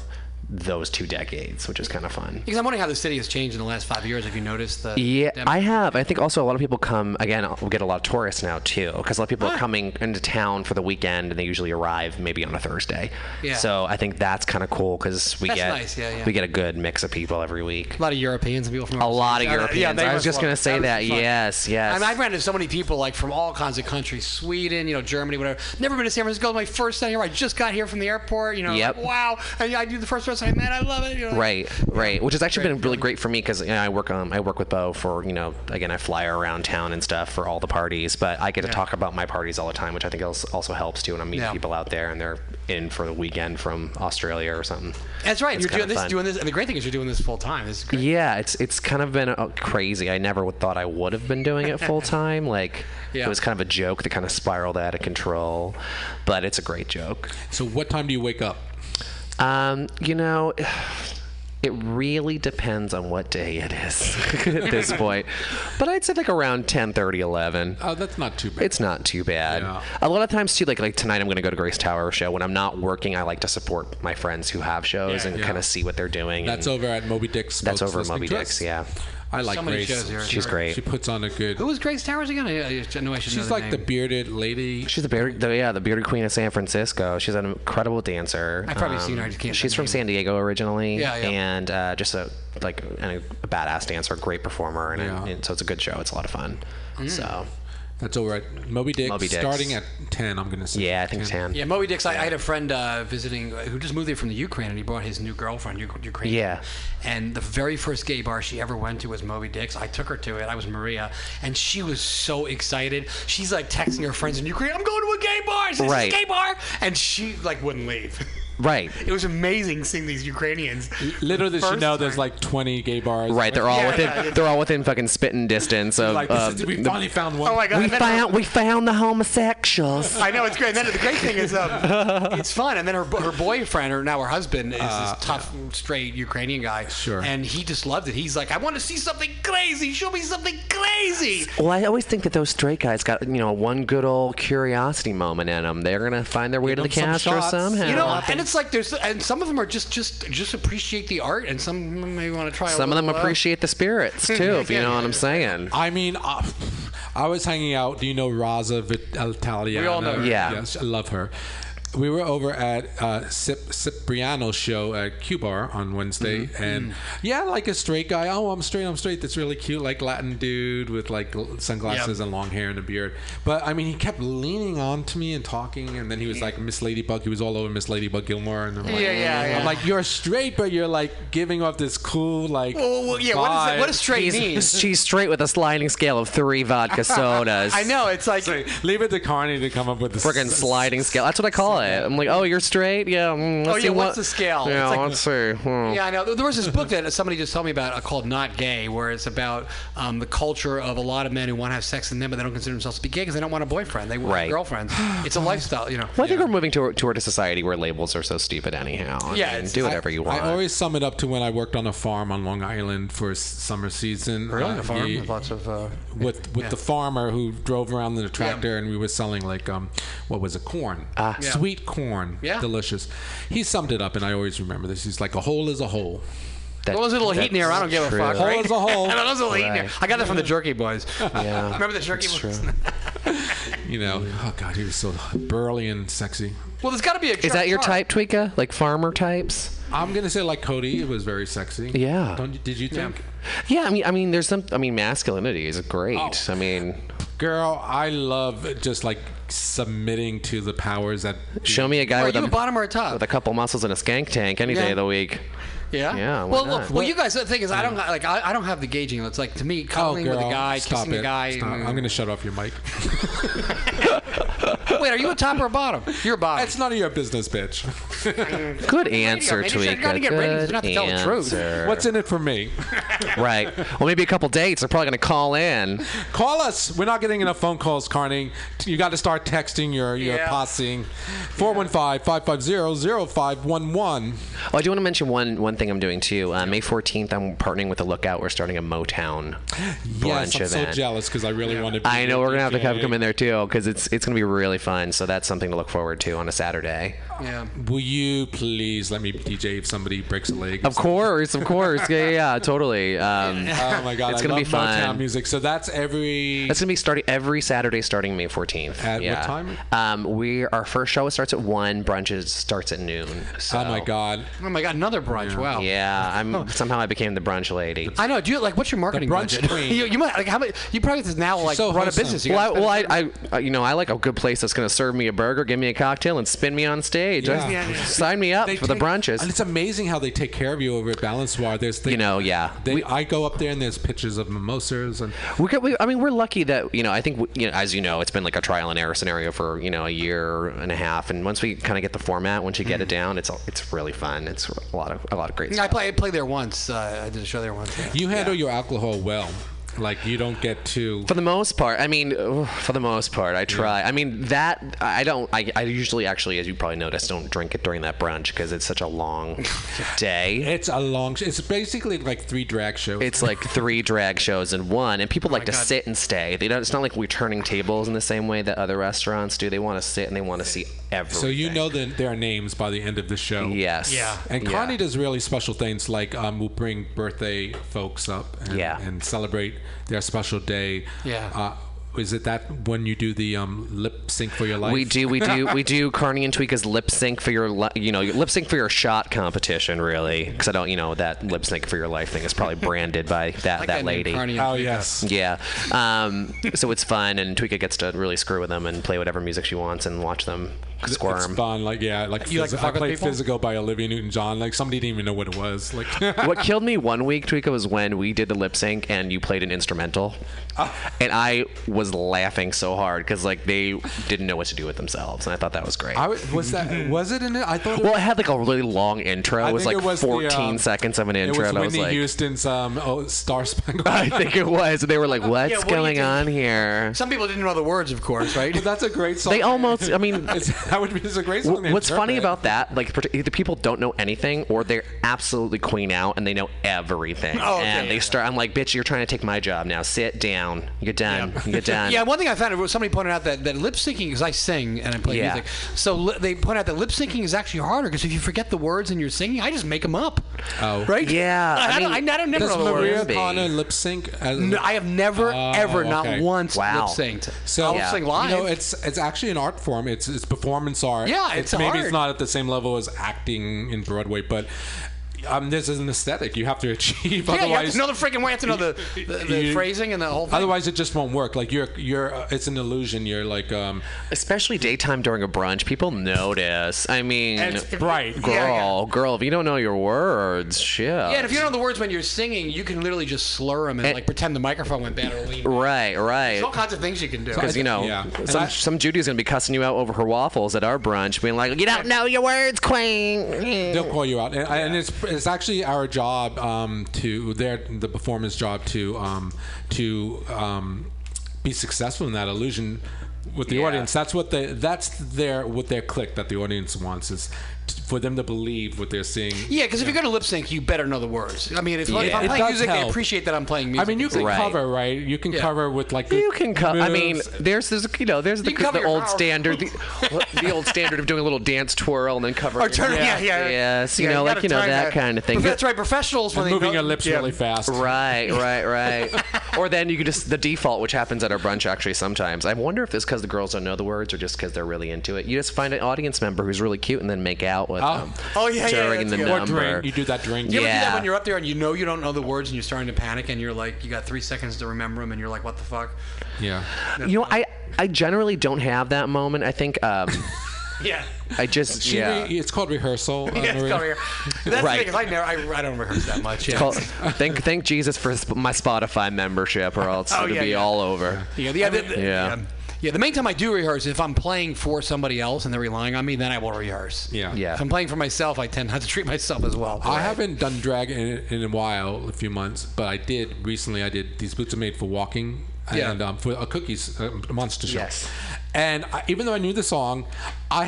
[SPEAKER 11] those two decades, which is kind of fun.
[SPEAKER 6] Because I'm wondering how the city has changed in the last five years. If you noticed the
[SPEAKER 11] Yeah, I have. I think also a lot of people come again. We get a lot of tourists now too, because a lot of people are coming into town for the weekend, and they usually arrive maybe on a Thursday.
[SPEAKER 6] Yeah.
[SPEAKER 11] So I think that's kind of cool because we
[SPEAKER 6] That's
[SPEAKER 11] get
[SPEAKER 6] nice, yeah, yeah.
[SPEAKER 11] we get a good mix of people every week.
[SPEAKER 6] a lot of Europeans and people from
[SPEAKER 11] A lot of
[SPEAKER 6] overseas. Yeah, they- yeah,
[SPEAKER 11] Europeans.
[SPEAKER 6] they
[SPEAKER 11] I was
[SPEAKER 6] must
[SPEAKER 11] just
[SPEAKER 6] love
[SPEAKER 11] gonna
[SPEAKER 6] it.
[SPEAKER 11] say that.
[SPEAKER 6] must be fun.
[SPEAKER 11] Yes, yes.
[SPEAKER 6] I mean, I've ran into so many people like from all kinds of countries, Sweden, you know, Germany, whatever. Never been to San Francisco. It was My first time here. I just got here from the airport. You know,
[SPEAKER 11] Yep.
[SPEAKER 6] like, wow. And I do the first person I met. I love it. You know,
[SPEAKER 11] Right, right. Which has actually been really great for me because you know, I work um, I work with Bo for you know again I fly her around town and stuff for all the parties, but I get to
[SPEAKER 6] Yeah.
[SPEAKER 11] talk about my parties all the time, which I think als- also helps too. And I'm meeting
[SPEAKER 6] Yeah.
[SPEAKER 11] people out there and they're in for the weekend from Australia or something.
[SPEAKER 6] That's right.
[SPEAKER 11] It's
[SPEAKER 6] you're
[SPEAKER 11] kinda
[SPEAKER 6] doing this,
[SPEAKER 11] fun.
[SPEAKER 6] doing this, and the great thing is you're doing this full time. It's
[SPEAKER 11] Yeah, it's it's kind of been uh, crazy. I never would- thought I would have been doing it full time. Like
[SPEAKER 6] Yeah.
[SPEAKER 11] it was kind of a joke that kind of spiraled out of control, but it's a great joke.
[SPEAKER 5] So what time do you wake up?
[SPEAKER 11] Um, you know, it really depends on what day it is at this point. But I'd say like around 10, 11.
[SPEAKER 5] Oh, that's not too bad.
[SPEAKER 11] It's not too bad. A lot of times too, like like tonight, I'm going to go to Grace Tower show. When I'm not working, I like to support my friends who have shows
[SPEAKER 5] Yeah.
[SPEAKER 11] and
[SPEAKER 5] Yeah.
[SPEAKER 11] kind of see what they're doing.
[SPEAKER 5] That's
[SPEAKER 11] and
[SPEAKER 5] over at Moby Dick's.
[SPEAKER 11] That's
[SPEAKER 5] folks
[SPEAKER 11] over at
[SPEAKER 5] listening
[SPEAKER 11] Moby
[SPEAKER 5] to
[SPEAKER 11] Dick's,
[SPEAKER 5] us.
[SPEAKER 11] yeah.
[SPEAKER 5] I like
[SPEAKER 6] So many
[SPEAKER 5] Grace.
[SPEAKER 6] shows here.
[SPEAKER 11] She's great.
[SPEAKER 5] She puts on a good.
[SPEAKER 6] Who was Grace Towers again? I, I know I should know
[SPEAKER 5] She's
[SPEAKER 6] the
[SPEAKER 5] like the
[SPEAKER 6] name.
[SPEAKER 5] bearded lady.
[SPEAKER 11] She's the bearded, the, yeah, the bearded queen of San Francisco. She's an incredible dancer. Um,
[SPEAKER 6] I've probably seen her, I just can't
[SPEAKER 11] She's from San Diego originally.
[SPEAKER 6] Yeah, yeah.
[SPEAKER 11] And uh, just a like an, a badass dancer, great performer, and, and so it's a good show. It's a lot of fun. So
[SPEAKER 5] that's over at Moby Dick.
[SPEAKER 11] Moby Dick's.
[SPEAKER 5] Starting at ten, I'm gonna say.
[SPEAKER 11] Yeah, I think 10.
[SPEAKER 6] Yeah, Moby Dicks. I, I had a friend uh, visiting uh, who just moved there from the Ukraine, and he brought his new girlfriend, Uk- Ukraine.
[SPEAKER 11] Yeah.
[SPEAKER 6] And the very first gay bar she ever went to was Moby Dicks. I took her to it. I was Maria, and she was so excited. She's like texting her friends in Ukraine, "I'm going to a gay bar. This
[SPEAKER 11] Right.
[SPEAKER 6] is a gay bar," and she like wouldn't leave.
[SPEAKER 11] Right.
[SPEAKER 6] it was amazing seeing these Ukrainians.
[SPEAKER 5] Little did she
[SPEAKER 6] First
[SPEAKER 5] know, there's like 20 gay bars.
[SPEAKER 11] Right, they're all
[SPEAKER 6] Yeah,
[SPEAKER 11] within
[SPEAKER 6] yeah, yeah.
[SPEAKER 11] they're all within fucking spitting distance of.
[SPEAKER 5] Like,
[SPEAKER 11] of
[SPEAKER 5] this is, we
[SPEAKER 11] the-
[SPEAKER 5] finally found one.
[SPEAKER 6] Oh my God!
[SPEAKER 11] we
[SPEAKER 6] and then-
[SPEAKER 11] found we found the homosexuals.
[SPEAKER 6] I know it's great. And then the great thing is, um, it's fun. And then her her boyfriend, or now her husband, is
[SPEAKER 5] Uh,
[SPEAKER 6] this tough, straight Ukrainian guy. Sure. And he just loved it. He's like, I want to see something crazy. Show me something crazy.
[SPEAKER 11] Well, I always think that those straight guys got you know one good old curiosity moment in them. They're gonna find their way to the
[SPEAKER 6] Some
[SPEAKER 11] castro
[SPEAKER 6] shots.
[SPEAKER 11] somehow.
[SPEAKER 6] You know, and it's like there's, and some of them are just, just, just appreciate the art, and some may want to try. a
[SPEAKER 11] Some of them
[SPEAKER 6] little, uh,
[SPEAKER 11] appreciate the spirits too, if you know what I'm saying.
[SPEAKER 5] I mean, uh, I was hanging out. Do you know Raza Vit- Italia?
[SPEAKER 6] We all know her.
[SPEAKER 11] Yeah.
[SPEAKER 5] Yes, I love her. we were over at uh, Cip- Cipriano's show at Q Bar on Wednesday,
[SPEAKER 11] Mm-hmm.
[SPEAKER 6] Mm.
[SPEAKER 5] and yeah, like a straight guy. Oh, I'm straight. I'm straight. That's really cute, like Latin dude with like l- sunglasses
[SPEAKER 12] Yep.
[SPEAKER 5] and long hair and a beard. But I mean, he kept leaning on to me and talking, and then he was like Miss Ladybug. He was all over Miss Ladybug Gilmore, and I'm like,
[SPEAKER 6] Yeah, yeah, yeah.
[SPEAKER 5] I'm like, you're straight, but you're like giving off this cool like.
[SPEAKER 6] Well, well, yeah, what is it- what
[SPEAKER 5] vibe."
[SPEAKER 6] does straight
[SPEAKER 11] She's-
[SPEAKER 6] mean?
[SPEAKER 11] She's straight with a sliding scale of three vodka sodas.
[SPEAKER 6] I know. It's like
[SPEAKER 5] leave it to Carney to come up with the
[SPEAKER 11] Friggin' sliding scale. That's what I call it. I'm like, oh, you're straight? Yeah. mm, let's
[SPEAKER 6] Oh, yeah,
[SPEAKER 11] see
[SPEAKER 6] what's
[SPEAKER 11] what-
[SPEAKER 6] the scale?
[SPEAKER 11] Yeah,
[SPEAKER 6] It's like-
[SPEAKER 11] let's see. Hmm.
[SPEAKER 6] Yeah, I know. There was this book that somebody just told me about uh, called Not Gay, where it's about um, the culture of a lot of men who want to have sex with men, but they don't consider themselves to be gay because they don't want a boyfriend. They want
[SPEAKER 11] Right.
[SPEAKER 6] girlfriends. It's a lifestyle, you know.
[SPEAKER 11] Well, I think we're moving to, toward a society where labels are so stupid, anyhow. I
[SPEAKER 6] Yeah,
[SPEAKER 11] mean,
[SPEAKER 6] it's-
[SPEAKER 11] do whatever
[SPEAKER 5] I-
[SPEAKER 11] you want.
[SPEAKER 5] I always sum it up to when I worked on a farm on Long Island for s- summer season.
[SPEAKER 6] Really? A farm?
[SPEAKER 5] ye-
[SPEAKER 6] With lots of, uh,
[SPEAKER 5] with with
[SPEAKER 6] yeah.
[SPEAKER 5] the farmer who drove around in a tractor, and we were selling like um, what was it, corn? Ah.
[SPEAKER 6] Yeah.
[SPEAKER 5] sweet corn.
[SPEAKER 6] Yeah.
[SPEAKER 5] delicious. He summed it up, and I always remember this. He's like, a hole is a hole.
[SPEAKER 6] Well, there's a little heat in here. I don't give a fuck.
[SPEAKER 5] Hole
[SPEAKER 6] Right?
[SPEAKER 5] is a hole.
[SPEAKER 6] I don't know, there's a little heat in here.
[SPEAKER 11] Right.
[SPEAKER 6] I got that from the Jerky Boys.
[SPEAKER 11] Yeah.
[SPEAKER 6] Remember the Jerky
[SPEAKER 11] That's
[SPEAKER 6] Boys?
[SPEAKER 11] true.
[SPEAKER 5] You know, oh god, he was so burly and sexy.
[SPEAKER 6] Well, there's got to be a.
[SPEAKER 11] Is that your
[SPEAKER 6] chart.
[SPEAKER 11] type, Tweeka? Like farmer types?
[SPEAKER 5] I'm gonna say like Cody was very sexy.
[SPEAKER 11] Yeah.
[SPEAKER 5] Don't, you- did you think?
[SPEAKER 11] Yeah, I mean, I mean, there's some. I mean, masculinity is great. I mean,
[SPEAKER 5] Girl, I love Oh. just like submitting to the powers that.
[SPEAKER 11] show me a guy
[SPEAKER 6] Are
[SPEAKER 11] with
[SPEAKER 6] you
[SPEAKER 11] a,
[SPEAKER 6] a bottom or a top?
[SPEAKER 11] with a couple muscles and a skank tank any
[SPEAKER 6] Yeah.
[SPEAKER 11] day of the week.
[SPEAKER 6] Yeah.
[SPEAKER 11] Yeah, why
[SPEAKER 6] Well,
[SPEAKER 11] not?
[SPEAKER 6] look, well, you guys. The thing is, I don't like. I, I don't have the gauging. It's like to me,
[SPEAKER 5] Oh,
[SPEAKER 6] cuddling
[SPEAKER 5] girl,
[SPEAKER 6] with a guy,
[SPEAKER 5] stop
[SPEAKER 6] kissing
[SPEAKER 5] it.
[SPEAKER 6] a guy.
[SPEAKER 5] Stop.
[SPEAKER 6] mm.
[SPEAKER 5] I'm gonna shut off your mic.
[SPEAKER 6] Wait, are you a top or a bottom? You're a bottom.
[SPEAKER 5] That's none of your business, bitch.
[SPEAKER 11] Good answer,
[SPEAKER 6] maybe you should-
[SPEAKER 11] Tweeka.
[SPEAKER 6] you gotta get ratings,
[SPEAKER 11] Good
[SPEAKER 6] not to tell the truth.
[SPEAKER 11] answer.
[SPEAKER 5] What's in it for me?
[SPEAKER 11] right? Well, maybe a couple dates. They're probably gonna call in.
[SPEAKER 5] Call us. We're not getting enough phone calls, Carney. You got to start texting your your
[SPEAKER 6] Yeah.
[SPEAKER 5] posseing. 415-550-0511.
[SPEAKER 11] Oh, I do want to mention one one thing I'm doing too. Uh, May 14th, I'm partnering with the Lookout. We're starting a Motown brunch
[SPEAKER 5] Yes, I'm so
[SPEAKER 11] event.
[SPEAKER 5] jealous because I really want to. Be
[SPEAKER 11] I know
[SPEAKER 5] your
[SPEAKER 11] we're gonna have to
[SPEAKER 5] DJ.
[SPEAKER 11] have come in there too because it's it's gonna be really fun. So that's something to look forward to on a Saturday.
[SPEAKER 6] yeah.
[SPEAKER 5] Will you please let me DJ if somebody breaks a leg?
[SPEAKER 11] Of course, of course, yeah, yeah, yeah, totally. Um,
[SPEAKER 5] Oh my god,
[SPEAKER 11] It's
[SPEAKER 5] I
[SPEAKER 11] gonna
[SPEAKER 5] love
[SPEAKER 11] be fun.
[SPEAKER 5] Motown music. So that's every.
[SPEAKER 11] That's gonna be starting every Saturday, starting May 14th.
[SPEAKER 5] At what
[SPEAKER 11] yeah.
[SPEAKER 5] time?
[SPEAKER 11] Um, we our first show starts at one. Brunch is- starts at noon. So.
[SPEAKER 5] oh my god.
[SPEAKER 6] Oh my god, another brunch. Wow.
[SPEAKER 11] Yeah, I'm somehow I became the brunch lady.
[SPEAKER 6] I know. Do you like? What's your marketing
[SPEAKER 5] brunch
[SPEAKER 6] budget?
[SPEAKER 5] queen.
[SPEAKER 6] you, you might like how many? You probably have to now like
[SPEAKER 5] so
[SPEAKER 6] run
[SPEAKER 5] wholesome.
[SPEAKER 6] a business. You
[SPEAKER 11] Well, I,
[SPEAKER 6] gotta
[SPEAKER 11] well, I, I, uh, you know, I like a good place that's gonna serve me a burger, give me a cocktail, and spin me on stage.
[SPEAKER 5] Yeah.
[SPEAKER 11] I-
[SPEAKER 5] Yeah, yeah.
[SPEAKER 11] Sign me up
[SPEAKER 5] They
[SPEAKER 11] for the
[SPEAKER 5] take-
[SPEAKER 11] brunches.
[SPEAKER 5] And it's amazing how they take care of you over at Balance Bar. There's the,
[SPEAKER 11] You know, yeah.
[SPEAKER 5] They, I go up there and there's pictures of mimosas and
[SPEAKER 11] We, got, we I mean, we're lucky that you know. I think we, you know, as you know, it's been like a trial and error scenario for you know a year and a half. And once we kind of get the format, once you
[SPEAKER 5] Hmm.
[SPEAKER 11] get it down, it's it's really fun. It's a lot of a lot of great
[SPEAKER 6] I
[SPEAKER 11] stuff.
[SPEAKER 6] play. I played there once. Uh, I did a show there once. yeah.
[SPEAKER 5] you handle your alcohol well. Like you don't get too.
[SPEAKER 11] For the most part, I mean, ugh, for the most part, I try. I mean, that I don't. I, I usually actually, as you probably noticed, don't drink it during that brunch because it's such a long day.
[SPEAKER 5] It's a long. Sh- it's basically like three drag shows. Oh
[SPEAKER 11] It's like three drag shows in one, and people like to
[SPEAKER 6] God.
[SPEAKER 11] sit and stay. They don't. It's not like we're turning tables in the same way that other restaurants do. They want to sit and they want to see everything.
[SPEAKER 5] so you know that there are names by the end of the show.
[SPEAKER 11] Yes.
[SPEAKER 6] Yeah.
[SPEAKER 5] And Connie does really special things, like um, we'll bring birthday folks up and,
[SPEAKER 11] Yeah.
[SPEAKER 5] and celebrate their special day.
[SPEAKER 6] Yeah.
[SPEAKER 5] Uh, is it that when you do the um, lip sync for your life?
[SPEAKER 11] We do, we do, we do. Carney and Tweeka's lip sync for your, li- you know, your lip sync for your shot competition, really. Because I don't, you know, that lip sync for your life thing is probably branded by that
[SPEAKER 6] Like
[SPEAKER 11] that
[SPEAKER 6] name,
[SPEAKER 11] lady.
[SPEAKER 6] Carney and
[SPEAKER 5] Oh
[SPEAKER 6] Tweeka.
[SPEAKER 5] yes.
[SPEAKER 11] Yeah. Um, so it's fun, and Tweeka gets to really screw with them and play whatever music she wants and watch them squirm.
[SPEAKER 5] It's fun, like yeah, like,
[SPEAKER 6] You like
[SPEAKER 5] phys-
[SPEAKER 6] to fuck
[SPEAKER 5] I
[SPEAKER 6] with
[SPEAKER 5] played
[SPEAKER 6] people?
[SPEAKER 5] physical by Olivia Newton-John. Like somebody didn't even know what it was. Like
[SPEAKER 11] what killed me one week, Tweeka, was when we did the lip sync and you played an instrumental,
[SPEAKER 5] Oh.
[SPEAKER 11] and I was laughing so hard because like they didn't know what to do with themselves, and I thought that was great.
[SPEAKER 5] I was, was that was it in it? I thought it
[SPEAKER 11] well, it had like a really long intro.
[SPEAKER 5] I
[SPEAKER 11] It was
[SPEAKER 5] think
[SPEAKER 11] like
[SPEAKER 5] it was the,
[SPEAKER 11] 14
[SPEAKER 5] um,
[SPEAKER 11] seconds of an
[SPEAKER 5] It
[SPEAKER 11] intro,
[SPEAKER 5] was
[SPEAKER 11] and I was
[SPEAKER 5] Whitney
[SPEAKER 11] like,
[SPEAKER 5] Houston's um, oh, Star Spangled.
[SPEAKER 11] I think it was. And they were like, "What's
[SPEAKER 6] what do you
[SPEAKER 11] going
[SPEAKER 6] do?"
[SPEAKER 11] on here?"
[SPEAKER 6] Some people didn't know the words, of course, right?
[SPEAKER 5] But that's a great song.
[SPEAKER 11] They almost. I mean,
[SPEAKER 5] It's, that would be it's a great song. to
[SPEAKER 11] what's funny
[SPEAKER 5] interpret.
[SPEAKER 11] about that? Like, parti- either people don't know anything, or they're absolutely queen out and they know everything.
[SPEAKER 6] Oh, okay,
[SPEAKER 11] and
[SPEAKER 6] yeah,
[SPEAKER 11] they
[SPEAKER 6] yeah.
[SPEAKER 11] start. I'm like, "Bitch, you're trying to take my job now. Sit down. You're done. You're done."
[SPEAKER 6] Yeah, one thing I found was somebody pointed out that, that lip syncing, because I sing and I play
[SPEAKER 11] Yeah.
[SPEAKER 6] music, so li- they point out that lip syncing is actually harder because if you forget the words and you're singing, I just make them up.
[SPEAKER 5] Oh,
[SPEAKER 6] Right?
[SPEAKER 11] Yeah.
[SPEAKER 6] Uh, I, don't, I, don't never
[SPEAKER 5] Does
[SPEAKER 6] know the
[SPEAKER 5] Maria
[SPEAKER 6] word.
[SPEAKER 5] Connor lip sync? as-
[SPEAKER 6] No, I have never,
[SPEAKER 5] Oh,
[SPEAKER 6] ever, not
[SPEAKER 5] okay.
[SPEAKER 6] once lip synked.
[SPEAKER 5] So
[SPEAKER 6] I'll sing live.
[SPEAKER 5] You know, it's it's actually an art form. It's it's performance art.
[SPEAKER 6] Yeah, it's
[SPEAKER 5] maybe
[SPEAKER 6] art.
[SPEAKER 5] it's not at the same level as acting in Broadway, but um, this is an aesthetic you have to achieve.
[SPEAKER 6] yeah, you have
[SPEAKER 5] otherwise,
[SPEAKER 6] to know the freaking way. You have to know the, the, the
[SPEAKER 5] You-
[SPEAKER 6] phrasing and the whole thing.
[SPEAKER 5] otherwise it just won't work. Like you're you're uh, it's an illusion. You're like um,
[SPEAKER 11] Especially daytime during a brunch, people notice. I mean,
[SPEAKER 6] It's-
[SPEAKER 5] right.
[SPEAKER 11] girl, girl, if you don't know your words, shit.
[SPEAKER 6] Yeah, and if you don't know the words when you're singing, you can literally just slur them and like pretend the microphone went bad or lean.
[SPEAKER 11] Right, right.
[SPEAKER 6] There's all kinds of things you can do.
[SPEAKER 11] Because you know,
[SPEAKER 5] Yeah. And
[SPEAKER 11] some
[SPEAKER 5] I-
[SPEAKER 11] some Judy's gonna be cussing you out over her waffles at our brunch, being like, "You don't know your words, queen."
[SPEAKER 5] They'll call you out, and, and it's it's actually our job um, to their the performance job to um, to um, be successful in that illusion with the
[SPEAKER 11] Yeah.
[SPEAKER 5] audience. That's what they that's their what their click that the audience wants is t- for them to believe what they're seeing.
[SPEAKER 6] Yeah, because if you're going to lip sync, you better know the words. I mean, if, if
[SPEAKER 11] Yeah.
[SPEAKER 6] I'm
[SPEAKER 11] It
[SPEAKER 6] playing
[SPEAKER 5] does
[SPEAKER 6] music, they
[SPEAKER 5] help.
[SPEAKER 6] appreciate that I'm playing
[SPEAKER 5] I
[SPEAKER 6] music.
[SPEAKER 5] mean, you can
[SPEAKER 11] Right.
[SPEAKER 5] cover, right? You can
[SPEAKER 6] Yeah.
[SPEAKER 5] cover with like
[SPEAKER 11] You can come. I mean,
[SPEAKER 5] moves.
[SPEAKER 11] there's this, you know, there's the,
[SPEAKER 6] You can cover
[SPEAKER 11] the
[SPEAKER 6] your
[SPEAKER 11] old
[SPEAKER 6] mouth.
[SPEAKER 11] standard, the, the old standard of doing a little dance twirl and then covering.
[SPEAKER 6] Or turn,
[SPEAKER 11] your
[SPEAKER 6] yeah, yeah,
[SPEAKER 11] mouth. Yes, you
[SPEAKER 6] Yeah,
[SPEAKER 11] know, like
[SPEAKER 6] gotta
[SPEAKER 11] you know
[SPEAKER 6] time
[SPEAKER 11] that kind of thing.
[SPEAKER 6] Prof- That's right. Professionals when they
[SPEAKER 5] moving
[SPEAKER 6] know-
[SPEAKER 5] your lips
[SPEAKER 6] yeah.
[SPEAKER 5] really fast.
[SPEAKER 11] Right, right, right. or then you could just the default, which happens at our brunch actually sometimes. I wonder if it's because the girls don't know the words or just because they're really into it. You just find an audience member who's really cute and then make out with
[SPEAKER 5] Oh.
[SPEAKER 11] them.
[SPEAKER 6] Oh, yeah, yeah,
[SPEAKER 11] during
[SPEAKER 6] that's
[SPEAKER 11] the
[SPEAKER 6] good.
[SPEAKER 5] Or
[SPEAKER 11] number.
[SPEAKER 5] drink. You do that drink.
[SPEAKER 6] You ever do
[SPEAKER 11] Yeah.
[SPEAKER 6] that when you're up there and you know you don't know the words and you're starting to panic and you're like, you got three seconds to remember them and you're like, what the fuck?
[SPEAKER 5] Yeah.
[SPEAKER 11] You know, I I generally don't have that moment. I think um,
[SPEAKER 6] Yeah.
[SPEAKER 11] I just
[SPEAKER 5] She
[SPEAKER 11] yeah.
[SPEAKER 5] re- it's called rehearsal. uh,
[SPEAKER 6] That's
[SPEAKER 5] Maria.
[SPEAKER 6] over here.
[SPEAKER 11] Right.
[SPEAKER 6] That's the thing, 'cause I, never, I, I don't rehearse that much. Yeah.
[SPEAKER 11] Call- thank thank Jesus for sp- my Spotify membership, or else
[SPEAKER 6] Oh,
[SPEAKER 11] it'd
[SPEAKER 6] yeah,
[SPEAKER 11] be
[SPEAKER 6] yeah.
[SPEAKER 11] all over.
[SPEAKER 6] Yeah, the, the, the-
[SPEAKER 11] Yeah.
[SPEAKER 6] yeah. Yeah, the main time I do rehearse is if I'm playing for somebody else and they're relying on me, then I will rehearse.
[SPEAKER 5] Yeah.
[SPEAKER 11] Yeah.
[SPEAKER 6] If I'm playing for myself, I tend not to treat myself as well.
[SPEAKER 5] I haven't done drag in, in a while, a few months, but I did recently. I did these boots are made for walking,
[SPEAKER 6] Yeah.
[SPEAKER 5] and um, for a cookies uh, monster show.
[SPEAKER 11] Yes.
[SPEAKER 5] And I, even though I knew the song, I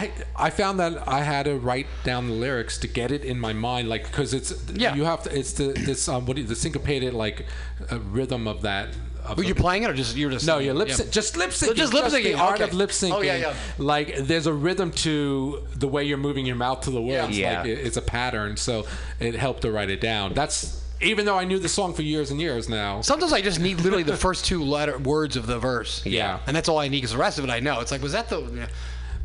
[SPEAKER 5] I found that I had to write down the lyrics to get it in my mind, like because it's
[SPEAKER 6] Yeah.
[SPEAKER 5] you have to it's the this um what do you, the syncopated like uh, rhythm of that. Of
[SPEAKER 6] Were
[SPEAKER 5] the-
[SPEAKER 6] you playing it or just you're just
[SPEAKER 5] no, your lip
[SPEAKER 6] yeah.
[SPEAKER 5] sync, just lip sync.
[SPEAKER 6] just lip
[SPEAKER 5] The
[SPEAKER 6] syncing,
[SPEAKER 5] art
[SPEAKER 6] okay.
[SPEAKER 5] of lip syncing.
[SPEAKER 6] Oh, yeah, yeah.
[SPEAKER 5] Like there's a rhythm to the way you're moving your mouth to the words.
[SPEAKER 11] Yeah.
[SPEAKER 5] Like
[SPEAKER 11] Yeah.
[SPEAKER 5] it, it's a pattern. So it helped to write it down. That's even though I knew the song for years and years now.
[SPEAKER 6] Sometimes I just need literally the first two letter words of the verse.
[SPEAKER 5] Yeah.
[SPEAKER 6] And that's all I need because the rest of it I know. It's like, was that the yeah,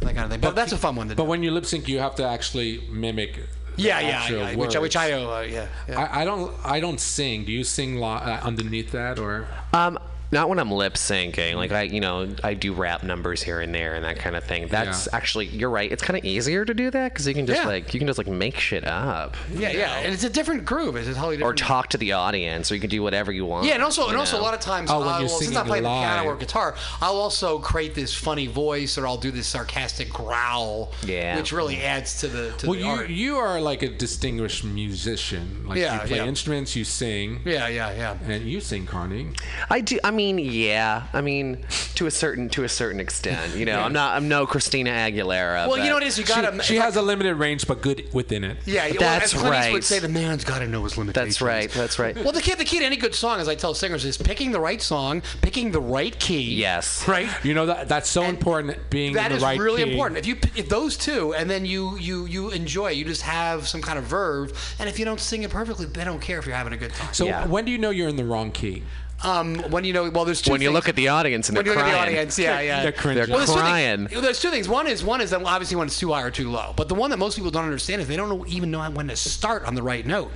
[SPEAKER 6] that kind of thing? But, that's a fun one to
[SPEAKER 5] But
[SPEAKER 6] do.
[SPEAKER 5] when you lip sync, you have to actually mimic. the
[SPEAKER 6] yeah, yeah,
[SPEAKER 5] actual
[SPEAKER 6] yeah, which I which I
[SPEAKER 5] words.
[SPEAKER 6] uh, yeah. yeah.
[SPEAKER 5] I, I don't. I don't sing. Do you sing li- uh, underneath that or?
[SPEAKER 11] Um, not when I'm lip syncing. Like I, you know, I do rap numbers here and there and that kind of thing. That's
[SPEAKER 5] Yeah.
[SPEAKER 11] actually, you're right. It's kind of easier to do that because you can just
[SPEAKER 6] Yeah.
[SPEAKER 11] like you can just like make shit up
[SPEAKER 6] yeah, yeah, and it's a different groove. It's a totally
[SPEAKER 11] or
[SPEAKER 6] different.
[SPEAKER 11] talk to the audience, or you can do whatever you want.
[SPEAKER 6] Yeah, and also, and
[SPEAKER 11] you
[SPEAKER 6] also, a
[SPEAKER 11] know?
[SPEAKER 6] lot of times,
[SPEAKER 5] Oh, when
[SPEAKER 6] I
[SPEAKER 5] you're
[SPEAKER 6] will, since I'm
[SPEAKER 5] singing
[SPEAKER 6] playing the piano
[SPEAKER 5] live.
[SPEAKER 6] or guitar, I'll also create this funny voice, or I'll do this sarcastic growl,
[SPEAKER 11] Yeah.
[SPEAKER 6] which really adds to the to
[SPEAKER 5] Well,
[SPEAKER 6] the
[SPEAKER 5] you
[SPEAKER 6] art.
[SPEAKER 5] you are like a distinguished musician. Like
[SPEAKER 6] Yeah,
[SPEAKER 5] you play
[SPEAKER 6] yeah.
[SPEAKER 5] instruments, you sing,
[SPEAKER 6] yeah, yeah, yeah.
[SPEAKER 5] and you sing, Carney.
[SPEAKER 11] I do. I mean, yeah. I mean, to a certain to a certain extent. You know, I'm not. I'm no Christina Aguilera.
[SPEAKER 6] Well, you
[SPEAKER 11] but-
[SPEAKER 6] know what it is. You
[SPEAKER 5] She-
[SPEAKER 6] gotta.
[SPEAKER 5] She, has a limited range, but good within it.
[SPEAKER 6] yeah, well,
[SPEAKER 11] That's
[SPEAKER 6] as Clint Eastwood
[SPEAKER 11] right.
[SPEAKER 6] Would say the man's gotta know his limitations.
[SPEAKER 11] That's right. That's right.
[SPEAKER 6] Well, the key, the key to any good song, as I tell singers, is picking the right song, picking the right key.
[SPEAKER 11] Yes.
[SPEAKER 6] Right.
[SPEAKER 5] You know that that's so important. Being
[SPEAKER 6] That
[SPEAKER 5] in
[SPEAKER 6] is
[SPEAKER 5] the right
[SPEAKER 6] really
[SPEAKER 5] key.
[SPEAKER 6] important. If you p- if those two, and then you you you enjoy, you just have some kind of verve. And if you don't sing it perfectly, they don't care if you're having a good time.
[SPEAKER 5] So
[SPEAKER 11] Yeah.
[SPEAKER 5] when do you know you're in the wrong key?
[SPEAKER 6] Um, when you know, well, there's two.
[SPEAKER 11] when you
[SPEAKER 6] things.
[SPEAKER 11] look at the audience and
[SPEAKER 6] when you
[SPEAKER 11] they're
[SPEAKER 6] look at
[SPEAKER 11] crying.
[SPEAKER 6] the audience, yeah, yeah,
[SPEAKER 5] They're cringing.
[SPEAKER 11] They're
[SPEAKER 6] there's two things-
[SPEAKER 11] crying.
[SPEAKER 6] there's two things. One is one is that obviously when it's too high or too low. But the one that most people don't understand is they don't know, even know when to start on the right note.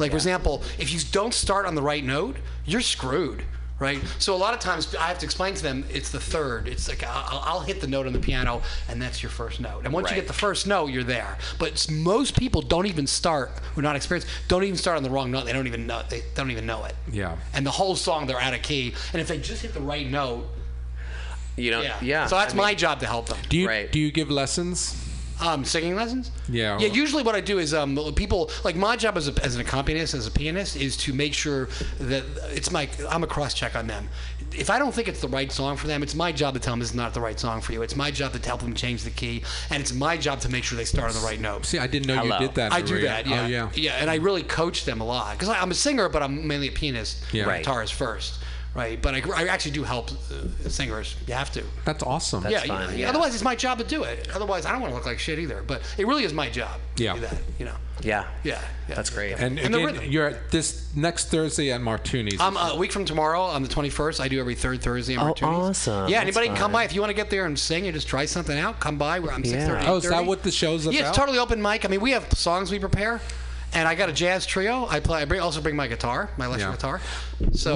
[SPEAKER 6] Like for example, if you don't start on the right note, you're screwed. Right, so a lot of times I have to explain to them it's the third. It's like I'll, I'll hit the note on the piano, and that's your first note. And once you
[SPEAKER 11] Right.
[SPEAKER 6] get the first note, you're there. But s- most people don't even start, who are not experienced, don't even start on the wrong note. They don't even know. They don't even know it
[SPEAKER 5] Yeah.
[SPEAKER 6] and the whole song they're out of key. And if they just hit the right note,
[SPEAKER 11] You know.
[SPEAKER 6] yeah.
[SPEAKER 11] Yeah.
[SPEAKER 6] So that's
[SPEAKER 11] I
[SPEAKER 6] my
[SPEAKER 11] mean,
[SPEAKER 6] job to help them.
[SPEAKER 5] Do you
[SPEAKER 11] Right.
[SPEAKER 5] do you give lessons?
[SPEAKER 6] Um, singing lessons?
[SPEAKER 5] Yeah.
[SPEAKER 6] Yeah. Usually, what I do is um, people like my job as, a, as an accompanist, as a pianist, is to make sure that it's my I'm a cross check on them. If I don't think it's the right song for them, it's my job to tell them this is not the right song for you. It's my job to help them change the key, and it's my job to make sure they start on the right note.
[SPEAKER 5] See, I didn't know
[SPEAKER 11] Hello.
[SPEAKER 5] you did that.
[SPEAKER 6] I do
[SPEAKER 5] Maria.
[SPEAKER 6] that, yeah.
[SPEAKER 5] Oh, yeah.
[SPEAKER 6] and I really coach them a lot because I'm a singer, but I'm mainly a pianist,
[SPEAKER 5] Yeah.
[SPEAKER 6] and
[SPEAKER 11] Right.
[SPEAKER 6] guitarist first. right? But I, I actually do help uh, singers. You have to.
[SPEAKER 5] That's awesome.
[SPEAKER 6] yeah, yeah, yeah. Otherwise, it's my job to do it. Otherwise, I don't want to look like shit either. But it really is my job.
[SPEAKER 5] Yeah.
[SPEAKER 6] To do that, you know.
[SPEAKER 11] Yeah.
[SPEAKER 6] Yeah.
[SPEAKER 11] That's great.
[SPEAKER 5] And,
[SPEAKER 6] And the
[SPEAKER 5] again,
[SPEAKER 6] rhythm.
[SPEAKER 5] you're at this next Thursday at Martuni's.
[SPEAKER 6] Um, a week from tomorrow, on the 21st, I do every third Thursday. in
[SPEAKER 5] Oh,
[SPEAKER 6] Martini's.
[SPEAKER 5] awesome.
[SPEAKER 6] Yeah,
[SPEAKER 5] That's
[SPEAKER 6] anybody can come
[SPEAKER 5] fun.
[SPEAKER 6] by if you want to get there and sing or just try something out. Come by. Where I'm 6:30.
[SPEAKER 5] Oh, is that
[SPEAKER 6] 8:30.
[SPEAKER 5] what the show's about?
[SPEAKER 6] Yeah, it's totally open mic. I mean, we have songs we prepare, and I got a jazz trio. I play. I bring, also bring my guitar, my electric
[SPEAKER 5] Yeah.
[SPEAKER 6] guitar.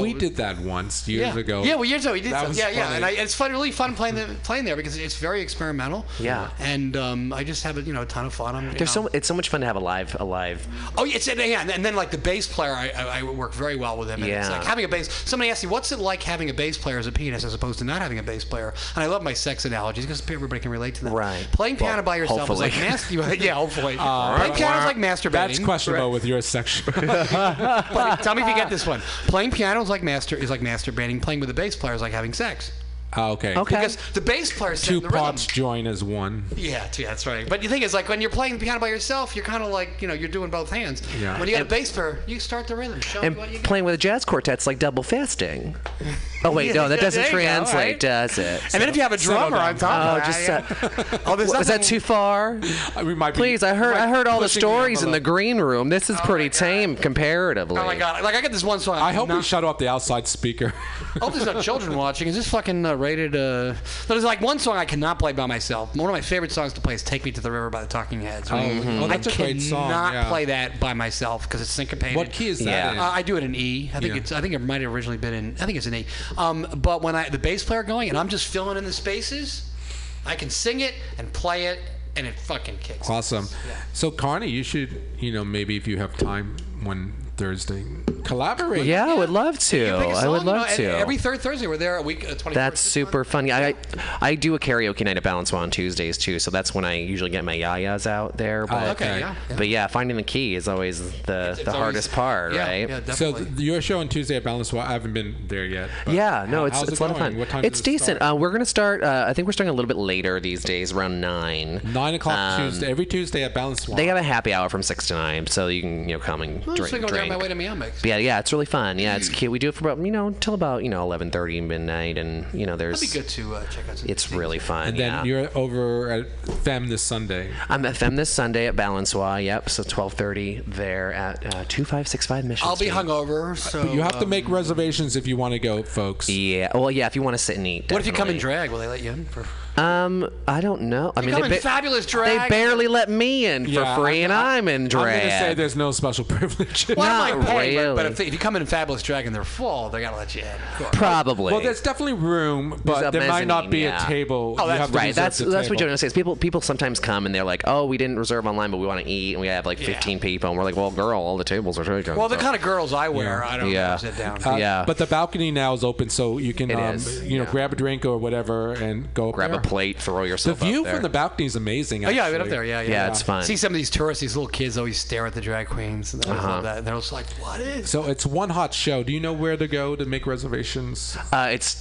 [SPEAKER 5] we did that once years
[SPEAKER 6] yeah.
[SPEAKER 5] ago.
[SPEAKER 6] Yeah, well, years ago we did.
[SPEAKER 5] That
[SPEAKER 6] some-
[SPEAKER 5] was
[SPEAKER 6] yeah, yeah, and I,
[SPEAKER 5] funny.
[SPEAKER 6] it's fun, really fun playing the, playing there because it's very experimental.
[SPEAKER 11] Yeah.
[SPEAKER 6] and um, I just have a, you know a ton of fun. I'm, you
[SPEAKER 11] There's
[SPEAKER 6] know.
[SPEAKER 11] so it's so much fun to have a live a live.
[SPEAKER 6] Oh, yeah, it's, and, yeah, and then like the bass player, I, I, I work very well with him. And it's
[SPEAKER 11] Yeah.
[SPEAKER 6] like having a bass. Somebody asked me, what's it like having a bass player as a pianist as opposed to not having a bass player? And I love my sex analogies because everybody can relate to them. Right. Playing piano by yourself is like mas- you- yeah, hopefully.
[SPEAKER 11] Uh,
[SPEAKER 6] Playing piano is like masturbating.
[SPEAKER 5] That's questionable with your section.
[SPEAKER 6] But tell me if you get this one. Playing piano is like master is like masturbating. Playing with a bass player is like having sex.
[SPEAKER 5] Ah, okay.
[SPEAKER 6] Because the bass player is
[SPEAKER 5] Two
[SPEAKER 6] setting the rhythm.
[SPEAKER 5] parts join as one.
[SPEAKER 6] Yeah, t- yeah, that's right. But the thing is, like when you're playing the piano by yourself, you're kind of like you know you're doing both hands.
[SPEAKER 11] Yeah.
[SPEAKER 6] When you got
[SPEAKER 11] And-
[SPEAKER 6] a bass player, you start the rhythm. Show
[SPEAKER 11] And
[SPEAKER 6] me what you
[SPEAKER 11] playing with a jazz quartet's like double fasting. Oh wait, no, that doesn't
[SPEAKER 6] There you go,
[SPEAKER 11] translate,
[SPEAKER 6] right?
[SPEAKER 11] does it?
[SPEAKER 6] And then if you have a drummer on top
[SPEAKER 11] oh,
[SPEAKER 6] of
[SPEAKER 11] just
[SPEAKER 6] that,
[SPEAKER 11] uh,
[SPEAKER 6] oh, there's
[SPEAKER 11] was that
[SPEAKER 6] nothing-
[SPEAKER 11] too far?
[SPEAKER 5] We might
[SPEAKER 11] Please, I heard I heard all the
[SPEAKER 6] pushing the
[SPEAKER 11] stories in the
[SPEAKER 6] envelope.
[SPEAKER 11] green room. This is pretty tame comparatively.
[SPEAKER 6] Oh my god! Like I got this one song.
[SPEAKER 5] I hope we shut off the outside speaker.
[SPEAKER 6] I hope there's no children watching. Is this fucking uh, rated? Uh... No, there's like one song I cannot play by myself. One of my favorite songs to play is "Take Me to the River" by the Talking Heads.
[SPEAKER 5] Oh, Mhm. oh, that's
[SPEAKER 6] I
[SPEAKER 5] a great song,
[SPEAKER 6] cannot
[SPEAKER 5] yeah.
[SPEAKER 6] play that by myself because it's syncopated.
[SPEAKER 5] What key is that Yeah. in?
[SPEAKER 6] Uh, I do it in E. I think
[SPEAKER 5] Yeah.
[SPEAKER 6] it's. I think it might have originally been in. I think it's an E. Um, but when I the bass player going and I'm just filling in the spaces, I can sing it and play it, and it fucking kicks.
[SPEAKER 5] Awesome. So, Carney, you should, you know, maybe if you have time one Thursday, collaborate.
[SPEAKER 11] Yeah, I would love to.
[SPEAKER 6] Pick a
[SPEAKER 11] I would
[SPEAKER 6] song, you know,
[SPEAKER 11] love
[SPEAKER 6] and
[SPEAKER 11] to.
[SPEAKER 6] Every third Thursday, we're there a week. Uh, 24
[SPEAKER 11] That's super funny. I I do a karaoke night at Balance One on Tuesdays too, so that's when I usually get my yayas out
[SPEAKER 6] Oh,
[SPEAKER 11] there. But,
[SPEAKER 5] okay, yeah,
[SPEAKER 11] But yeah, finding the key is always the the hardest part, right?
[SPEAKER 5] so th- your show on Tuesday at Balance. Well, I haven't been there yet. but
[SPEAKER 11] yeah, no,
[SPEAKER 5] how-
[SPEAKER 11] it's
[SPEAKER 5] how's it
[SPEAKER 11] it's a lot of
[SPEAKER 5] going?
[SPEAKER 11] fun.
[SPEAKER 5] What time
[SPEAKER 11] it's
[SPEAKER 5] does it
[SPEAKER 11] decent. Uh, we're gonna start. Uh, I think we're starting a little bit later these days, around nine.
[SPEAKER 5] Nine o'clock
[SPEAKER 11] Um,
[SPEAKER 5] Tuesday. Every Tuesday at Balance One.
[SPEAKER 11] They have a happy hour from six to nine, so you can you know come and
[SPEAKER 6] I'm just
[SPEAKER 11] drink.
[SPEAKER 6] gonna go down
[SPEAKER 11] drink.
[SPEAKER 6] my Hmm. way to Miami.
[SPEAKER 11] But yeah, yeah, it's really fun. Yeah, it's cute. We do it for about you know till about you know eleven thirty midnight, and you know there's.
[SPEAKER 6] That'd be good to uh, check out. Some
[SPEAKER 11] It's really fun.
[SPEAKER 5] and then
[SPEAKER 11] yeah.
[SPEAKER 5] you're over at Fem this Sunday.
[SPEAKER 11] I'm at them this Sunday at Balancois. Yep, so 12:30 there at uh, 2565 Mission.
[SPEAKER 6] I'll be
[SPEAKER 11] Street.
[SPEAKER 6] hungover, so
[SPEAKER 5] but you have to
[SPEAKER 6] um,
[SPEAKER 5] make reservations if you want to go, folks.
[SPEAKER 11] Yeah. Well, yeah. If you want to sit and eat.
[SPEAKER 6] What if you come in drag? Will they let you in for?
[SPEAKER 11] Um, I don't know. I
[SPEAKER 6] You
[SPEAKER 11] mean,
[SPEAKER 6] come
[SPEAKER 11] they
[SPEAKER 6] in fabulous
[SPEAKER 11] They
[SPEAKER 6] drag.
[SPEAKER 11] barely let me in for
[SPEAKER 5] Yeah,
[SPEAKER 11] free, and I'm in drag.
[SPEAKER 5] I'm gonna say there's no special privilege.
[SPEAKER 6] Well, I might pay, but- but
[SPEAKER 11] really.
[SPEAKER 6] if, they, if you come in in fabulous drag and they're full, they gotta let you in. Of course.
[SPEAKER 11] Probably.
[SPEAKER 5] Well, there's definitely room, but
[SPEAKER 11] There's a
[SPEAKER 5] there might not
[SPEAKER 11] mezzanine,
[SPEAKER 5] be
[SPEAKER 11] yeah.
[SPEAKER 5] a table.
[SPEAKER 6] Oh,
[SPEAKER 5] You have to
[SPEAKER 11] right.
[SPEAKER 5] reserve
[SPEAKER 11] That's
[SPEAKER 5] the
[SPEAKER 11] that's what
[SPEAKER 5] table.
[SPEAKER 11] Jonah says. People people sometimes come and they're like, oh, we didn't reserve online, but we want to eat, and we have like 15 people, and we're like, well, girl, all the tables are taken.
[SPEAKER 6] Well, the kind of girls I wear, I don't
[SPEAKER 11] Yeah.
[SPEAKER 6] know, sit down.
[SPEAKER 5] Uh,
[SPEAKER 11] yeah.
[SPEAKER 5] But the balcony now is open, so you can,
[SPEAKER 11] It
[SPEAKER 5] um,
[SPEAKER 11] is,
[SPEAKER 5] you know,
[SPEAKER 11] yeah.
[SPEAKER 5] grab a drink or whatever and go.
[SPEAKER 11] grab
[SPEAKER 5] up
[SPEAKER 11] a
[SPEAKER 5] there.
[SPEAKER 11] plate, throw
[SPEAKER 5] The
[SPEAKER 11] yourself.
[SPEAKER 5] view
[SPEAKER 11] up there.
[SPEAKER 5] from the balcony is amazing.
[SPEAKER 6] Oh yeah, I
[SPEAKER 5] actually.
[SPEAKER 6] went up there. Yeah, yeah.
[SPEAKER 11] Yeah, it's fun.
[SPEAKER 6] See some of these tourists, these little kids always stare at the drag queens, and they always
[SPEAKER 11] Uh-huh.
[SPEAKER 6] love that. And they're just like, "What is?"
[SPEAKER 5] So it's one hot show. Do you know where to go to make reservations?
[SPEAKER 11] Uh, it's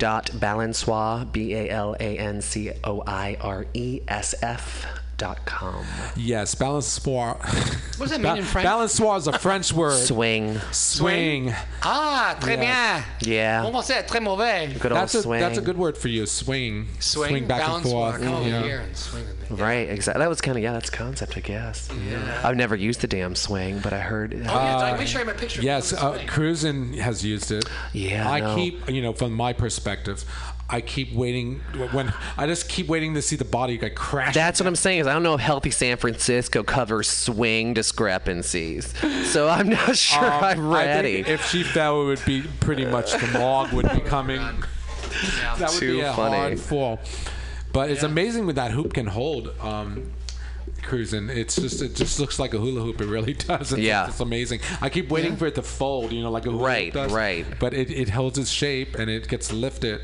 [SPEAKER 11] www.balancoire, B A L A N C O I R E S F dot com.
[SPEAKER 5] Yes, balançoire. What
[SPEAKER 6] does that mean in French?
[SPEAKER 5] Balançoire is a French word.
[SPEAKER 11] Swing.
[SPEAKER 5] Swing.
[SPEAKER 6] Ah, très
[SPEAKER 5] Yeah.
[SPEAKER 6] bien.
[SPEAKER 11] Yeah.
[SPEAKER 6] Comment c'est? Très mauvais.
[SPEAKER 11] Good old
[SPEAKER 5] That's a,
[SPEAKER 11] swing.
[SPEAKER 5] that's a good word for you. Swing.
[SPEAKER 6] Swing,
[SPEAKER 5] back and
[SPEAKER 6] balance,
[SPEAKER 5] forth.
[SPEAKER 6] Come over
[SPEAKER 5] yeah.
[SPEAKER 6] here and swing with me.
[SPEAKER 11] Right, exactly. That was kind of, yeah, that's concept, I guess. Yeah. I've never used the damn swing, but I heard.
[SPEAKER 6] Oh yeah, Doug, let me show you my picture.
[SPEAKER 5] Uh, Yes,
[SPEAKER 6] Come
[SPEAKER 5] uh,
[SPEAKER 6] this way.
[SPEAKER 5] Cruisin has used it.
[SPEAKER 11] Yeah,
[SPEAKER 5] I
[SPEAKER 11] no.
[SPEAKER 5] keep, you know, from my perspective, I keep waiting when I just keep waiting to see the body like crash.
[SPEAKER 11] That's what I'm saying is I don't know if healthy San Francisco covers swing discrepancies, so I'm not sure
[SPEAKER 5] Um,
[SPEAKER 11] I'm
[SPEAKER 5] I think
[SPEAKER 11] ready.
[SPEAKER 5] if she fell, it would be pretty much the log would be coming. that would
[SPEAKER 11] Too
[SPEAKER 5] be a
[SPEAKER 11] funny.
[SPEAKER 5] hard fall. But it's amazing what that hoop can hold. Um, cruising, it's just it just looks like a hula hoop. It really does. It's,
[SPEAKER 11] Yeah.
[SPEAKER 5] it's amazing. I keep waiting for it to fold. You know, like a hula
[SPEAKER 11] Right,
[SPEAKER 5] hoop does.
[SPEAKER 11] right.
[SPEAKER 5] But it, it holds its shape and it gets lifted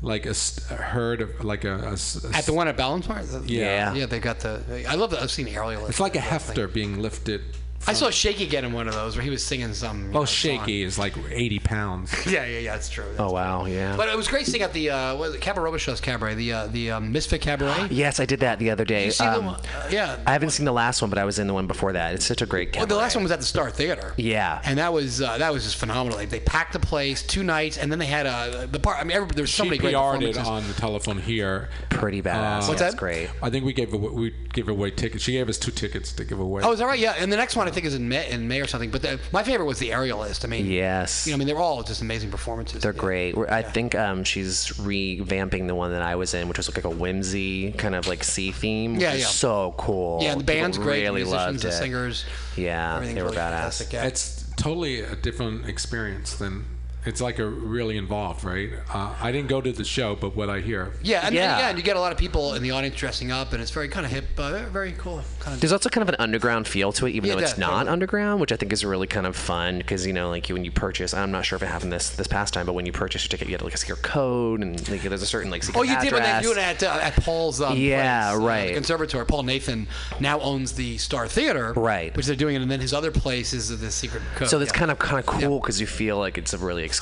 [SPEAKER 5] like a, st- a herd of like a, a s- a
[SPEAKER 6] At the
[SPEAKER 5] s-
[SPEAKER 6] one at Balance Bar?
[SPEAKER 5] Yeah.
[SPEAKER 6] Yeah, they got the. I love that. I've seen aerial.
[SPEAKER 5] It's like a hefter being lifted.
[SPEAKER 6] I saw Shaky get in one of those where he was singing some.
[SPEAKER 5] Oh, shaky is like 80 pounds.
[SPEAKER 6] Yeah, yeah, yeah. It's true.
[SPEAKER 11] Oh wow, yeah.
[SPEAKER 6] But it was great seeing at the uh, what was it, Cabaret Robichaud's Cabaret, the uh, the um, Misfit
[SPEAKER 5] Ah,
[SPEAKER 6] Cabaret.
[SPEAKER 11] yes, I did that the other day.
[SPEAKER 6] You see the
[SPEAKER 11] Um,
[SPEAKER 6] one- uh, yeah.
[SPEAKER 11] I haven't seen the last one, but I was in the one before that. It's such a great
[SPEAKER 6] Well,
[SPEAKER 11] camp.
[SPEAKER 6] the last one was at the Star Theater.
[SPEAKER 11] yeah.
[SPEAKER 6] And that was uh, that was just phenomenal. Like, they packed the place two nights, and then they had uh, the part. I mean, every, there was so
[SPEAKER 5] she
[SPEAKER 6] many great
[SPEAKER 5] PR'd it
[SPEAKER 6] performances.
[SPEAKER 5] on the telephone here. Uh,
[SPEAKER 11] Pretty badass.
[SPEAKER 6] What's
[SPEAKER 11] That's
[SPEAKER 6] that?
[SPEAKER 11] great.
[SPEAKER 5] I think we gave away, we gave away tickets. She gave us two tickets to give away.
[SPEAKER 6] Oh, is that right? Yeah. And the next one I think is in May, in May or something. But the, my favorite was the Aerialist. I mean,
[SPEAKER 11] Yes.
[SPEAKER 6] You know, I mean, they're all just amazing performances.
[SPEAKER 11] They're great. We're- I think um, she's revamping the one that I was in, which was like a whimsy kind of like sea theme. Which
[SPEAKER 6] Yeah,
[SPEAKER 11] is
[SPEAKER 6] yeah.
[SPEAKER 11] So cool.
[SPEAKER 6] Yeah, the
[SPEAKER 11] People
[SPEAKER 6] band's great, the
[SPEAKER 11] Oh, Really
[SPEAKER 6] musicians,
[SPEAKER 11] loved
[SPEAKER 6] the
[SPEAKER 11] it.
[SPEAKER 6] singers,
[SPEAKER 11] Yeah,
[SPEAKER 6] everything's
[SPEAKER 11] they were
[SPEAKER 6] really
[SPEAKER 11] badass.
[SPEAKER 6] fantastic, yeah.
[SPEAKER 5] It's totally a different experience than. It's like a really involved, right? Uh, I didn't go to the show, but what I hear.
[SPEAKER 6] Yeah, and,
[SPEAKER 11] Yeah.
[SPEAKER 6] And, yeah, and you get a lot of people in the audience dressing up, and it's very kind of hip, uh, very cool. Kind of
[SPEAKER 11] There's also kind of an underground feel to it, even
[SPEAKER 6] Yeah,
[SPEAKER 11] though it's
[SPEAKER 6] yeah,
[SPEAKER 11] not
[SPEAKER 6] totally.
[SPEAKER 11] underground, which I think is really kind of fun because you know, like you, when you purchase, I'm not sure if it happened this this past time, but when you purchase your ticket, you get like a secret code and like, there's a certain like secret
[SPEAKER 6] Oh, you did when they
[SPEAKER 11] address.
[SPEAKER 6] do it at, uh, at Paul's. Um,
[SPEAKER 11] Yeah,
[SPEAKER 6] place, uh,
[SPEAKER 11] right.
[SPEAKER 6] the conservatory. Paul Nathan now owns the Star Theater.
[SPEAKER 11] Right.
[SPEAKER 6] Which they're doing, it, and then his other place is the secret. Code.
[SPEAKER 11] So that's
[SPEAKER 6] yeah. Mm-hmm.
[SPEAKER 11] kind of kind of cool because you feel like it's a really exclusive.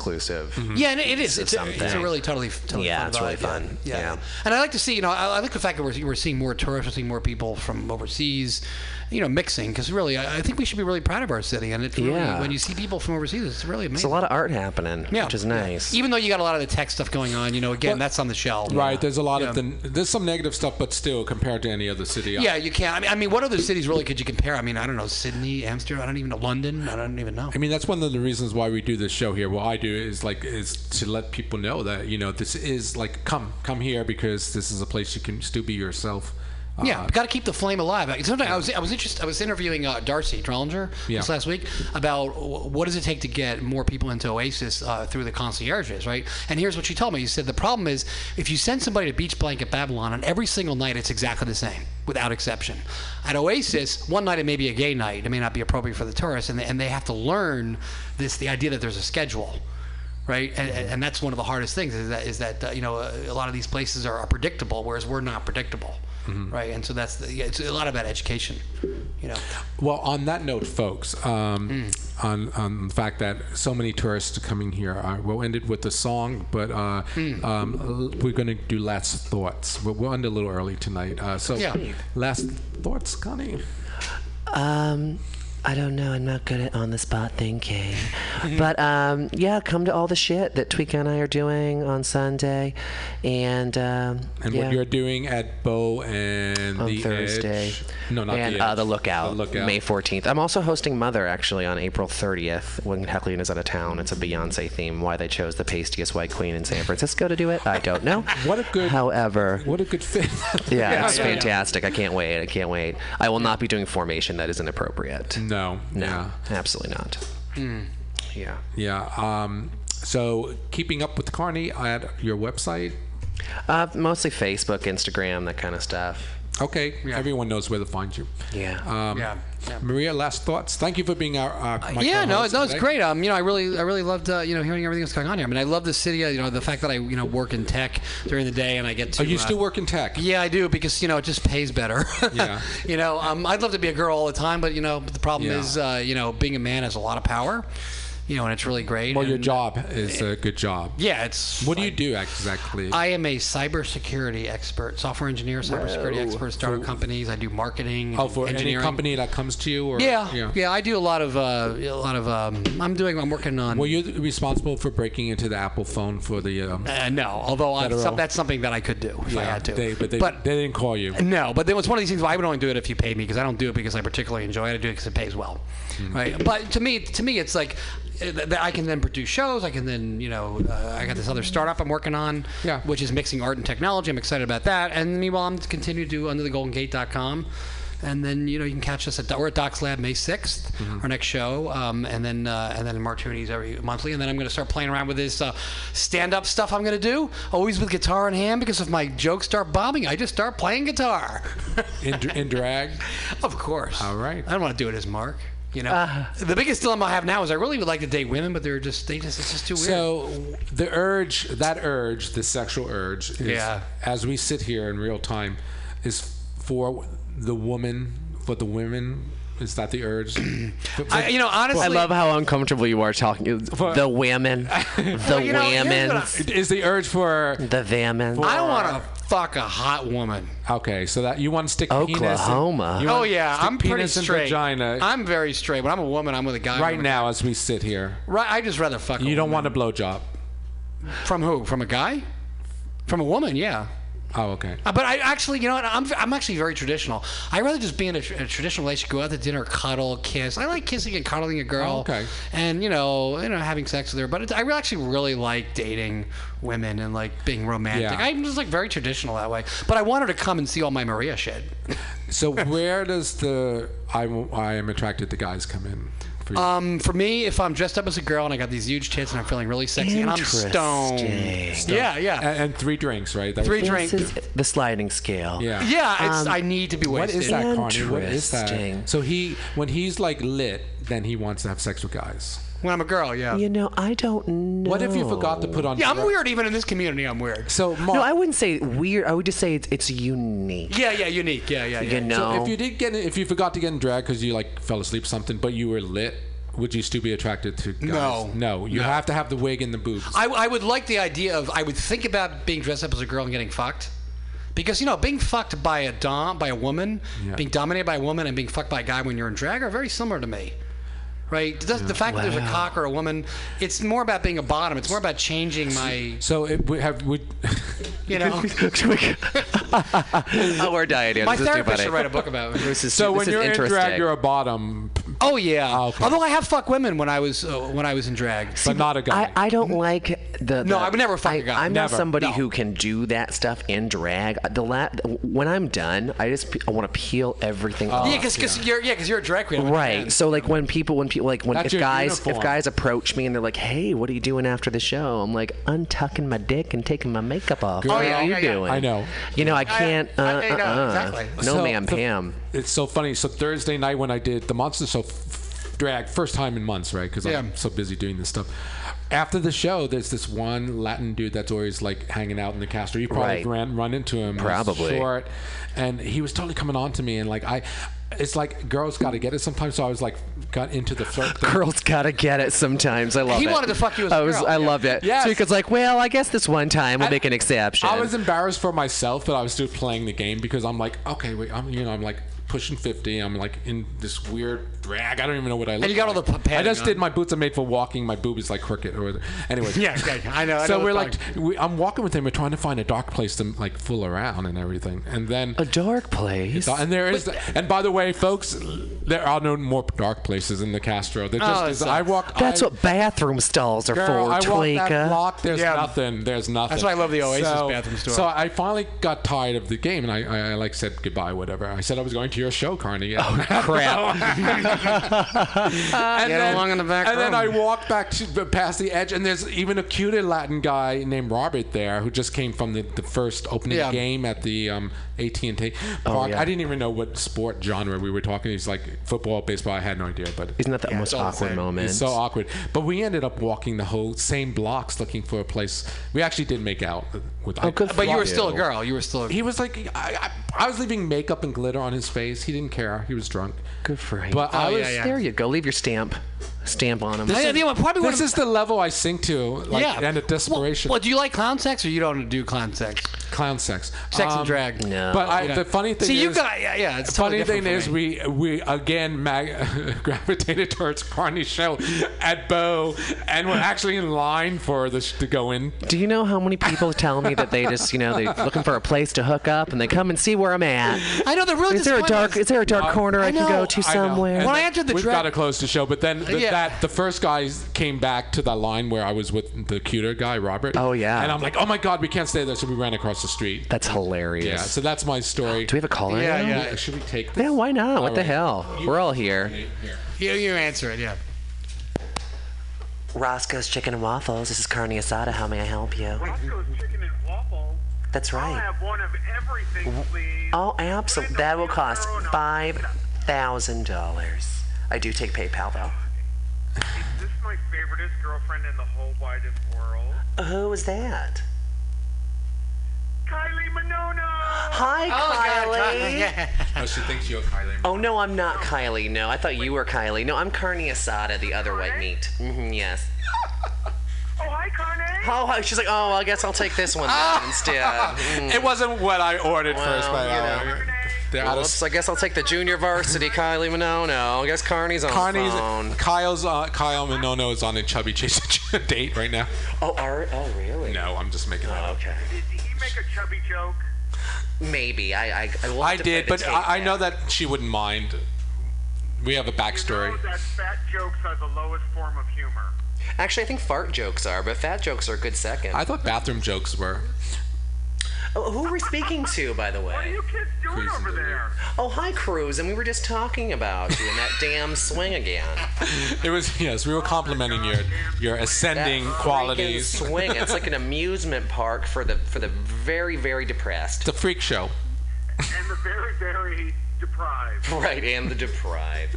[SPEAKER 6] Yeah, and it
[SPEAKER 11] piece
[SPEAKER 6] is.
[SPEAKER 11] of
[SPEAKER 6] It's a, it's a
[SPEAKER 11] something.
[SPEAKER 6] really totally, totally
[SPEAKER 11] Yeah,
[SPEAKER 6] fun
[SPEAKER 11] it's really
[SPEAKER 6] vibe,
[SPEAKER 11] fun.
[SPEAKER 6] Yeah.
[SPEAKER 11] Yeah.
[SPEAKER 6] And I like to see, you know, I, I like the fact that we're, we're seeing more tourists, we're seeing more people from overseas, you know, mixing. Because really, I, I think we should be really proud of our city. And it's really,
[SPEAKER 11] Yeah.
[SPEAKER 6] when you see people from overseas, it's really amazing.
[SPEAKER 11] There's a lot of art happening,
[SPEAKER 6] Yeah.
[SPEAKER 11] which is nice.
[SPEAKER 6] Even though you got a lot of the tech stuff going on, you know, again, that's on the shelf.
[SPEAKER 5] Right, there's a lot of
[SPEAKER 6] Yeah.
[SPEAKER 5] the, there's some negative stuff, but still compared to any other city.
[SPEAKER 6] Yeah, you can't. I mean, I mean, what other cities really could you compare? I mean, I don't know, Sydney, Amsterdam. I don't even know London. I don't even know.
[SPEAKER 5] I mean, that's one of the reasons why we do this show here. What I do is like is to let people know that you know this is like come come here because this is a place you can still be yourself. Uh,
[SPEAKER 6] Yeah, got to keep the flame alive. I- Sometimes I was I was interested. I was interviewing uh, Darcy Drollinger
[SPEAKER 5] Yeah.
[SPEAKER 6] this last week about wh- what does it take to get more people into Oasis uh, through the concierges, right? And here's what she told me. She said the problem is if you send somebody to Beach Blanket Babylon on every single night, it's exactly the same without exception. At Oasis, one night it may be a gay night. It may not be appropriate for the tourists, and they, and they have to learn this the idea that there's a schedule right? And, and, and that's one of the hardest things is that is that uh, you know a, a lot of these places are, are predictable, whereas we're not predictable, right? And so that's the, yeah, it's a lot about education, you know.
[SPEAKER 5] Well, on that note, folks, um,
[SPEAKER 11] Mm.
[SPEAKER 5] on, on the fact that so many tourists are coming here, uh, we'll end it with a song, but uh,
[SPEAKER 11] Mm.
[SPEAKER 5] um, l- we're going to do last thoughts. We'll, we'll end a little early tonight. Uh, so,
[SPEAKER 6] Yeah.
[SPEAKER 5] last thoughts, Connie.
[SPEAKER 11] Um, I don't know. I'm not good at on the spot thinking.
[SPEAKER 6] Mm-hmm.
[SPEAKER 11] but um, yeah, come to all the shit that Tweeka and I are doing on Sunday, and um,
[SPEAKER 5] And
[SPEAKER 11] yeah,
[SPEAKER 5] what you're doing at Bow and
[SPEAKER 11] on
[SPEAKER 5] the
[SPEAKER 11] Thursday.
[SPEAKER 5] Edge. No, not
[SPEAKER 11] and
[SPEAKER 5] the,
[SPEAKER 11] uh,
[SPEAKER 5] Edge.
[SPEAKER 11] the lookout,
[SPEAKER 5] The lookout.
[SPEAKER 11] May 14th. I'm also hosting Mother actually on April 30th when Kathleen is out of town. It's a Beyonce theme. Why they chose the pastiest white queen in San Francisco to do it, I don't know.
[SPEAKER 5] What a good-
[SPEAKER 11] However,
[SPEAKER 5] What a good fit.
[SPEAKER 11] yeah, it's fantastic. I can't wait. I can't wait. I will not be doing formation. That is inappropriate.
[SPEAKER 5] No,
[SPEAKER 11] No,
[SPEAKER 5] yeah.
[SPEAKER 11] absolutely not. Mm. Yeah.
[SPEAKER 5] Yeah. Um, so keeping up with Carney at your website.
[SPEAKER 11] Uh, mostly Facebook, Instagram, that kind of stuff.
[SPEAKER 5] Okay, everyone knows where to find you.
[SPEAKER 11] Yeah.
[SPEAKER 5] Um,
[SPEAKER 6] Yeah, yeah.
[SPEAKER 5] Maria, last thoughts. Thank you for being our. our my
[SPEAKER 6] yeah, no,
[SPEAKER 5] co-host
[SPEAKER 6] no, it's
[SPEAKER 5] today.
[SPEAKER 6] great. Um, you know, I really, I really loved, uh, you know, hearing everything that's going on here. I mean, I love the city. uh, You know, the fact that I, you know, work in tech during the day and I get to.
[SPEAKER 5] Are Oh, you
[SPEAKER 6] uh,
[SPEAKER 5] still working tech?
[SPEAKER 6] Yeah, I do because you know it just pays better.
[SPEAKER 5] Yeah.
[SPEAKER 6] you know, um, I'd love to be a girl all the time, but you know, the problem
[SPEAKER 5] Yeah.
[SPEAKER 6] is, uh, you know, being a man has a lot of power. You know, and it's really great.
[SPEAKER 5] Well, your
[SPEAKER 6] and-
[SPEAKER 5] job is a good job.
[SPEAKER 6] Yeah, it's.
[SPEAKER 5] What do you do exactly?
[SPEAKER 6] I am a cybersecurity expert, software engineer, cybersecurity expert, startup companies. I do marketing.
[SPEAKER 5] oh, for any
[SPEAKER 6] engineering.
[SPEAKER 5] company that comes to you, or
[SPEAKER 6] Yeah, yeah, I do a lot of uh, a lot of. Um, I'm doing. I'm working on.
[SPEAKER 5] Were you responsible for breaking into the Apple phone for the? Um,
[SPEAKER 6] uh, no, although I'm,
[SPEAKER 5] Federal.
[SPEAKER 6] some, that's something that I could do if I
[SPEAKER 5] yeah,
[SPEAKER 6] had to.
[SPEAKER 5] They, but they,
[SPEAKER 6] but
[SPEAKER 5] they didn't call you.
[SPEAKER 6] no, but then it's one of these things. Where I would only do it if you paid me because I don't do it because I particularly enjoy it. I do it because it pays well,
[SPEAKER 5] Mm-hmm.
[SPEAKER 6] right? But to me, to me, it's like uh, th- th- I can then produce shows. I can then, you know, uh, I got this other startup I'm working on,
[SPEAKER 5] Yeah.
[SPEAKER 6] which is mixing art and technology. I'm excited about that. And meanwhile, I'm continuing to do underthegoldengate.com. And then you know you can catch us at we're at Docs Lab May 6th
[SPEAKER 5] Mm-hmm.
[SPEAKER 6] our next show, um, and then uh, and then Martuni's every monthly, and then I'm going to start playing around with this uh, stand up stuff I'm going to do, always with guitar in hand because if my jokes start bombing, I just start playing guitar.
[SPEAKER 5] In, in drag.
[SPEAKER 6] Of course.
[SPEAKER 5] All right.
[SPEAKER 6] I don't want to do it as Mark. You know, the biggest dilemma I have now is I really would like to date women, but they're just they just it's just too weird.
[SPEAKER 5] So the urge, that urge, the sexual urge, is,
[SPEAKER 6] Yeah.
[SPEAKER 5] as we sit here in real time, is for the woman, for the women Is that the urge?
[SPEAKER 6] I- you know, honestly-
[SPEAKER 11] I love how uncomfortable you are talking. The women, the
[SPEAKER 6] Well, you know, here's
[SPEAKER 11] women,
[SPEAKER 6] what
[SPEAKER 5] is the urge for uh,
[SPEAKER 11] the women.
[SPEAKER 6] I want to fuck a hot woman.
[SPEAKER 5] Okay, so that you want to stick
[SPEAKER 11] Oklahoma.
[SPEAKER 5] Penis in, you
[SPEAKER 6] oh
[SPEAKER 5] want
[SPEAKER 6] yeah,
[SPEAKER 5] stick
[SPEAKER 6] I'm pretty
[SPEAKER 5] penis and
[SPEAKER 6] straight.
[SPEAKER 5] Vagina.
[SPEAKER 6] I'm very straight. When I'm a woman, I'm with a guy.
[SPEAKER 5] right now, as we sit here,
[SPEAKER 6] right? I just rather fuck. a
[SPEAKER 5] you don't
[SPEAKER 6] woman.
[SPEAKER 5] want a blowjob.
[SPEAKER 6] from who? From a guy? From a woman? Yeah.
[SPEAKER 5] Oh, okay.
[SPEAKER 6] Uh, But I actually, you know what? I'm, I'm actually very traditional. I rather just be in a, tr- a traditional relationship, go out to dinner, cuddle, kiss. I like kissing and cuddling a girl.
[SPEAKER 5] Oh, okay.
[SPEAKER 6] And you know, you know, having sex with her. But it's, I really actually really like dating women and like being romantic.
[SPEAKER 5] Yeah.
[SPEAKER 6] I'm just like very traditional that way. But I want her to come and see all my Maria shit.
[SPEAKER 5] So where does the I, I am attracted to guys come in? For you?
[SPEAKER 6] Um, for me, if I'm dressed up as a girl and I got these huge tits and I'm feeling really sexy and I'm stoned.
[SPEAKER 11] Interesting.
[SPEAKER 6] Yeah, yeah.
[SPEAKER 5] and, and three drinks, right? That
[SPEAKER 6] Three
[SPEAKER 5] was-
[SPEAKER 6] drinks.
[SPEAKER 11] This is the sliding scale.
[SPEAKER 5] Yeah.
[SPEAKER 6] Yeah, it's,
[SPEAKER 11] Um,
[SPEAKER 6] I need to be
[SPEAKER 5] What
[SPEAKER 6] wasted.
[SPEAKER 5] is that, Carney? What is
[SPEAKER 11] Interesting.
[SPEAKER 5] that? So he, when he's like lit, then he wants to have sex with guys.
[SPEAKER 6] When I'm a girl, yeah.
[SPEAKER 11] You know, I don't know.
[SPEAKER 5] What if you forgot to put on?
[SPEAKER 6] Yeah, I'm
[SPEAKER 5] dra-
[SPEAKER 6] weird even in this community. I'm weird.
[SPEAKER 5] So Mark,
[SPEAKER 11] No, I wouldn't say weird. I would just say it's it's unique.
[SPEAKER 6] Yeah, yeah, unique. Yeah, yeah, yeah.
[SPEAKER 11] You know.
[SPEAKER 5] if you did get, in- if you forgot to get in drag because you like fell asleep or something, but you were lit, would you still be attracted to guys?
[SPEAKER 6] No.
[SPEAKER 5] no. You have to have the wig and the boobs.
[SPEAKER 6] I, I would like the idea of I would think about being dressed up as a girl and getting fucked. Because you know, being fucked by a dom, by a woman,
[SPEAKER 5] Yeah.
[SPEAKER 6] being dominated by a woman, and being fucked by a guy when you're in drag are very similar to me, right? The, the fact that there's a cock or a woman, it's more about being a bottom. It's more about changing my,
[SPEAKER 5] so it would have would.
[SPEAKER 6] you know.
[SPEAKER 11] oh, we're dieting.
[SPEAKER 6] my
[SPEAKER 11] this is too
[SPEAKER 6] therapist
[SPEAKER 11] funny.
[SPEAKER 6] should write a book about it.
[SPEAKER 11] This is
[SPEAKER 5] so
[SPEAKER 11] this
[SPEAKER 5] when
[SPEAKER 11] is
[SPEAKER 5] you're in drag,
[SPEAKER 11] interesting.
[SPEAKER 5] you're a bottom,
[SPEAKER 6] Oh yeah.
[SPEAKER 5] Ah, okay.
[SPEAKER 6] Although I have fuck women when I was uh, when I was in drag.
[SPEAKER 5] but not a guy.
[SPEAKER 11] I, I don't like the.
[SPEAKER 6] No,
[SPEAKER 11] the-
[SPEAKER 6] I would never fuck
[SPEAKER 11] I,
[SPEAKER 6] a guy.
[SPEAKER 11] I'm
[SPEAKER 5] Never.
[SPEAKER 11] not somebody
[SPEAKER 5] No.
[SPEAKER 11] who can do that stuff in drag. The la- when I'm done, I just pe- I want to peel
[SPEAKER 5] Oh,
[SPEAKER 11] everything off.
[SPEAKER 6] Yeah, because you're yeah, 'cause you're a drag queen. I'm a
[SPEAKER 11] Oh, Right.
[SPEAKER 6] fan.
[SPEAKER 11] So like when people when people like when
[SPEAKER 5] That's
[SPEAKER 11] if
[SPEAKER 5] your
[SPEAKER 11] guys
[SPEAKER 5] uniform.
[SPEAKER 11] if guys approach me and they're like, "Hey, what are you doing after the show?" I'm like, "Untucking my dick and taking my makeup off."
[SPEAKER 5] Girl,
[SPEAKER 11] what
[SPEAKER 6] Oh, yeah,
[SPEAKER 11] are you
[SPEAKER 6] yeah, yeah.
[SPEAKER 11] doing?
[SPEAKER 5] I know.
[SPEAKER 11] You know, I can't.
[SPEAKER 6] I-
[SPEAKER 11] uh,
[SPEAKER 6] I know,
[SPEAKER 11] uh-uh.
[SPEAKER 6] exactly.
[SPEAKER 11] No,
[SPEAKER 5] So-
[SPEAKER 11] ma'am,
[SPEAKER 5] so-
[SPEAKER 11] Pam.
[SPEAKER 5] It's so funny. So Thursday night when I did the Monster Show f- drag, first time in months, right? Because
[SPEAKER 6] Yeah.
[SPEAKER 5] I'm so busy doing this stuff. After the show, there's this one Latin dude that's always like hanging out in the cast. Or you probably
[SPEAKER 11] Right.
[SPEAKER 5] ran run into him. He's
[SPEAKER 11] Probably.
[SPEAKER 5] short, and he was totally coming on to me, and like I, it's like girls got to get it sometimes. So I was like, got into the flirt. Thing.
[SPEAKER 11] Girls gotta get it sometimes. I love
[SPEAKER 6] He
[SPEAKER 11] it.
[SPEAKER 6] wanted to fuck you as a
[SPEAKER 11] I was.
[SPEAKER 6] girl.
[SPEAKER 11] I
[SPEAKER 6] Yeah.
[SPEAKER 11] loved it.
[SPEAKER 5] Yes.
[SPEAKER 11] So because like, well, I guess this one time we'll make an exception.
[SPEAKER 5] I was embarrassed for myself that I was still playing the game because I'm like, okay, wait, I'm you know, I'm like pushing 50. I'm like in this weird drag. I don't even know what I look
[SPEAKER 6] you got all
[SPEAKER 5] like.
[SPEAKER 6] the p-
[SPEAKER 5] I just
[SPEAKER 6] padding
[SPEAKER 5] did
[SPEAKER 6] on.
[SPEAKER 5] my boots are made for walking. My boob is like crooked or whatever. anyways.
[SPEAKER 6] Yeah, okay, I know, I
[SPEAKER 5] so
[SPEAKER 6] know
[SPEAKER 5] we're
[SPEAKER 6] the
[SPEAKER 5] like we, I'm walking with him. We're trying to find a dark place to like fool around and everything. And then
[SPEAKER 11] a dark place.
[SPEAKER 5] and there is, and by the way, folks, there are no more dark places in the Castro. They're just,
[SPEAKER 6] Oh, it
[SPEAKER 5] is- I
[SPEAKER 6] sucks.
[SPEAKER 5] walked.
[SPEAKER 11] That's
[SPEAKER 5] I,
[SPEAKER 11] what bathroom stalls are
[SPEAKER 5] Girl,
[SPEAKER 11] for,
[SPEAKER 5] I walked that
[SPEAKER 11] Twinka.
[SPEAKER 5] block. There's
[SPEAKER 6] Yeah.
[SPEAKER 5] nothing. There's nothing.
[SPEAKER 6] That's why I love the Oasis bathroom store.
[SPEAKER 5] So I finally got tired of the game, and I, I, I like said goodbye, whatever. I said I was going to your show, Carney. Oh crap! and
[SPEAKER 6] Get along in the back
[SPEAKER 5] And then
[SPEAKER 6] room.
[SPEAKER 5] I walked back to, past the edge, and there's even a cuter Latin guy named Robert there who just came from the, the first opening
[SPEAKER 6] Yeah.
[SPEAKER 5] game at the um, AT&T Park.
[SPEAKER 11] Oh, yeah.
[SPEAKER 5] I didn't even know what sport genre we were talking. He's like football, baseball. I had no idea, but
[SPEAKER 11] Isn't that the most
[SPEAKER 6] all the
[SPEAKER 11] awkward
[SPEAKER 6] same.
[SPEAKER 11] moment?
[SPEAKER 5] it's so awkward. But we ended up walking the whole same blocks looking for a place. We actually did make out with. Oh,
[SPEAKER 11] good for
[SPEAKER 6] But you were
[SPEAKER 11] Fuck
[SPEAKER 6] still a
[SPEAKER 11] you.
[SPEAKER 6] girl. You were still. A,
[SPEAKER 5] He was like, I, I, I was leaving makeup and glitter on his face. He didn't care. He was drunk.
[SPEAKER 11] Good for him. Oh,
[SPEAKER 5] But I
[SPEAKER 6] yeah,
[SPEAKER 5] was.
[SPEAKER 6] yeah.
[SPEAKER 11] There you go. Leave your stamp. Stamp on him.
[SPEAKER 6] I, you know, probably one
[SPEAKER 5] This
[SPEAKER 6] of-
[SPEAKER 5] is the level I sink to, like,
[SPEAKER 6] yeah.
[SPEAKER 5] and a desperation.
[SPEAKER 6] Well, well, do you like clown sex or you don't do clown sex?
[SPEAKER 5] Clown sex,
[SPEAKER 6] Sex
[SPEAKER 5] Um,
[SPEAKER 6] and drag.
[SPEAKER 11] No.
[SPEAKER 5] But I,
[SPEAKER 6] Yeah.
[SPEAKER 5] the funny thing
[SPEAKER 6] See,
[SPEAKER 5] is,
[SPEAKER 6] you got yeah, yeah. It's
[SPEAKER 5] The funny
[SPEAKER 6] totally different
[SPEAKER 5] thing
[SPEAKER 6] for
[SPEAKER 5] is,
[SPEAKER 6] me.
[SPEAKER 5] we we again mag- gravitated towards Carney's show at Bo, and we're actually in line for this to go in.
[SPEAKER 11] Do you know how many people tell me that they just, you know, they're looking for a place to hook up and they come and see where I'm at?
[SPEAKER 6] I know they're really
[SPEAKER 11] Is there a
[SPEAKER 6] disappointed.
[SPEAKER 11] dark? Is there a dark corner I,
[SPEAKER 6] I
[SPEAKER 11] can
[SPEAKER 6] know,
[SPEAKER 11] go to
[SPEAKER 5] I know.
[SPEAKER 11] somewhere?
[SPEAKER 5] And
[SPEAKER 6] When I
[SPEAKER 5] then
[SPEAKER 6] entered the
[SPEAKER 5] we've
[SPEAKER 6] drag-
[SPEAKER 5] got to close the show, but then the,
[SPEAKER 6] Yeah.
[SPEAKER 5] that the first guys came back to that line where I was with the cuter guy, Robert.
[SPEAKER 11] Oh, yeah.
[SPEAKER 5] and I'm like, oh my god, we can't stay there, so we ran across the street.
[SPEAKER 11] That's hilarious.
[SPEAKER 5] yeah, so that's my story.
[SPEAKER 11] Do we have a caller?
[SPEAKER 6] Yeah,
[SPEAKER 11] now?
[SPEAKER 6] yeah.
[SPEAKER 5] Should we take this?
[SPEAKER 11] Yeah, why not? What
[SPEAKER 5] All
[SPEAKER 11] the
[SPEAKER 5] right.
[SPEAKER 11] hell? We're all here.
[SPEAKER 6] You, you answer it, yeah.
[SPEAKER 11] Roscoe's Chicken and Waffles. This is Carne Asada. How may I help you?
[SPEAKER 12] Roscoe's Chicken and Waffles.
[SPEAKER 11] That's
[SPEAKER 12] I'll
[SPEAKER 11] right.
[SPEAKER 12] have one of everything, please.
[SPEAKER 11] Oh, absolutely. That will cost five thousand dollars. I do take PayPal though.
[SPEAKER 12] Is this my favoriteest girlfriend in the whole widest world?
[SPEAKER 11] Who was that?
[SPEAKER 12] Kylie Minogue.
[SPEAKER 6] Oh,
[SPEAKER 11] Hi, Kylie.
[SPEAKER 5] Oh, she thinks you're Kylie.
[SPEAKER 11] Oh no, I'm not Kylie. No, I thought you were Kylie. No, I'm carne asada, the other white meat. hmm yes.
[SPEAKER 12] Oh, hi, Carne.
[SPEAKER 11] Oh, hi- she's like, oh, I guess I'll take this one then instead. Mm.
[SPEAKER 6] It wasn't what I ordered
[SPEAKER 11] Well,
[SPEAKER 6] first, but
[SPEAKER 11] you
[SPEAKER 6] uh,
[SPEAKER 11] know.
[SPEAKER 6] they're out of
[SPEAKER 11] Oops, I guess I'll take the junior varsity Kylie Minono. I guess Carney's on
[SPEAKER 5] Carney's,
[SPEAKER 11] the phone.
[SPEAKER 5] Kyle's uh, Kyle Minono is on a chubby chase date right now.
[SPEAKER 11] Oh, are, oh, really? Oh,
[SPEAKER 5] No, I'm just making that up.
[SPEAKER 11] Okay.
[SPEAKER 12] Did he make a chubby joke?
[SPEAKER 11] Maybe I I, I, will have
[SPEAKER 5] I
[SPEAKER 11] to play
[SPEAKER 5] did,
[SPEAKER 11] the
[SPEAKER 5] but
[SPEAKER 11] tape
[SPEAKER 5] I, I
[SPEAKER 11] back.
[SPEAKER 5] know that she wouldn't mind. We have a backstory.
[SPEAKER 12] That fat jokes are the lowest form of humor.
[SPEAKER 11] Actually, I think fart jokes are, but fat jokes are a good second.
[SPEAKER 5] I thought bathroom jokes were.
[SPEAKER 11] Oh, who are we speaking to, by the way? What are you
[SPEAKER 12] kids doing over there?
[SPEAKER 11] Oh, hi, Cruz, and we were just talking about you and that damn swing again.
[SPEAKER 5] It was yes. We were complimenting your your ascending
[SPEAKER 11] That freaking
[SPEAKER 5] qualities.
[SPEAKER 11] swing. It's like an amusement park for the for the very very depressed.
[SPEAKER 5] It's a freak show.
[SPEAKER 12] And the very, very deprived.
[SPEAKER 11] Right, and the deprived.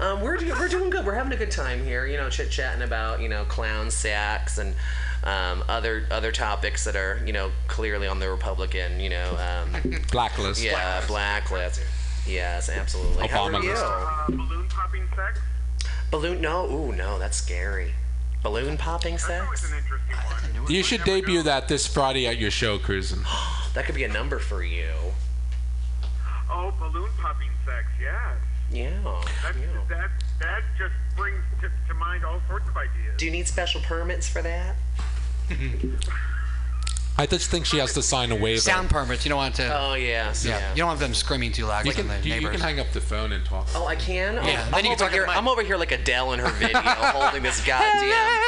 [SPEAKER 11] Um, we're do- we're doing good. We're having a good time here. You know, chit chatting about you know clown sacks and um, other other topics that are you know clearly on the Republican you know um,
[SPEAKER 5] Blacklist.
[SPEAKER 11] Yeah, blacklist. Yes, absolutely. How are
[SPEAKER 5] Obama
[SPEAKER 11] you?
[SPEAKER 5] list.
[SPEAKER 12] Uh, balloon popping sex?
[SPEAKER 11] Balloon? No, ooh, no, that's scary. Balloon popping sex?
[SPEAKER 5] You should debut that this Friday at your show, Cruisin'.
[SPEAKER 11] That could be a number for you.
[SPEAKER 12] Oh, balloon popping sex, yes.
[SPEAKER 11] Yeah.
[SPEAKER 12] That, that, that just brings to, to mind all sorts of ideas.
[SPEAKER 11] Do you need special permits for that?
[SPEAKER 5] I just think she has to sign a waiver.
[SPEAKER 6] sound permits. You don't want to.
[SPEAKER 11] Oh yes.
[SPEAKER 6] Yeah. You don't want them screaming too loud.
[SPEAKER 5] You
[SPEAKER 6] like
[SPEAKER 5] can,
[SPEAKER 6] in the
[SPEAKER 5] you, you
[SPEAKER 6] neighbors.
[SPEAKER 5] can hang up the phone and talk.
[SPEAKER 11] Oh, I can. Oh,
[SPEAKER 6] Yeah, then
[SPEAKER 11] I'm,
[SPEAKER 6] you can
[SPEAKER 11] over
[SPEAKER 6] talk
[SPEAKER 11] here, I'm over here like Adele in her video, holding this goddamn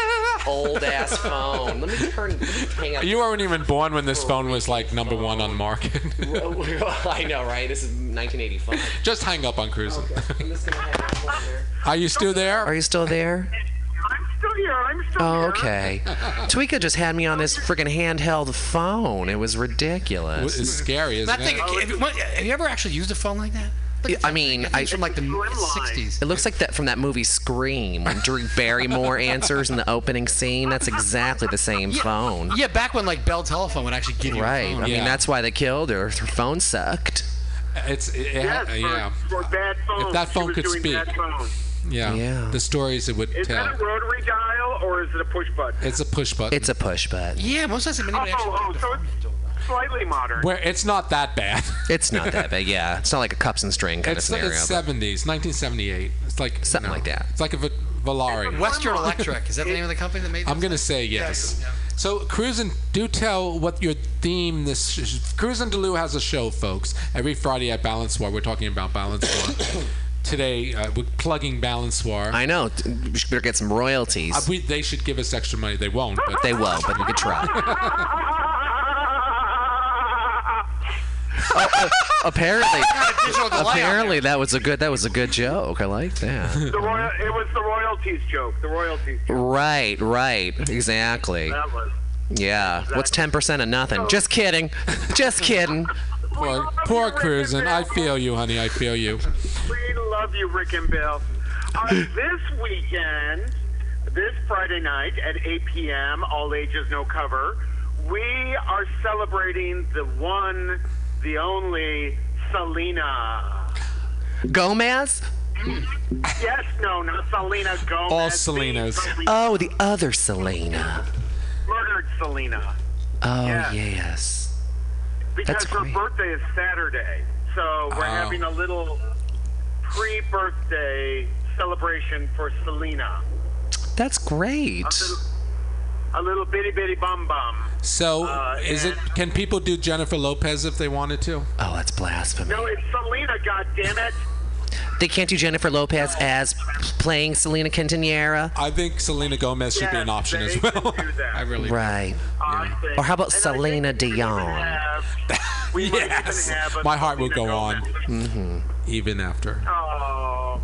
[SPEAKER 11] old ass phone. Let me turn. Let me hang up.
[SPEAKER 5] You weren't even born when this phone was like number one on the market.
[SPEAKER 11] I know, right? This is 1985.
[SPEAKER 5] just hang up on Cruisin'. Are you still there? Are
[SPEAKER 11] you still there?
[SPEAKER 12] I'm still here. I'm still
[SPEAKER 11] Oh,
[SPEAKER 12] here.
[SPEAKER 11] okay. Tweeka just had me on this freaking handheld phone. It was ridiculous.
[SPEAKER 5] It's scary,
[SPEAKER 6] That thing, if- what- have you ever actually used a phone like that?
[SPEAKER 11] I mean, I,
[SPEAKER 6] It's from like the 60s.
[SPEAKER 11] It looks like that from that movie Scream when Drew Barrymore answers in the opening scene. That's exactly the same phone.
[SPEAKER 6] Yeah, back when like Bell Telephone would actually give you a
[SPEAKER 11] Right.
[SPEAKER 6] phone.
[SPEAKER 11] I mean, that's why they killed her. Her phone sucked.
[SPEAKER 5] It's it, it
[SPEAKER 12] Yes,
[SPEAKER 5] ha-
[SPEAKER 12] for,
[SPEAKER 5] Uh, yeah.
[SPEAKER 12] for bad phones.
[SPEAKER 5] that
[SPEAKER 12] She
[SPEAKER 5] phone
[SPEAKER 12] was
[SPEAKER 5] could
[SPEAKER 12] doing
[SPEAKER 5] speak.
[SPEAKER 12] bad phones.
[SPEAKER 5] yeah, The stories it would
[SPEAKER 12] Is
[SPEAKER 5] tell.
[SPEAKER 12] that a rotary dial or is it a push button?
[SPEAKER 5] It's a push button.
[SPEAKER 11] It's a push button.
[SPEAKER 6] Yeah, most of the time
[SPEAKER 12] Oh, oh, so it's slightly modern.
[SPEAKER 5] Where it's not that bad.
[SPEAKER 11] It's not that bad. Yeah, it's not like a cups and string kind
[SPEAKER 5] it's
[SPEAKER 11] of scenario.
[SPEAKER 5] it's
[SPEAKER 11] but-
[SPEAKER 5] 70s, 1978. It's like
[SPEAKER 11] Something like that.
[SPEAKER 5] It's like a v- Volare.
[SPEAKER 6] Western Electric. Is that the name of the company that made
[SPEAKER 5] I'm
[SPEAKER 6] this?
[SPEAKER 5] gonna say yes. So, Cruisin, do tell what your theme this. Sh- Cruisin' Delu has a show, folks. Every Friday at Balance War, we're talking about Balance War. Today, uh, we're plugging Balance War.
[SPEAKER 11] I know. t- We should better get some royalties.
[SPEAKER 5] Uh, we, they should give us extra money. They won't. But
[SPEAKER 11] they will, but we could try.
[SPEAKER 12] Ah,
[SPEAKER 11] Oh, uh, apparently,
[SPEAKER 6] digital delay on
[SPEAKER 11] apparently that was a good that was a good joke. I like that.
[SPEAKER 12] The royal, it was the royalties joke. The royalties.
[SPEAKER 11] Right, right, exactly.
[SPEAKER 12] That was.
[SPEAKER 11] Yeah. What's ten percent of nothing? Just kidding. Just kidding.
[SPEAKER 5] poor, poor Cruisin', I feel you, honey. I feel you.
[SPEAKER 12] We love you, Rick and Bill. Uh, this weekend, this Friday night at 8 p.m., all ages, no cover, we are celebrating the one, the only Selena.
[SPEAKER 11] Gomez?
[SPEAKER 12] Yes, no, not Selena Gomez.
[SPEAKER 11] All
[SPEAKER 12] the
[SPEAKER 11] Selenas.
[SPEAKER 12] Selena-
[SPEAKER 11] Oh, the other Selena.
[SPEAKER 12] Murdered Selena.
[SPEAKER 11] Oh
[SPEAKER 12] Yeah.
[SPEAKER 11] yes.
[SPEAKER 12] Because
[SPEAKER 11] That's
[SPEAKER 12] her
[SPEAKER 11] great.
[SPEAKER 12] birthday is Saturday. So we're
[SPEAKER 11] Oh.
[SPEAKER 12] having a little pre birthday celebration for Selena.
[SPEAKER 11] That's great.
[SPEAKER 12] A little, a little bitty bitty bum bum.
[SPEAKER 5] So,
[SPEAKER 12] Uh,
[SPEAKER 5] Oh, is it? Can people do Jennifer Lopez if they wanted to?
[SPEAKER 11] Oh, that's blasphemy.
[SPEAKER 12] No, it's Selena, goddammit.
[SPEAKER 11] They can't do Jennifer Lopez as playing Selena Quintanilla.
[SPEAKER 5] I think Selena Gomez should be an option as well. I really do.
[SPEAKER 11] Right.
[SPEAKER 12] I think-
[SPEAKER 11] Or how about Selena Dion?
[SPEAKER 12] We might even
[SPEAKER 5] Yes.
[SPEAKER 12] have a
[SPEAKER 5] My heart will go
[SPEAKER 12] Selena
[SPEAKER 5] on,
[SPEAKER 12] Gomez.
[SPEAKER 11] Mm-hmm.
[SPEAKER 5] even after
[SPEAKER 12] Oh,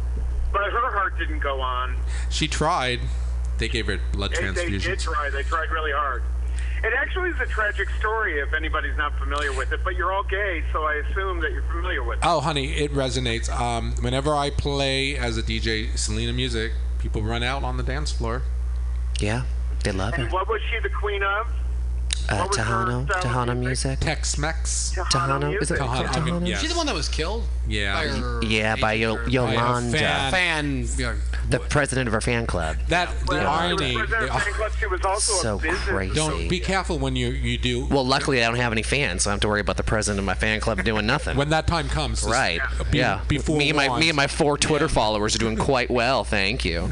[SPEAKER 12] but her heart didn't go on.
[SPEAKER 5] she tried. They gave her blood
[SPEAKER 12] They, they did
[SPEAKER 5] transfusions.
[SPEAKER 12] try. They tried really hard. It actually is a tragic story if anybody's not familiar with it, but you're all gay, so I assume that you're familiar with it.
[SPEAKER 5] Oh, honey, it resonates. Um, whenever I play as a DJ Selena music, people run out on the dance floor.
[SPEAKER 11] Yeah, they love
[SPEAKER 12] And
[SPEAKER 11] her.
[SPEAKER 12] what was she the queen of?
[SPEAKER 11] Uh, Tejano, Tejano music.
[SPEAKER 5] Tex Mex.
[SPEAKER 11] Tejano, is it
[SPEAKER 5] Tejano,
[SPEAKER 11] Tejano?
[SPEAKER 5] okay, yes.
[SPEAKER 6] She's the one that was killed.
[SPEAKER 5] Yeah.
[SPEAKER 6] By her
[SPEAKER 11] Yeah, by
[SPEAKER 6] agent
[SPEAKER 11] Yo-
[SPEAKER 6] or-
[SPEAKER 11] Yolanda.
[SPEAKER 6] Fan.
[SPEAKER 11] The president of our fan club.
[SPEAKER 5] That the
[SPEAKER 11] Yeah.
[SPEAKER 5] irony.
[SPEAKER 11] So crazy.
[SPEAKER 5] Don't be careful when you you do.
[SPEAKER 11] Well, luckily I don't have any fans, so I don't have to worry about the president of my fan club doing nothing.
[SPEAKER 5] When that time comes, just
[SPEAKER 11] right?
[SPEAKER 5] be-
[SPEAKER 11] yeah.
[SPEAKER 5] be
[SPEAKER 11] me and my
[SPEAKER 5] forewarned.
[SPEAKER 11] me and my four Twitter followers are doing quite well, thank you.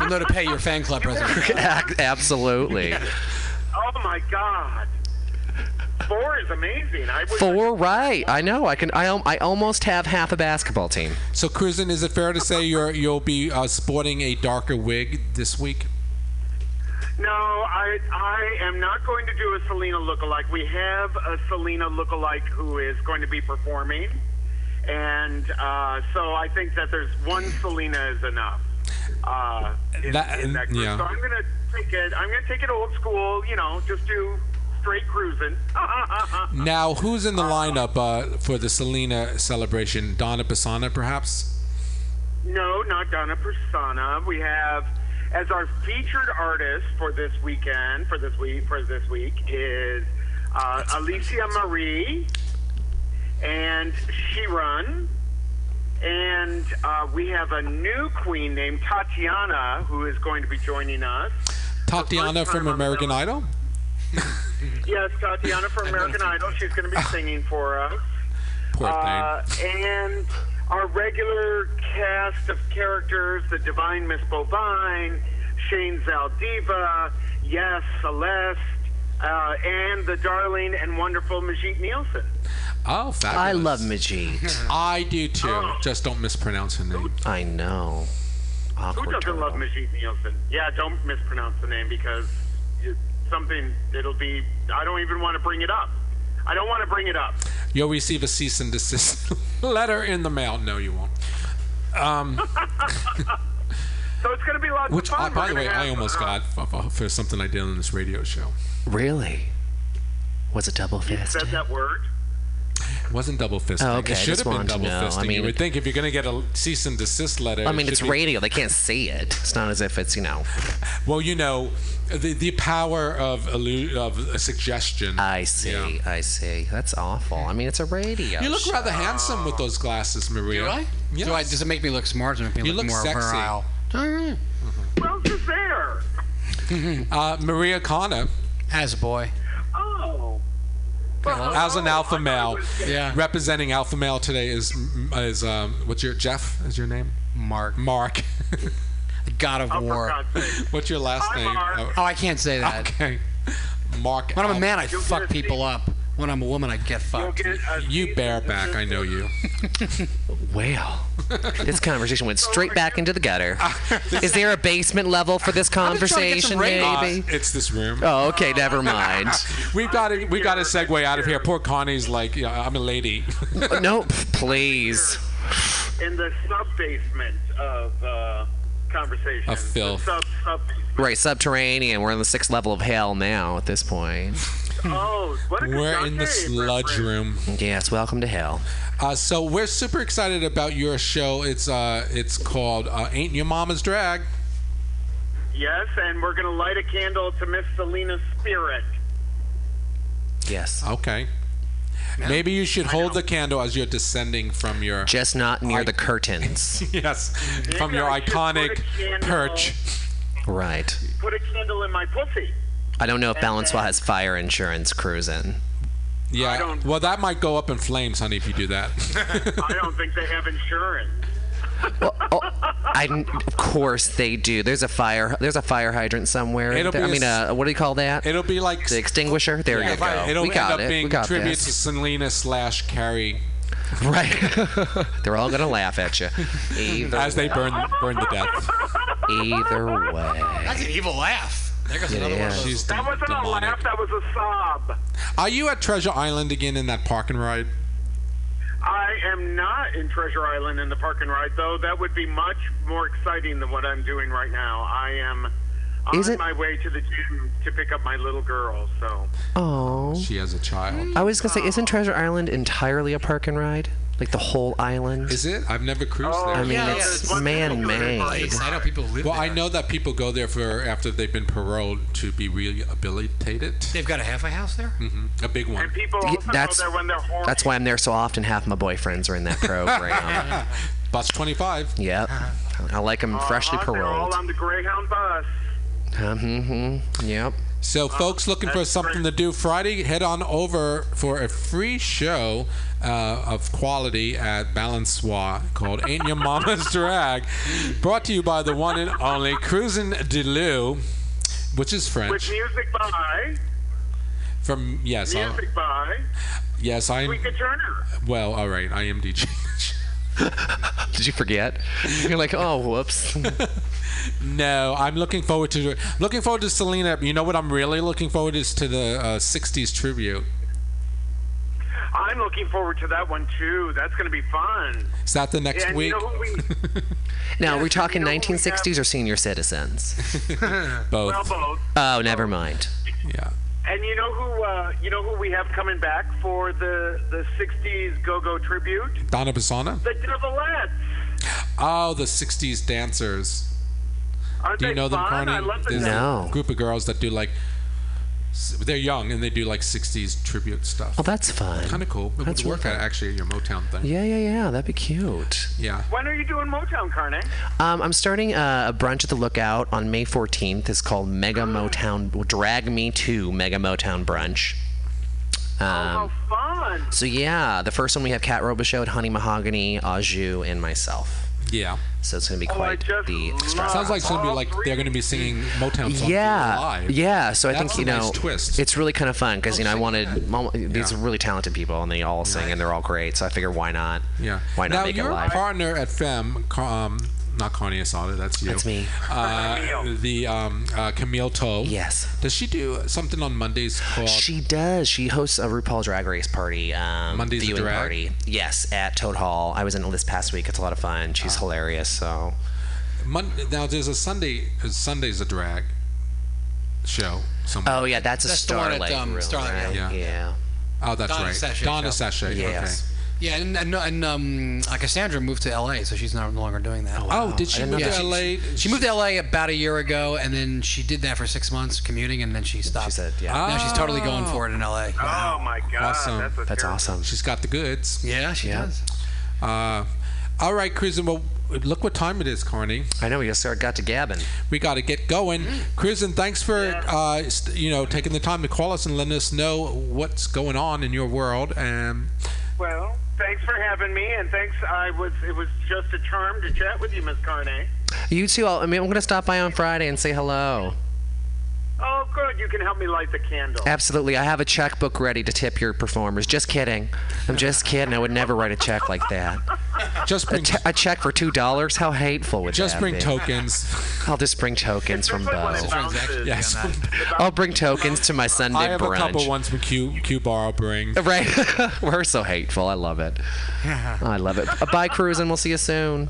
[SPEAKER 6] You'll know to pay your fan club president.
[SPEAKER 11] Ac- Absolutely.
[SPEAKER 12] Oh my God. Four is amazing. I wish
[SPEAKER 11] Four right. I know. I can. I, al- I almost have half a basketball team.
[SPEAKER 5] So, Cruisin, is it fair to say you're you'll be uh, sporting a darker wig this week?
[SPEAKER 12] No, I I am not going to do a Selena lookalike. We have a Selena lookalike who is going to be performing, and uh, so I think that there's one Selena is enough. Uh, in,
[SPEAKER 5] That-
[SPEAKER 12] in that group.
[SPEAKER 5] yeah.
[SPEAKER 12] So I'm gonna take it. I'm gonna take it old school. You know, just do straight cruising.
[SPEAKER 5] Now, who's in the lineup uh, for the Selena celebration? Donna Pisana, perhaps.
[SPEAKER 12] No, not Donna Persona. We have as our featured artist for this weekend, for this week, for this week is uh, Alicia Marie and Shiran. And uh, we have a new queen named Tatiana who is going to be joining us.
[SPEAKER 5] Tatiana from American Idol.
[SPEAKER 12] Yes, Tatiana from American Idol. She's going to be singing for us.
[SPEAKER 5] Poor
[SPEAKER 12] Uh, and our regular cast of characters, the Divine Miss Bovine, Shane Zaldiva, Yes, Celeste, uh, and the darling and wonderful Majit Nielsen.
[SPEAKER 5] Oh, fabulous!
[SPEAKER 11] I love Majid.
[SPEAKER 5] I do too. Just don't mispronounce her name.
[SPEAKER 11] I know.
[SPEAKER 5] Ah,
[SPEAKER 12] Who
[SPEAKER 11] Awkward.
[SPEAKER 12] doesn't love Majit Nielsen? Yeah, don't mispronounce the name because it's something, it'll be, I don't even want to bring it up. I don't want to bring it up.
[SPEAKER 5] You'll receive a cease and desist letter in the mail. No, you won't. Um,
[SPEAKER 12] So it's going to be lots
[SPEAKER 5] which,
[SPEAKER 12] of fun.
[SPEAKER 5] I, by
[SPEAKER 12] We're
[SPEAKER 5] the way,
[SPEAKER 12] gonna
[SPEAKER 5] I
[SPEAKER 12] have,
[SPEAKER 5] almost
[SPEAKER 12] uh,
[SPEAKER 5] got for, for- for something I did on this radio show.
[SPEAKER 11] Really? Was it double fist?
[SPEAKER 12] Said that word.
[SPEAKER 5] wasn't double fisting.
[SPEAKER 11] Oh, okay,
[SPEAKER 5] It
[SPEAKER 11] I
[SPEAKER 5] should
[SPEAKER 11] just
[SPEAKER 5] have been
[SPEAKER 11] wanted to
[SPEAKER 5] double
[SPEAKER 11] know. I
[SPEAKER 5] fisting. you
[SPEAKER 11] mean-
[SPEAKER 5] would think if you're going to get a cease and desist letter.
[SPEAKER 11] I
[SPEAKER 5] it
[SPEAKER 11] mean,
[SPEAKER 5] should
[SPEAKER 11] it's
[SPEAKER 5] be-
[SPEAKER 11] radio. They can't see it. It's not as if it's you know.
[SPEAKER 5] Well, you know, the the power of illu- of a suggestion.
[SPEAKER 11] I see. I see. That's awful. I mean, it's a radio.
[SPEAKER 5] You look
[SPEAKER 11] show.
[SPEAKER 5] rather handsome with those glasses, Maria.
[SPEAKER 6] Do I?
[SPEAKER 5] Yes.
[SPEAKER 6] Do I? Does it make me look smart? Does it make me
[SPEAKER 5] You
[SPEAKER 6] look,
[SPEAKER 5] look
[SPEAKER 6] more
[SPEAKER 5] sexy.
[SPEAKER 6] virile?
[SPEAKER 12] Well, she's there.
[SPEAKER 5] Mm-hmm. Uh, Maria Connor,
[SPEAKER 6] As a boy.
[SPEAKER 12] Oh.
[SPEAKER 5] as an alpha male,
[SPEAKER 6] Yeah.
[SPEAKER 5] representing alpha male today is is um, what's your Jeff? Is your name
[SPEAKER 6] Mark.
[SPEAKER 5] Mark?
[SPEAKER 6] God of
[SPEAKER 12] Oh, For
[SPEAKER 6] War.
[SPEAKER 12] God's sake.
[SPEAKER 5] what's your last
[SPEAKER 12] Hi,
[SPEAKER 5] name?
[SPEAKER 12] Mark.
[SPEAKER 5] Oh,
[SPEAKER 6] Oh, I can't say that.
[SPEAKER 5] okay, Mark.
[SPEAKER 6] When I'm a
[SPEAKER 5] Al-
[SPEAKER 6] man, I
[SPEAKER 12] You'll
[SPEAKER 6] fuck
[SPEAKER 12] get a
[SPEAKER 6] people up. When I'm a woman, I get
[SPEAKER 12] You'll
[SPEAKER 6] fucked.
[SPEAKER 12] get a
[SPEAKER 5] You
[SPEAKER 12] cease and
[SPEAKER 5] bareback, I know you.
[SPEAKER 11] Well, this conversation went straight back into the gutter. Is there a basement level for this
[SPEAKER 6] I'm just trying to get some
[SPEAKER 11] conversation,
[SPEAKER 5] Uh,
[SPEAKER 11] maybe?
[SPEAKER 5] it's this room.
[SPEAKER 11] Oh, okay. Never mind.
[SPEAKER 5] We've got to we got to segue out of here. Poor Connie's like, yeah, I'm a lady.
[SPEAKER 11] Uh, no, please.
[SPEAKER 12] in the sub basement of uh, conversation.
[SPEAKER 5] Of filth.
[SPEAKER 12] The Sub sub.
[SPEAKER 11] Right, subterranean. We're on the sixth level of hell now. At this point.
[SPEAKER 12] Oh, what a
[SPEAKER 5] We're in the
[SPEAKER 12] Dante
[SPEAKER 5] sludge
[SPEAKER 12] reference.
[SPEAKER 5] room.
[SPEAKER 11] Yes. Welcome to hell.
[SPEAKER 5] Uh, so we're super excited about your show. It's uh, it's called uh, "Ain't Your Mama's Drag."
[SPEAKER 12] Yes, and we're gonna light a candle to Miss Selena's spirit.
[SPEAKER 11] Yes.
[SPEAKER 5] Okay. Maybe you should hold the candle as you're descending from your
[SPEAKER 11] Just not near the curtains.
[SPEAKER 5] yes from your
[SPEAKER 12] I should put a
[SPEAKER 5] iconic
[SPEAKER 12] candle-
[SPEAKER 5] perch.
[SPEAKER 11] Right.
[SPEAKER 12] Put a candle in my pussy.
[SPEAKER 11] I don't know if
[SPEAKER 12] And
[SPEAKER 11] Balancewell
[SPEAKER 12] then-
[SPEAKER 11] has fire insurance cruising.
[SPEAKER 12] I
[SPEAKER 5] Yeah.
[SPEAKER 12] don't-
[SPEAKER 5] Well, that might go up in flames, honey, if you do that.
[SPEAKER 12] I don't think they have insurance.
[SPEAKER 11] Oh, I of course they do. There's a fire. There's a fire hydrant somewhere.
[SPEAKER 5] It'll
[SPEAKER 11] There-
[SPEAKER 5] be
[SPEAKER 11] I
[SPEAKER 5] a
[SPEAKER 11] mean,
[SPEAKER 5] s-
[SPEAKER 11] uh, what do you call that?
[SPEAKER 5] It'll be like
[SPEAKER 11] the extinguisher. There you go.
[SPEAKER 5] It'll
[SPEAKER 11] we
[SPEAKER 5] end
[SPEAKER 11] got
[SPEAKER 5] up
[SPEAKER 11] it.
[SPEAKER 5] being
[SPEAKER 11] we got
[SPEAKER 5] tribute to
[SPEAKER 11] this.
[SPEAKER 5] Selena slash Carrie
[SPEAKER 11] Right. They're all gonna laugh at you. Either
[SPEAKER 5] as they burn burn to death.
[SPEAKER 11] either way.
[SPEAKER 6] That's an evil laugh. There goes another one.
[SPEAKER 11] Yeah.
[SPEAKER 6] of those.
[SPEAKER 5] She's
[SPEAKER 12] That wasn't a
[SPEAKER 5] demonic.
[SPEAKER 12] laugh. That was a sob.
[SPEAKER 5] Are you at Treasure Island again in that parking ride?
[SPEAKER 12] I am not in Treasure Island in the park and ride, though. That would be much more exciting than what I'm doing right now. I am on
[SPEAKER 11] Is it-
[SPEAKER 12] my way to the gym to pick up my little girl. So
[SPEAKER 11] Oh.
[SPEAKER 5] She has a child.
[SPEAKER 11] I was gonna say, isn't Treasure Island entirely a park and ride? Like the whole island. Is
[SPEAKER 5] it? I've never cruised
[SPEAKER 11] there. I mean,
[SPEAKER 5] Yeah,
[SPEAKER 11] it's
[SPEAKER 5] it's one thing to go to a
[SPEAKER 11] man-made.
[SPEAKER 5] place.
[SPEAKER 13] I know people live
[SPEAKER 5] Well,
[SPEAKER 13] there.
[SPEAKER 5] I know that people go there for after they've been paroled to be rehabilitated.
[SPEAKER 13] They've got a halfway house there?
[SPEAKER 5] hmm A big one. And
[SPEAKER 12] people
[SPEAKER 11] Yeah, that's that's why I'm there so often. Half my boyfriends are in that program.
[SPEAKER 5] Bus 25.
[SPEAKER 11] Yep. I like them freshly
[SPEAKER 12] Uh-huh, they're all
[SPEAKER 11] paroled.
[SPEAKER 12] on the Greyhound bus.
[SPEAKER 11] hmm Yep.
[SPEAKER 5] Uh-huh. So, folks looking for something to do Friday, head on over for a free show uh, of quality at Balancois called Ain't Your Mama's Drag, brought to you by the one and only Cruisin' Deleu, which is
[SPEAKER 12] With
[SPEAKER 5] French.
[SPEAKER 12] music by.
[SPEAKER 5] From, yes, I,
[SPEAKER 12] Music by.
[SPEAKER 5] yes, I,
[SPEAKER 12] Rika Turner.
[SPEAKER 5] well, all right, I am DJ.
[SPEAKER 11] Did you forget? You're like, oh, whoops.
[SPEAKER 5] No, I'm looking forward to I'm looking forward to Selena. You know what I'm really looking forward is to the uh, '60s tribute.
[SPEAKER 12] I'm looking forward to that one too. That's going to be fun.
[SPEAKER 5] Is that the next
[SPEAKER 12] and
[SPEAKER 5] week?
[SPEAKER 12] You know who we,
[SPEAKER 11] Now, we're talking 1960s or senior citizens?
[SPEAKER 5] both.
[SPEAKER 12] Well, both.
[SPEAKER 11] Oh, never mind.
[SPEAKER 5] Yeah.
[SPEAKER 12] and you know who uh, you know who we have coming back for the the '60s go-go tribute?
[SPEAKER 5] Donna Pisana?
[SPEAKER 12] The Devilettes.
[SPEAKER 5] Oh, the '60s dancers.
[SPEAKER 12] Aren't
[SPEAKER 5] do you
[SPEAKER 12] they
[SPEAKER 5] know them,
[SPEAKER 12] fun?
[SPEAKER 5] Carney?
[SPEAKER 12] I love the
[SPEAKER 5] There's a
[SPEAKER 11] No.
[SPEAKER 5] group of girls that do like. s- They're young and they do like '60s tribute stuff.
[SPEAKER 11] Oh, that's fun.
[SPEAKER 5] Kind of cool. It
[SPEAKER 11] That's
[SPEAKER 5] would work
[SPEAKER 11] really
[SPEAKER 5] out actually at your Motown thing.
[SPEAKER 11] Yeah, yeah, yeah. That'd be cute.
[SPEAKER 5] Yeah.
[SPEAKER 12] When are you doing Motown, Carney?
[SPEAKER 11] Um, I'm starting uh, a brunch at the Lookout on May 14th. It's called Mega Motown. Drag me to Mega Motown brunch. Um,
[SPEAKER 12] Fun.
[SPEAKER 11] so yeah, the first one we have Kat Robichaux, at Honey Mahogany, Aju, and myself.
[SPEAKER 5] Yeah.
[SPEAKER 11] So it's gonna be
[SPEAKER 5] Oh, I
[SPEAKER 11] quite the extra.
[SPEAKER 5] Sounds like it's gonna be like they're gonna be singing Motown songs
[SPEAKER 11] yeah,
[SPEAKER 5] live.
[SPEAKER 11] yeah. So I
[SPEAKER 5] That's
[SPEAKER 11] think you
[SPEAKER 5] a nice
[SPEAKER 11] know,
[SPEAKER 5] twist.
[SPEAKER 11] it's really kind of fun because you know I wanted mom, these are really talented people and they all sing and they're all great. So I figure why not?
[SPEAKER 5] Yeah.
[SPEAKER 11] Why not
[SPEAKER 5] now,
[SPEAKER 11] make
[SPEAKER 5] your
[SPEAKER 11] it live?
[SPEAKER 5] partner at FEM, Car- um, not Connie Asada, that's you.
[SPEAKER 11] That's me.
[SPEAKER 5] Uh, the um, uh, Camille Toe.
[SPEAKER 11] Yes.
[SPEAKER 5] Does she do something on Mondays called?
[SPEAKER 11] She does. She hosts a RuPaul Drag Race party. Um,
[SPEAKER 5] Monday's the
[SPEAKER 11] viewing
[SPEAKER 5] drag?
[SPEAKER 11] party. Yes, at Toad Hall. I was in it this past week. It's a lot of fun. She's hilarious. So
[SPEAKER 5] Mon- now there's a Sunday. 'cause Sunday's a drag show. Somewhere.
[SPEAKER 11] Oh, yeah, that's a
[SPEAKER 13] That's the one at,
[SPEAKER 11] Starlight
[SPEAKER 13] um,
[SPEAKER 11] room,
[SPEAKER 13] Starlight,
[SPEAKER 11] right?
[SPEAKER 5] yeah.
[SPEAKER 11] Yeah.
[SPEAKER 5] Oh, that's
[SPEAKER 13] Donna
[SPEAKER 5] right.
[SPEAKER 13] Sachet
[SPEAKER 5] Donna
[SPEAKER 13] show.
[SPEAKER 5] Sachet.
[SPEAKER 13] Yes.
[SPEAKER 5] Okay.
[SPEAKER 13] Yeah, and and, and um, uh, Cassandra moved to L.A., so she's not no longer doing that. Oh,
[SPEAKER 5] wow. did she I didn't move know to that. LA?
[SPEAKER 13] She, she moved to L.A. about a year ago, and then she did that for six months commuting, and then she stopped. She said,
[SPEAKER 11] yeah.
[SPEAKER 13] Now she's totally going for it in L.A.
[SPEAKER 12] Oh my God.
[SPEAKER 5] awesome.
[SPEAKER 12] That's, a terrible-
[SPEAKER 11] awesome.
[SPEAKER 5] She's got the goods.
[SPEAKER 13] Yeah, she
[SPEAKER 11] Yeah.
[SPEAKER 13] does.
[SPEAKER 5] Uh, all right, Cruisin. Well, look what time it is, Carney.
[SPEAKER 11] I know. We just got to gabbing. Mm.
[SPEAKER 5] We got to get going. Cruisin, thanks for uh, st- you know taking the time to call us and letting us know what's going on in your world. And
[SPEAKER 12] Well, thanks for having me, and thanks. I was. It was just a charm to chat with you, Miss Carney.
[SPEAKER 11] You too. I'll, I mean, I'm gonna stop by on Friday and say hello.
[SPEAKER 12] Oh, good. You can help me light the candle.
[SPEAKER 11] Absolutely. I have a checkbook ready to tip your performers. Just kidding. I'm just kidding. I would never write a check like that.
[SPEAKER 5] Just
[SPEAKER 11] a, che- a check for two dollars. How hateful would
[SPEAKER 5] Just
[SPEAKER 11] that
[SPEAKER 5] bring
[SPEAKER 11] be?
[SPEAKER 5] tokens.
[SPEAKER 11] I'll just bring tokens from Bo.
[SPEAKER 5] Yes.
[SPEAKER 11] I'll bring tokens to my Sunday
[SPEAKER 5] I have
[SPEAKER 11] brunch.
[SPEAKER 5] a couple ones from Q Q Bar. I'll bring.
[SPEAKER 11] Right. We're so hateful. I love it. I love it. Uh, Bye, Cruz, and we'll see you soon.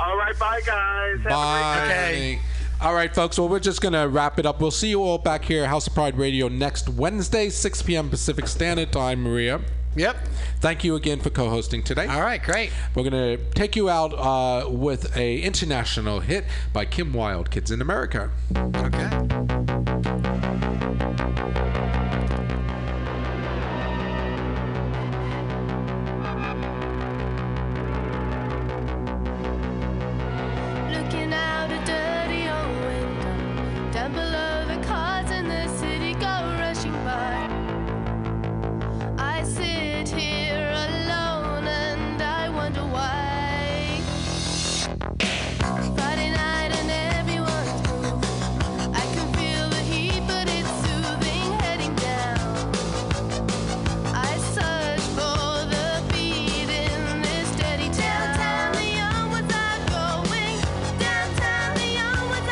[SPEAKER 12] All right. Bye, guys. Have
[SPEAKER 5] Bye.
[SPEAKER 12] A great night.
[SPEAKER 5] All right, folks. Well, we're just going to wrap it up. We'll see you all back here at House of Pride Radio next Wednesday, 6 p.m. Pacific Standard Time, Maria.
[SPEAKER 13] Yep.
[SPEAKER 5] Thank you again for co-hosting today. All
[SPEAKER 13] right, great.
[SPEAKER 5] We're going to take you out uh, with a international hit by Kim Wilde, Kids in America.
[SPEAKER 13] Okay.
[SPEAKER 14] Looking out a dirty old window. Down below the cars in the city go rushing by. I sit here alone and I wonder why. Friday night and everyone's moving. I can feel the heat, but it's soothing heading down. I search for the beat in this dirty town. Downtown Leon, without going. Downtown Leon. Oh,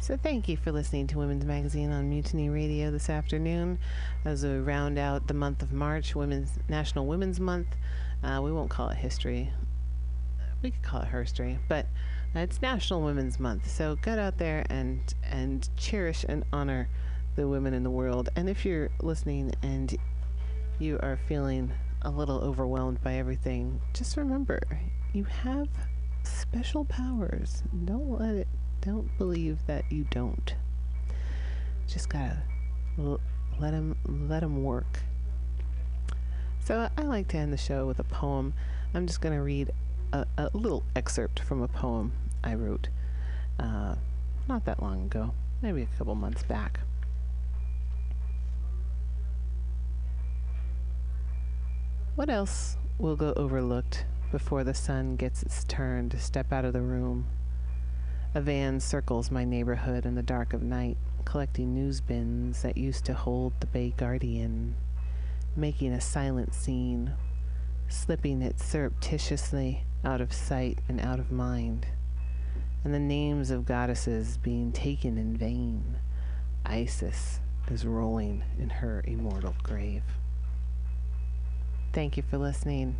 [SPEAKER 1] So thank you for listening to Women's Magazine on Mutiny Radio this afternoon. As we round out the month of March, Women's National Women's Month, uh, we won't call it history. We could call it herstory, but it's National Women's Month. So get out there and and cherish and honor the women in the world. And if you're listening and you are feeling a little overwhelmed by everything, just remember you have special powers. Don't let it, don't believe that you don't. Just gotta l- let them, let them work. So I like to end the show with a poem. I'm just going to read a, a little excerpt from a poem I wrote uh, not that long ago, maybe a couple months back. What else will go overlooked before the sun gets its turn to step out of the room? A van circles my neighborhood in the dark of night, collecting news bins that used to hold the Bay Guardian, making a silent scene, slipping it surreptitiously out of sight and out of mind, and the names of goddesses being taken in vain. Isis is rolling in her immortal grave. Thank you for listening.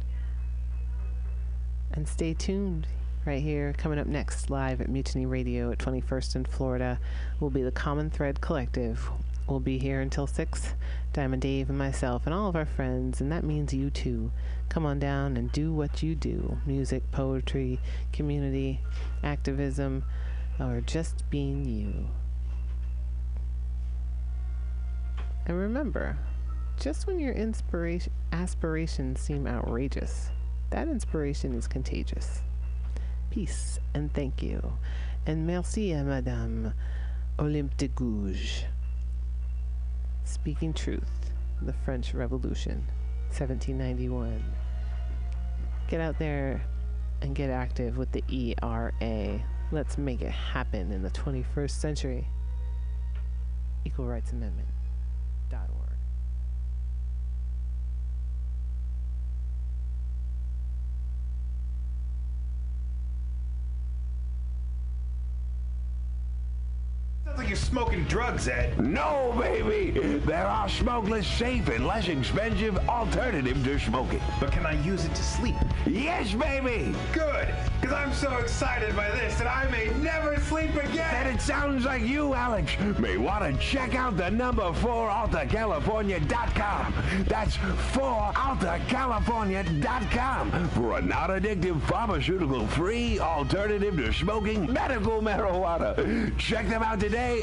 [SPEAKER 1] And stay tuned right here. Coming up next, live at Mutiny Radio at 21st in Florida, will be the Common Thread Collective. We'll be here until 6. Diamond Dave and myself and all of our friends, and that means you too. Come on down and do what you do music, poetry, community, activism, or just being you. And remember, just when your inspiration aspirations seem outrageous, that inspiration is contagious. Peace and thank you. And merci à Madame Olympe de Gouges. Speaking Truth, The French Revolution, 1791. Get out there and get active with the ERA. Let's make it happen in the 21st century. Equal Rights Amendment. dot org.
[SPEAKER 15] Sounds like you're smoking drugs, Ed.
[SPEAKER 16] No, baby! There are smokeless, safe, and less expensive alternative to smoking. But can I use it to sleep? Yes, baby!
[SPEAKER 15] Good, because I'm so excited by this that I may never sleep again.
[SPEAKER 16] And it sounds like you, Alex, may want to check out the number 4altacalifornia.com. That's 4altacalifornia.com for a non-addictive, pharmaceutical-free alternative to smoking medical marijuana. Check them out today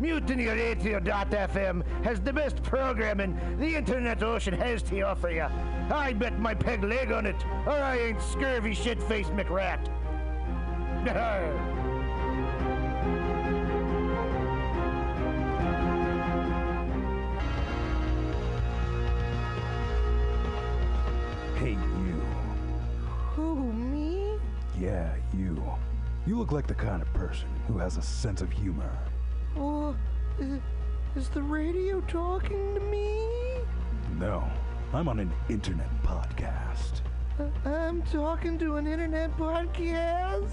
[SPEAKER 17] MutinyRadio.fm has the best programming the internet ocean has to offer you. I bet my peg leg on it, or I ain't scurvy shit faced McRat.
[SPEAKER 18] Hey, you.
[SPEAKER 19] Who, me?
[SPEAKER 18] Yeah, you. You look like the kind of person who has a sense of humor.
[SPEAKER 19] Oh, is, is the radio talking to me?
[SPEAKER 18] No, I'm on an internet podcast.
[SPEAKER 19] I- Uh, I'm talking to an internet podcast?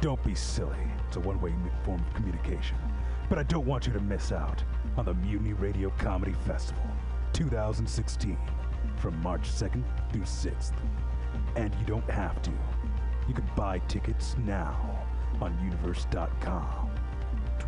[SPEAKER 18] Don't be silly. It's a one way form of communication. But I don't want you to miss out on the Mutiny Radio Comedy Festival 2016 from March 2nd through 6th. And you don't have to. You can buy tickets now on universe.com t-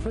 [SPEAKER 20] for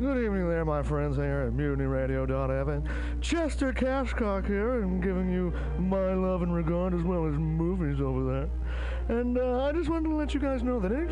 [SPEAKER 19] Good evening there, my friends here at MutinyRadio.fm. Chester Cashcock here, and giving you my love and regard as well as movies over there. And uh, I just wanted to let you guys know that any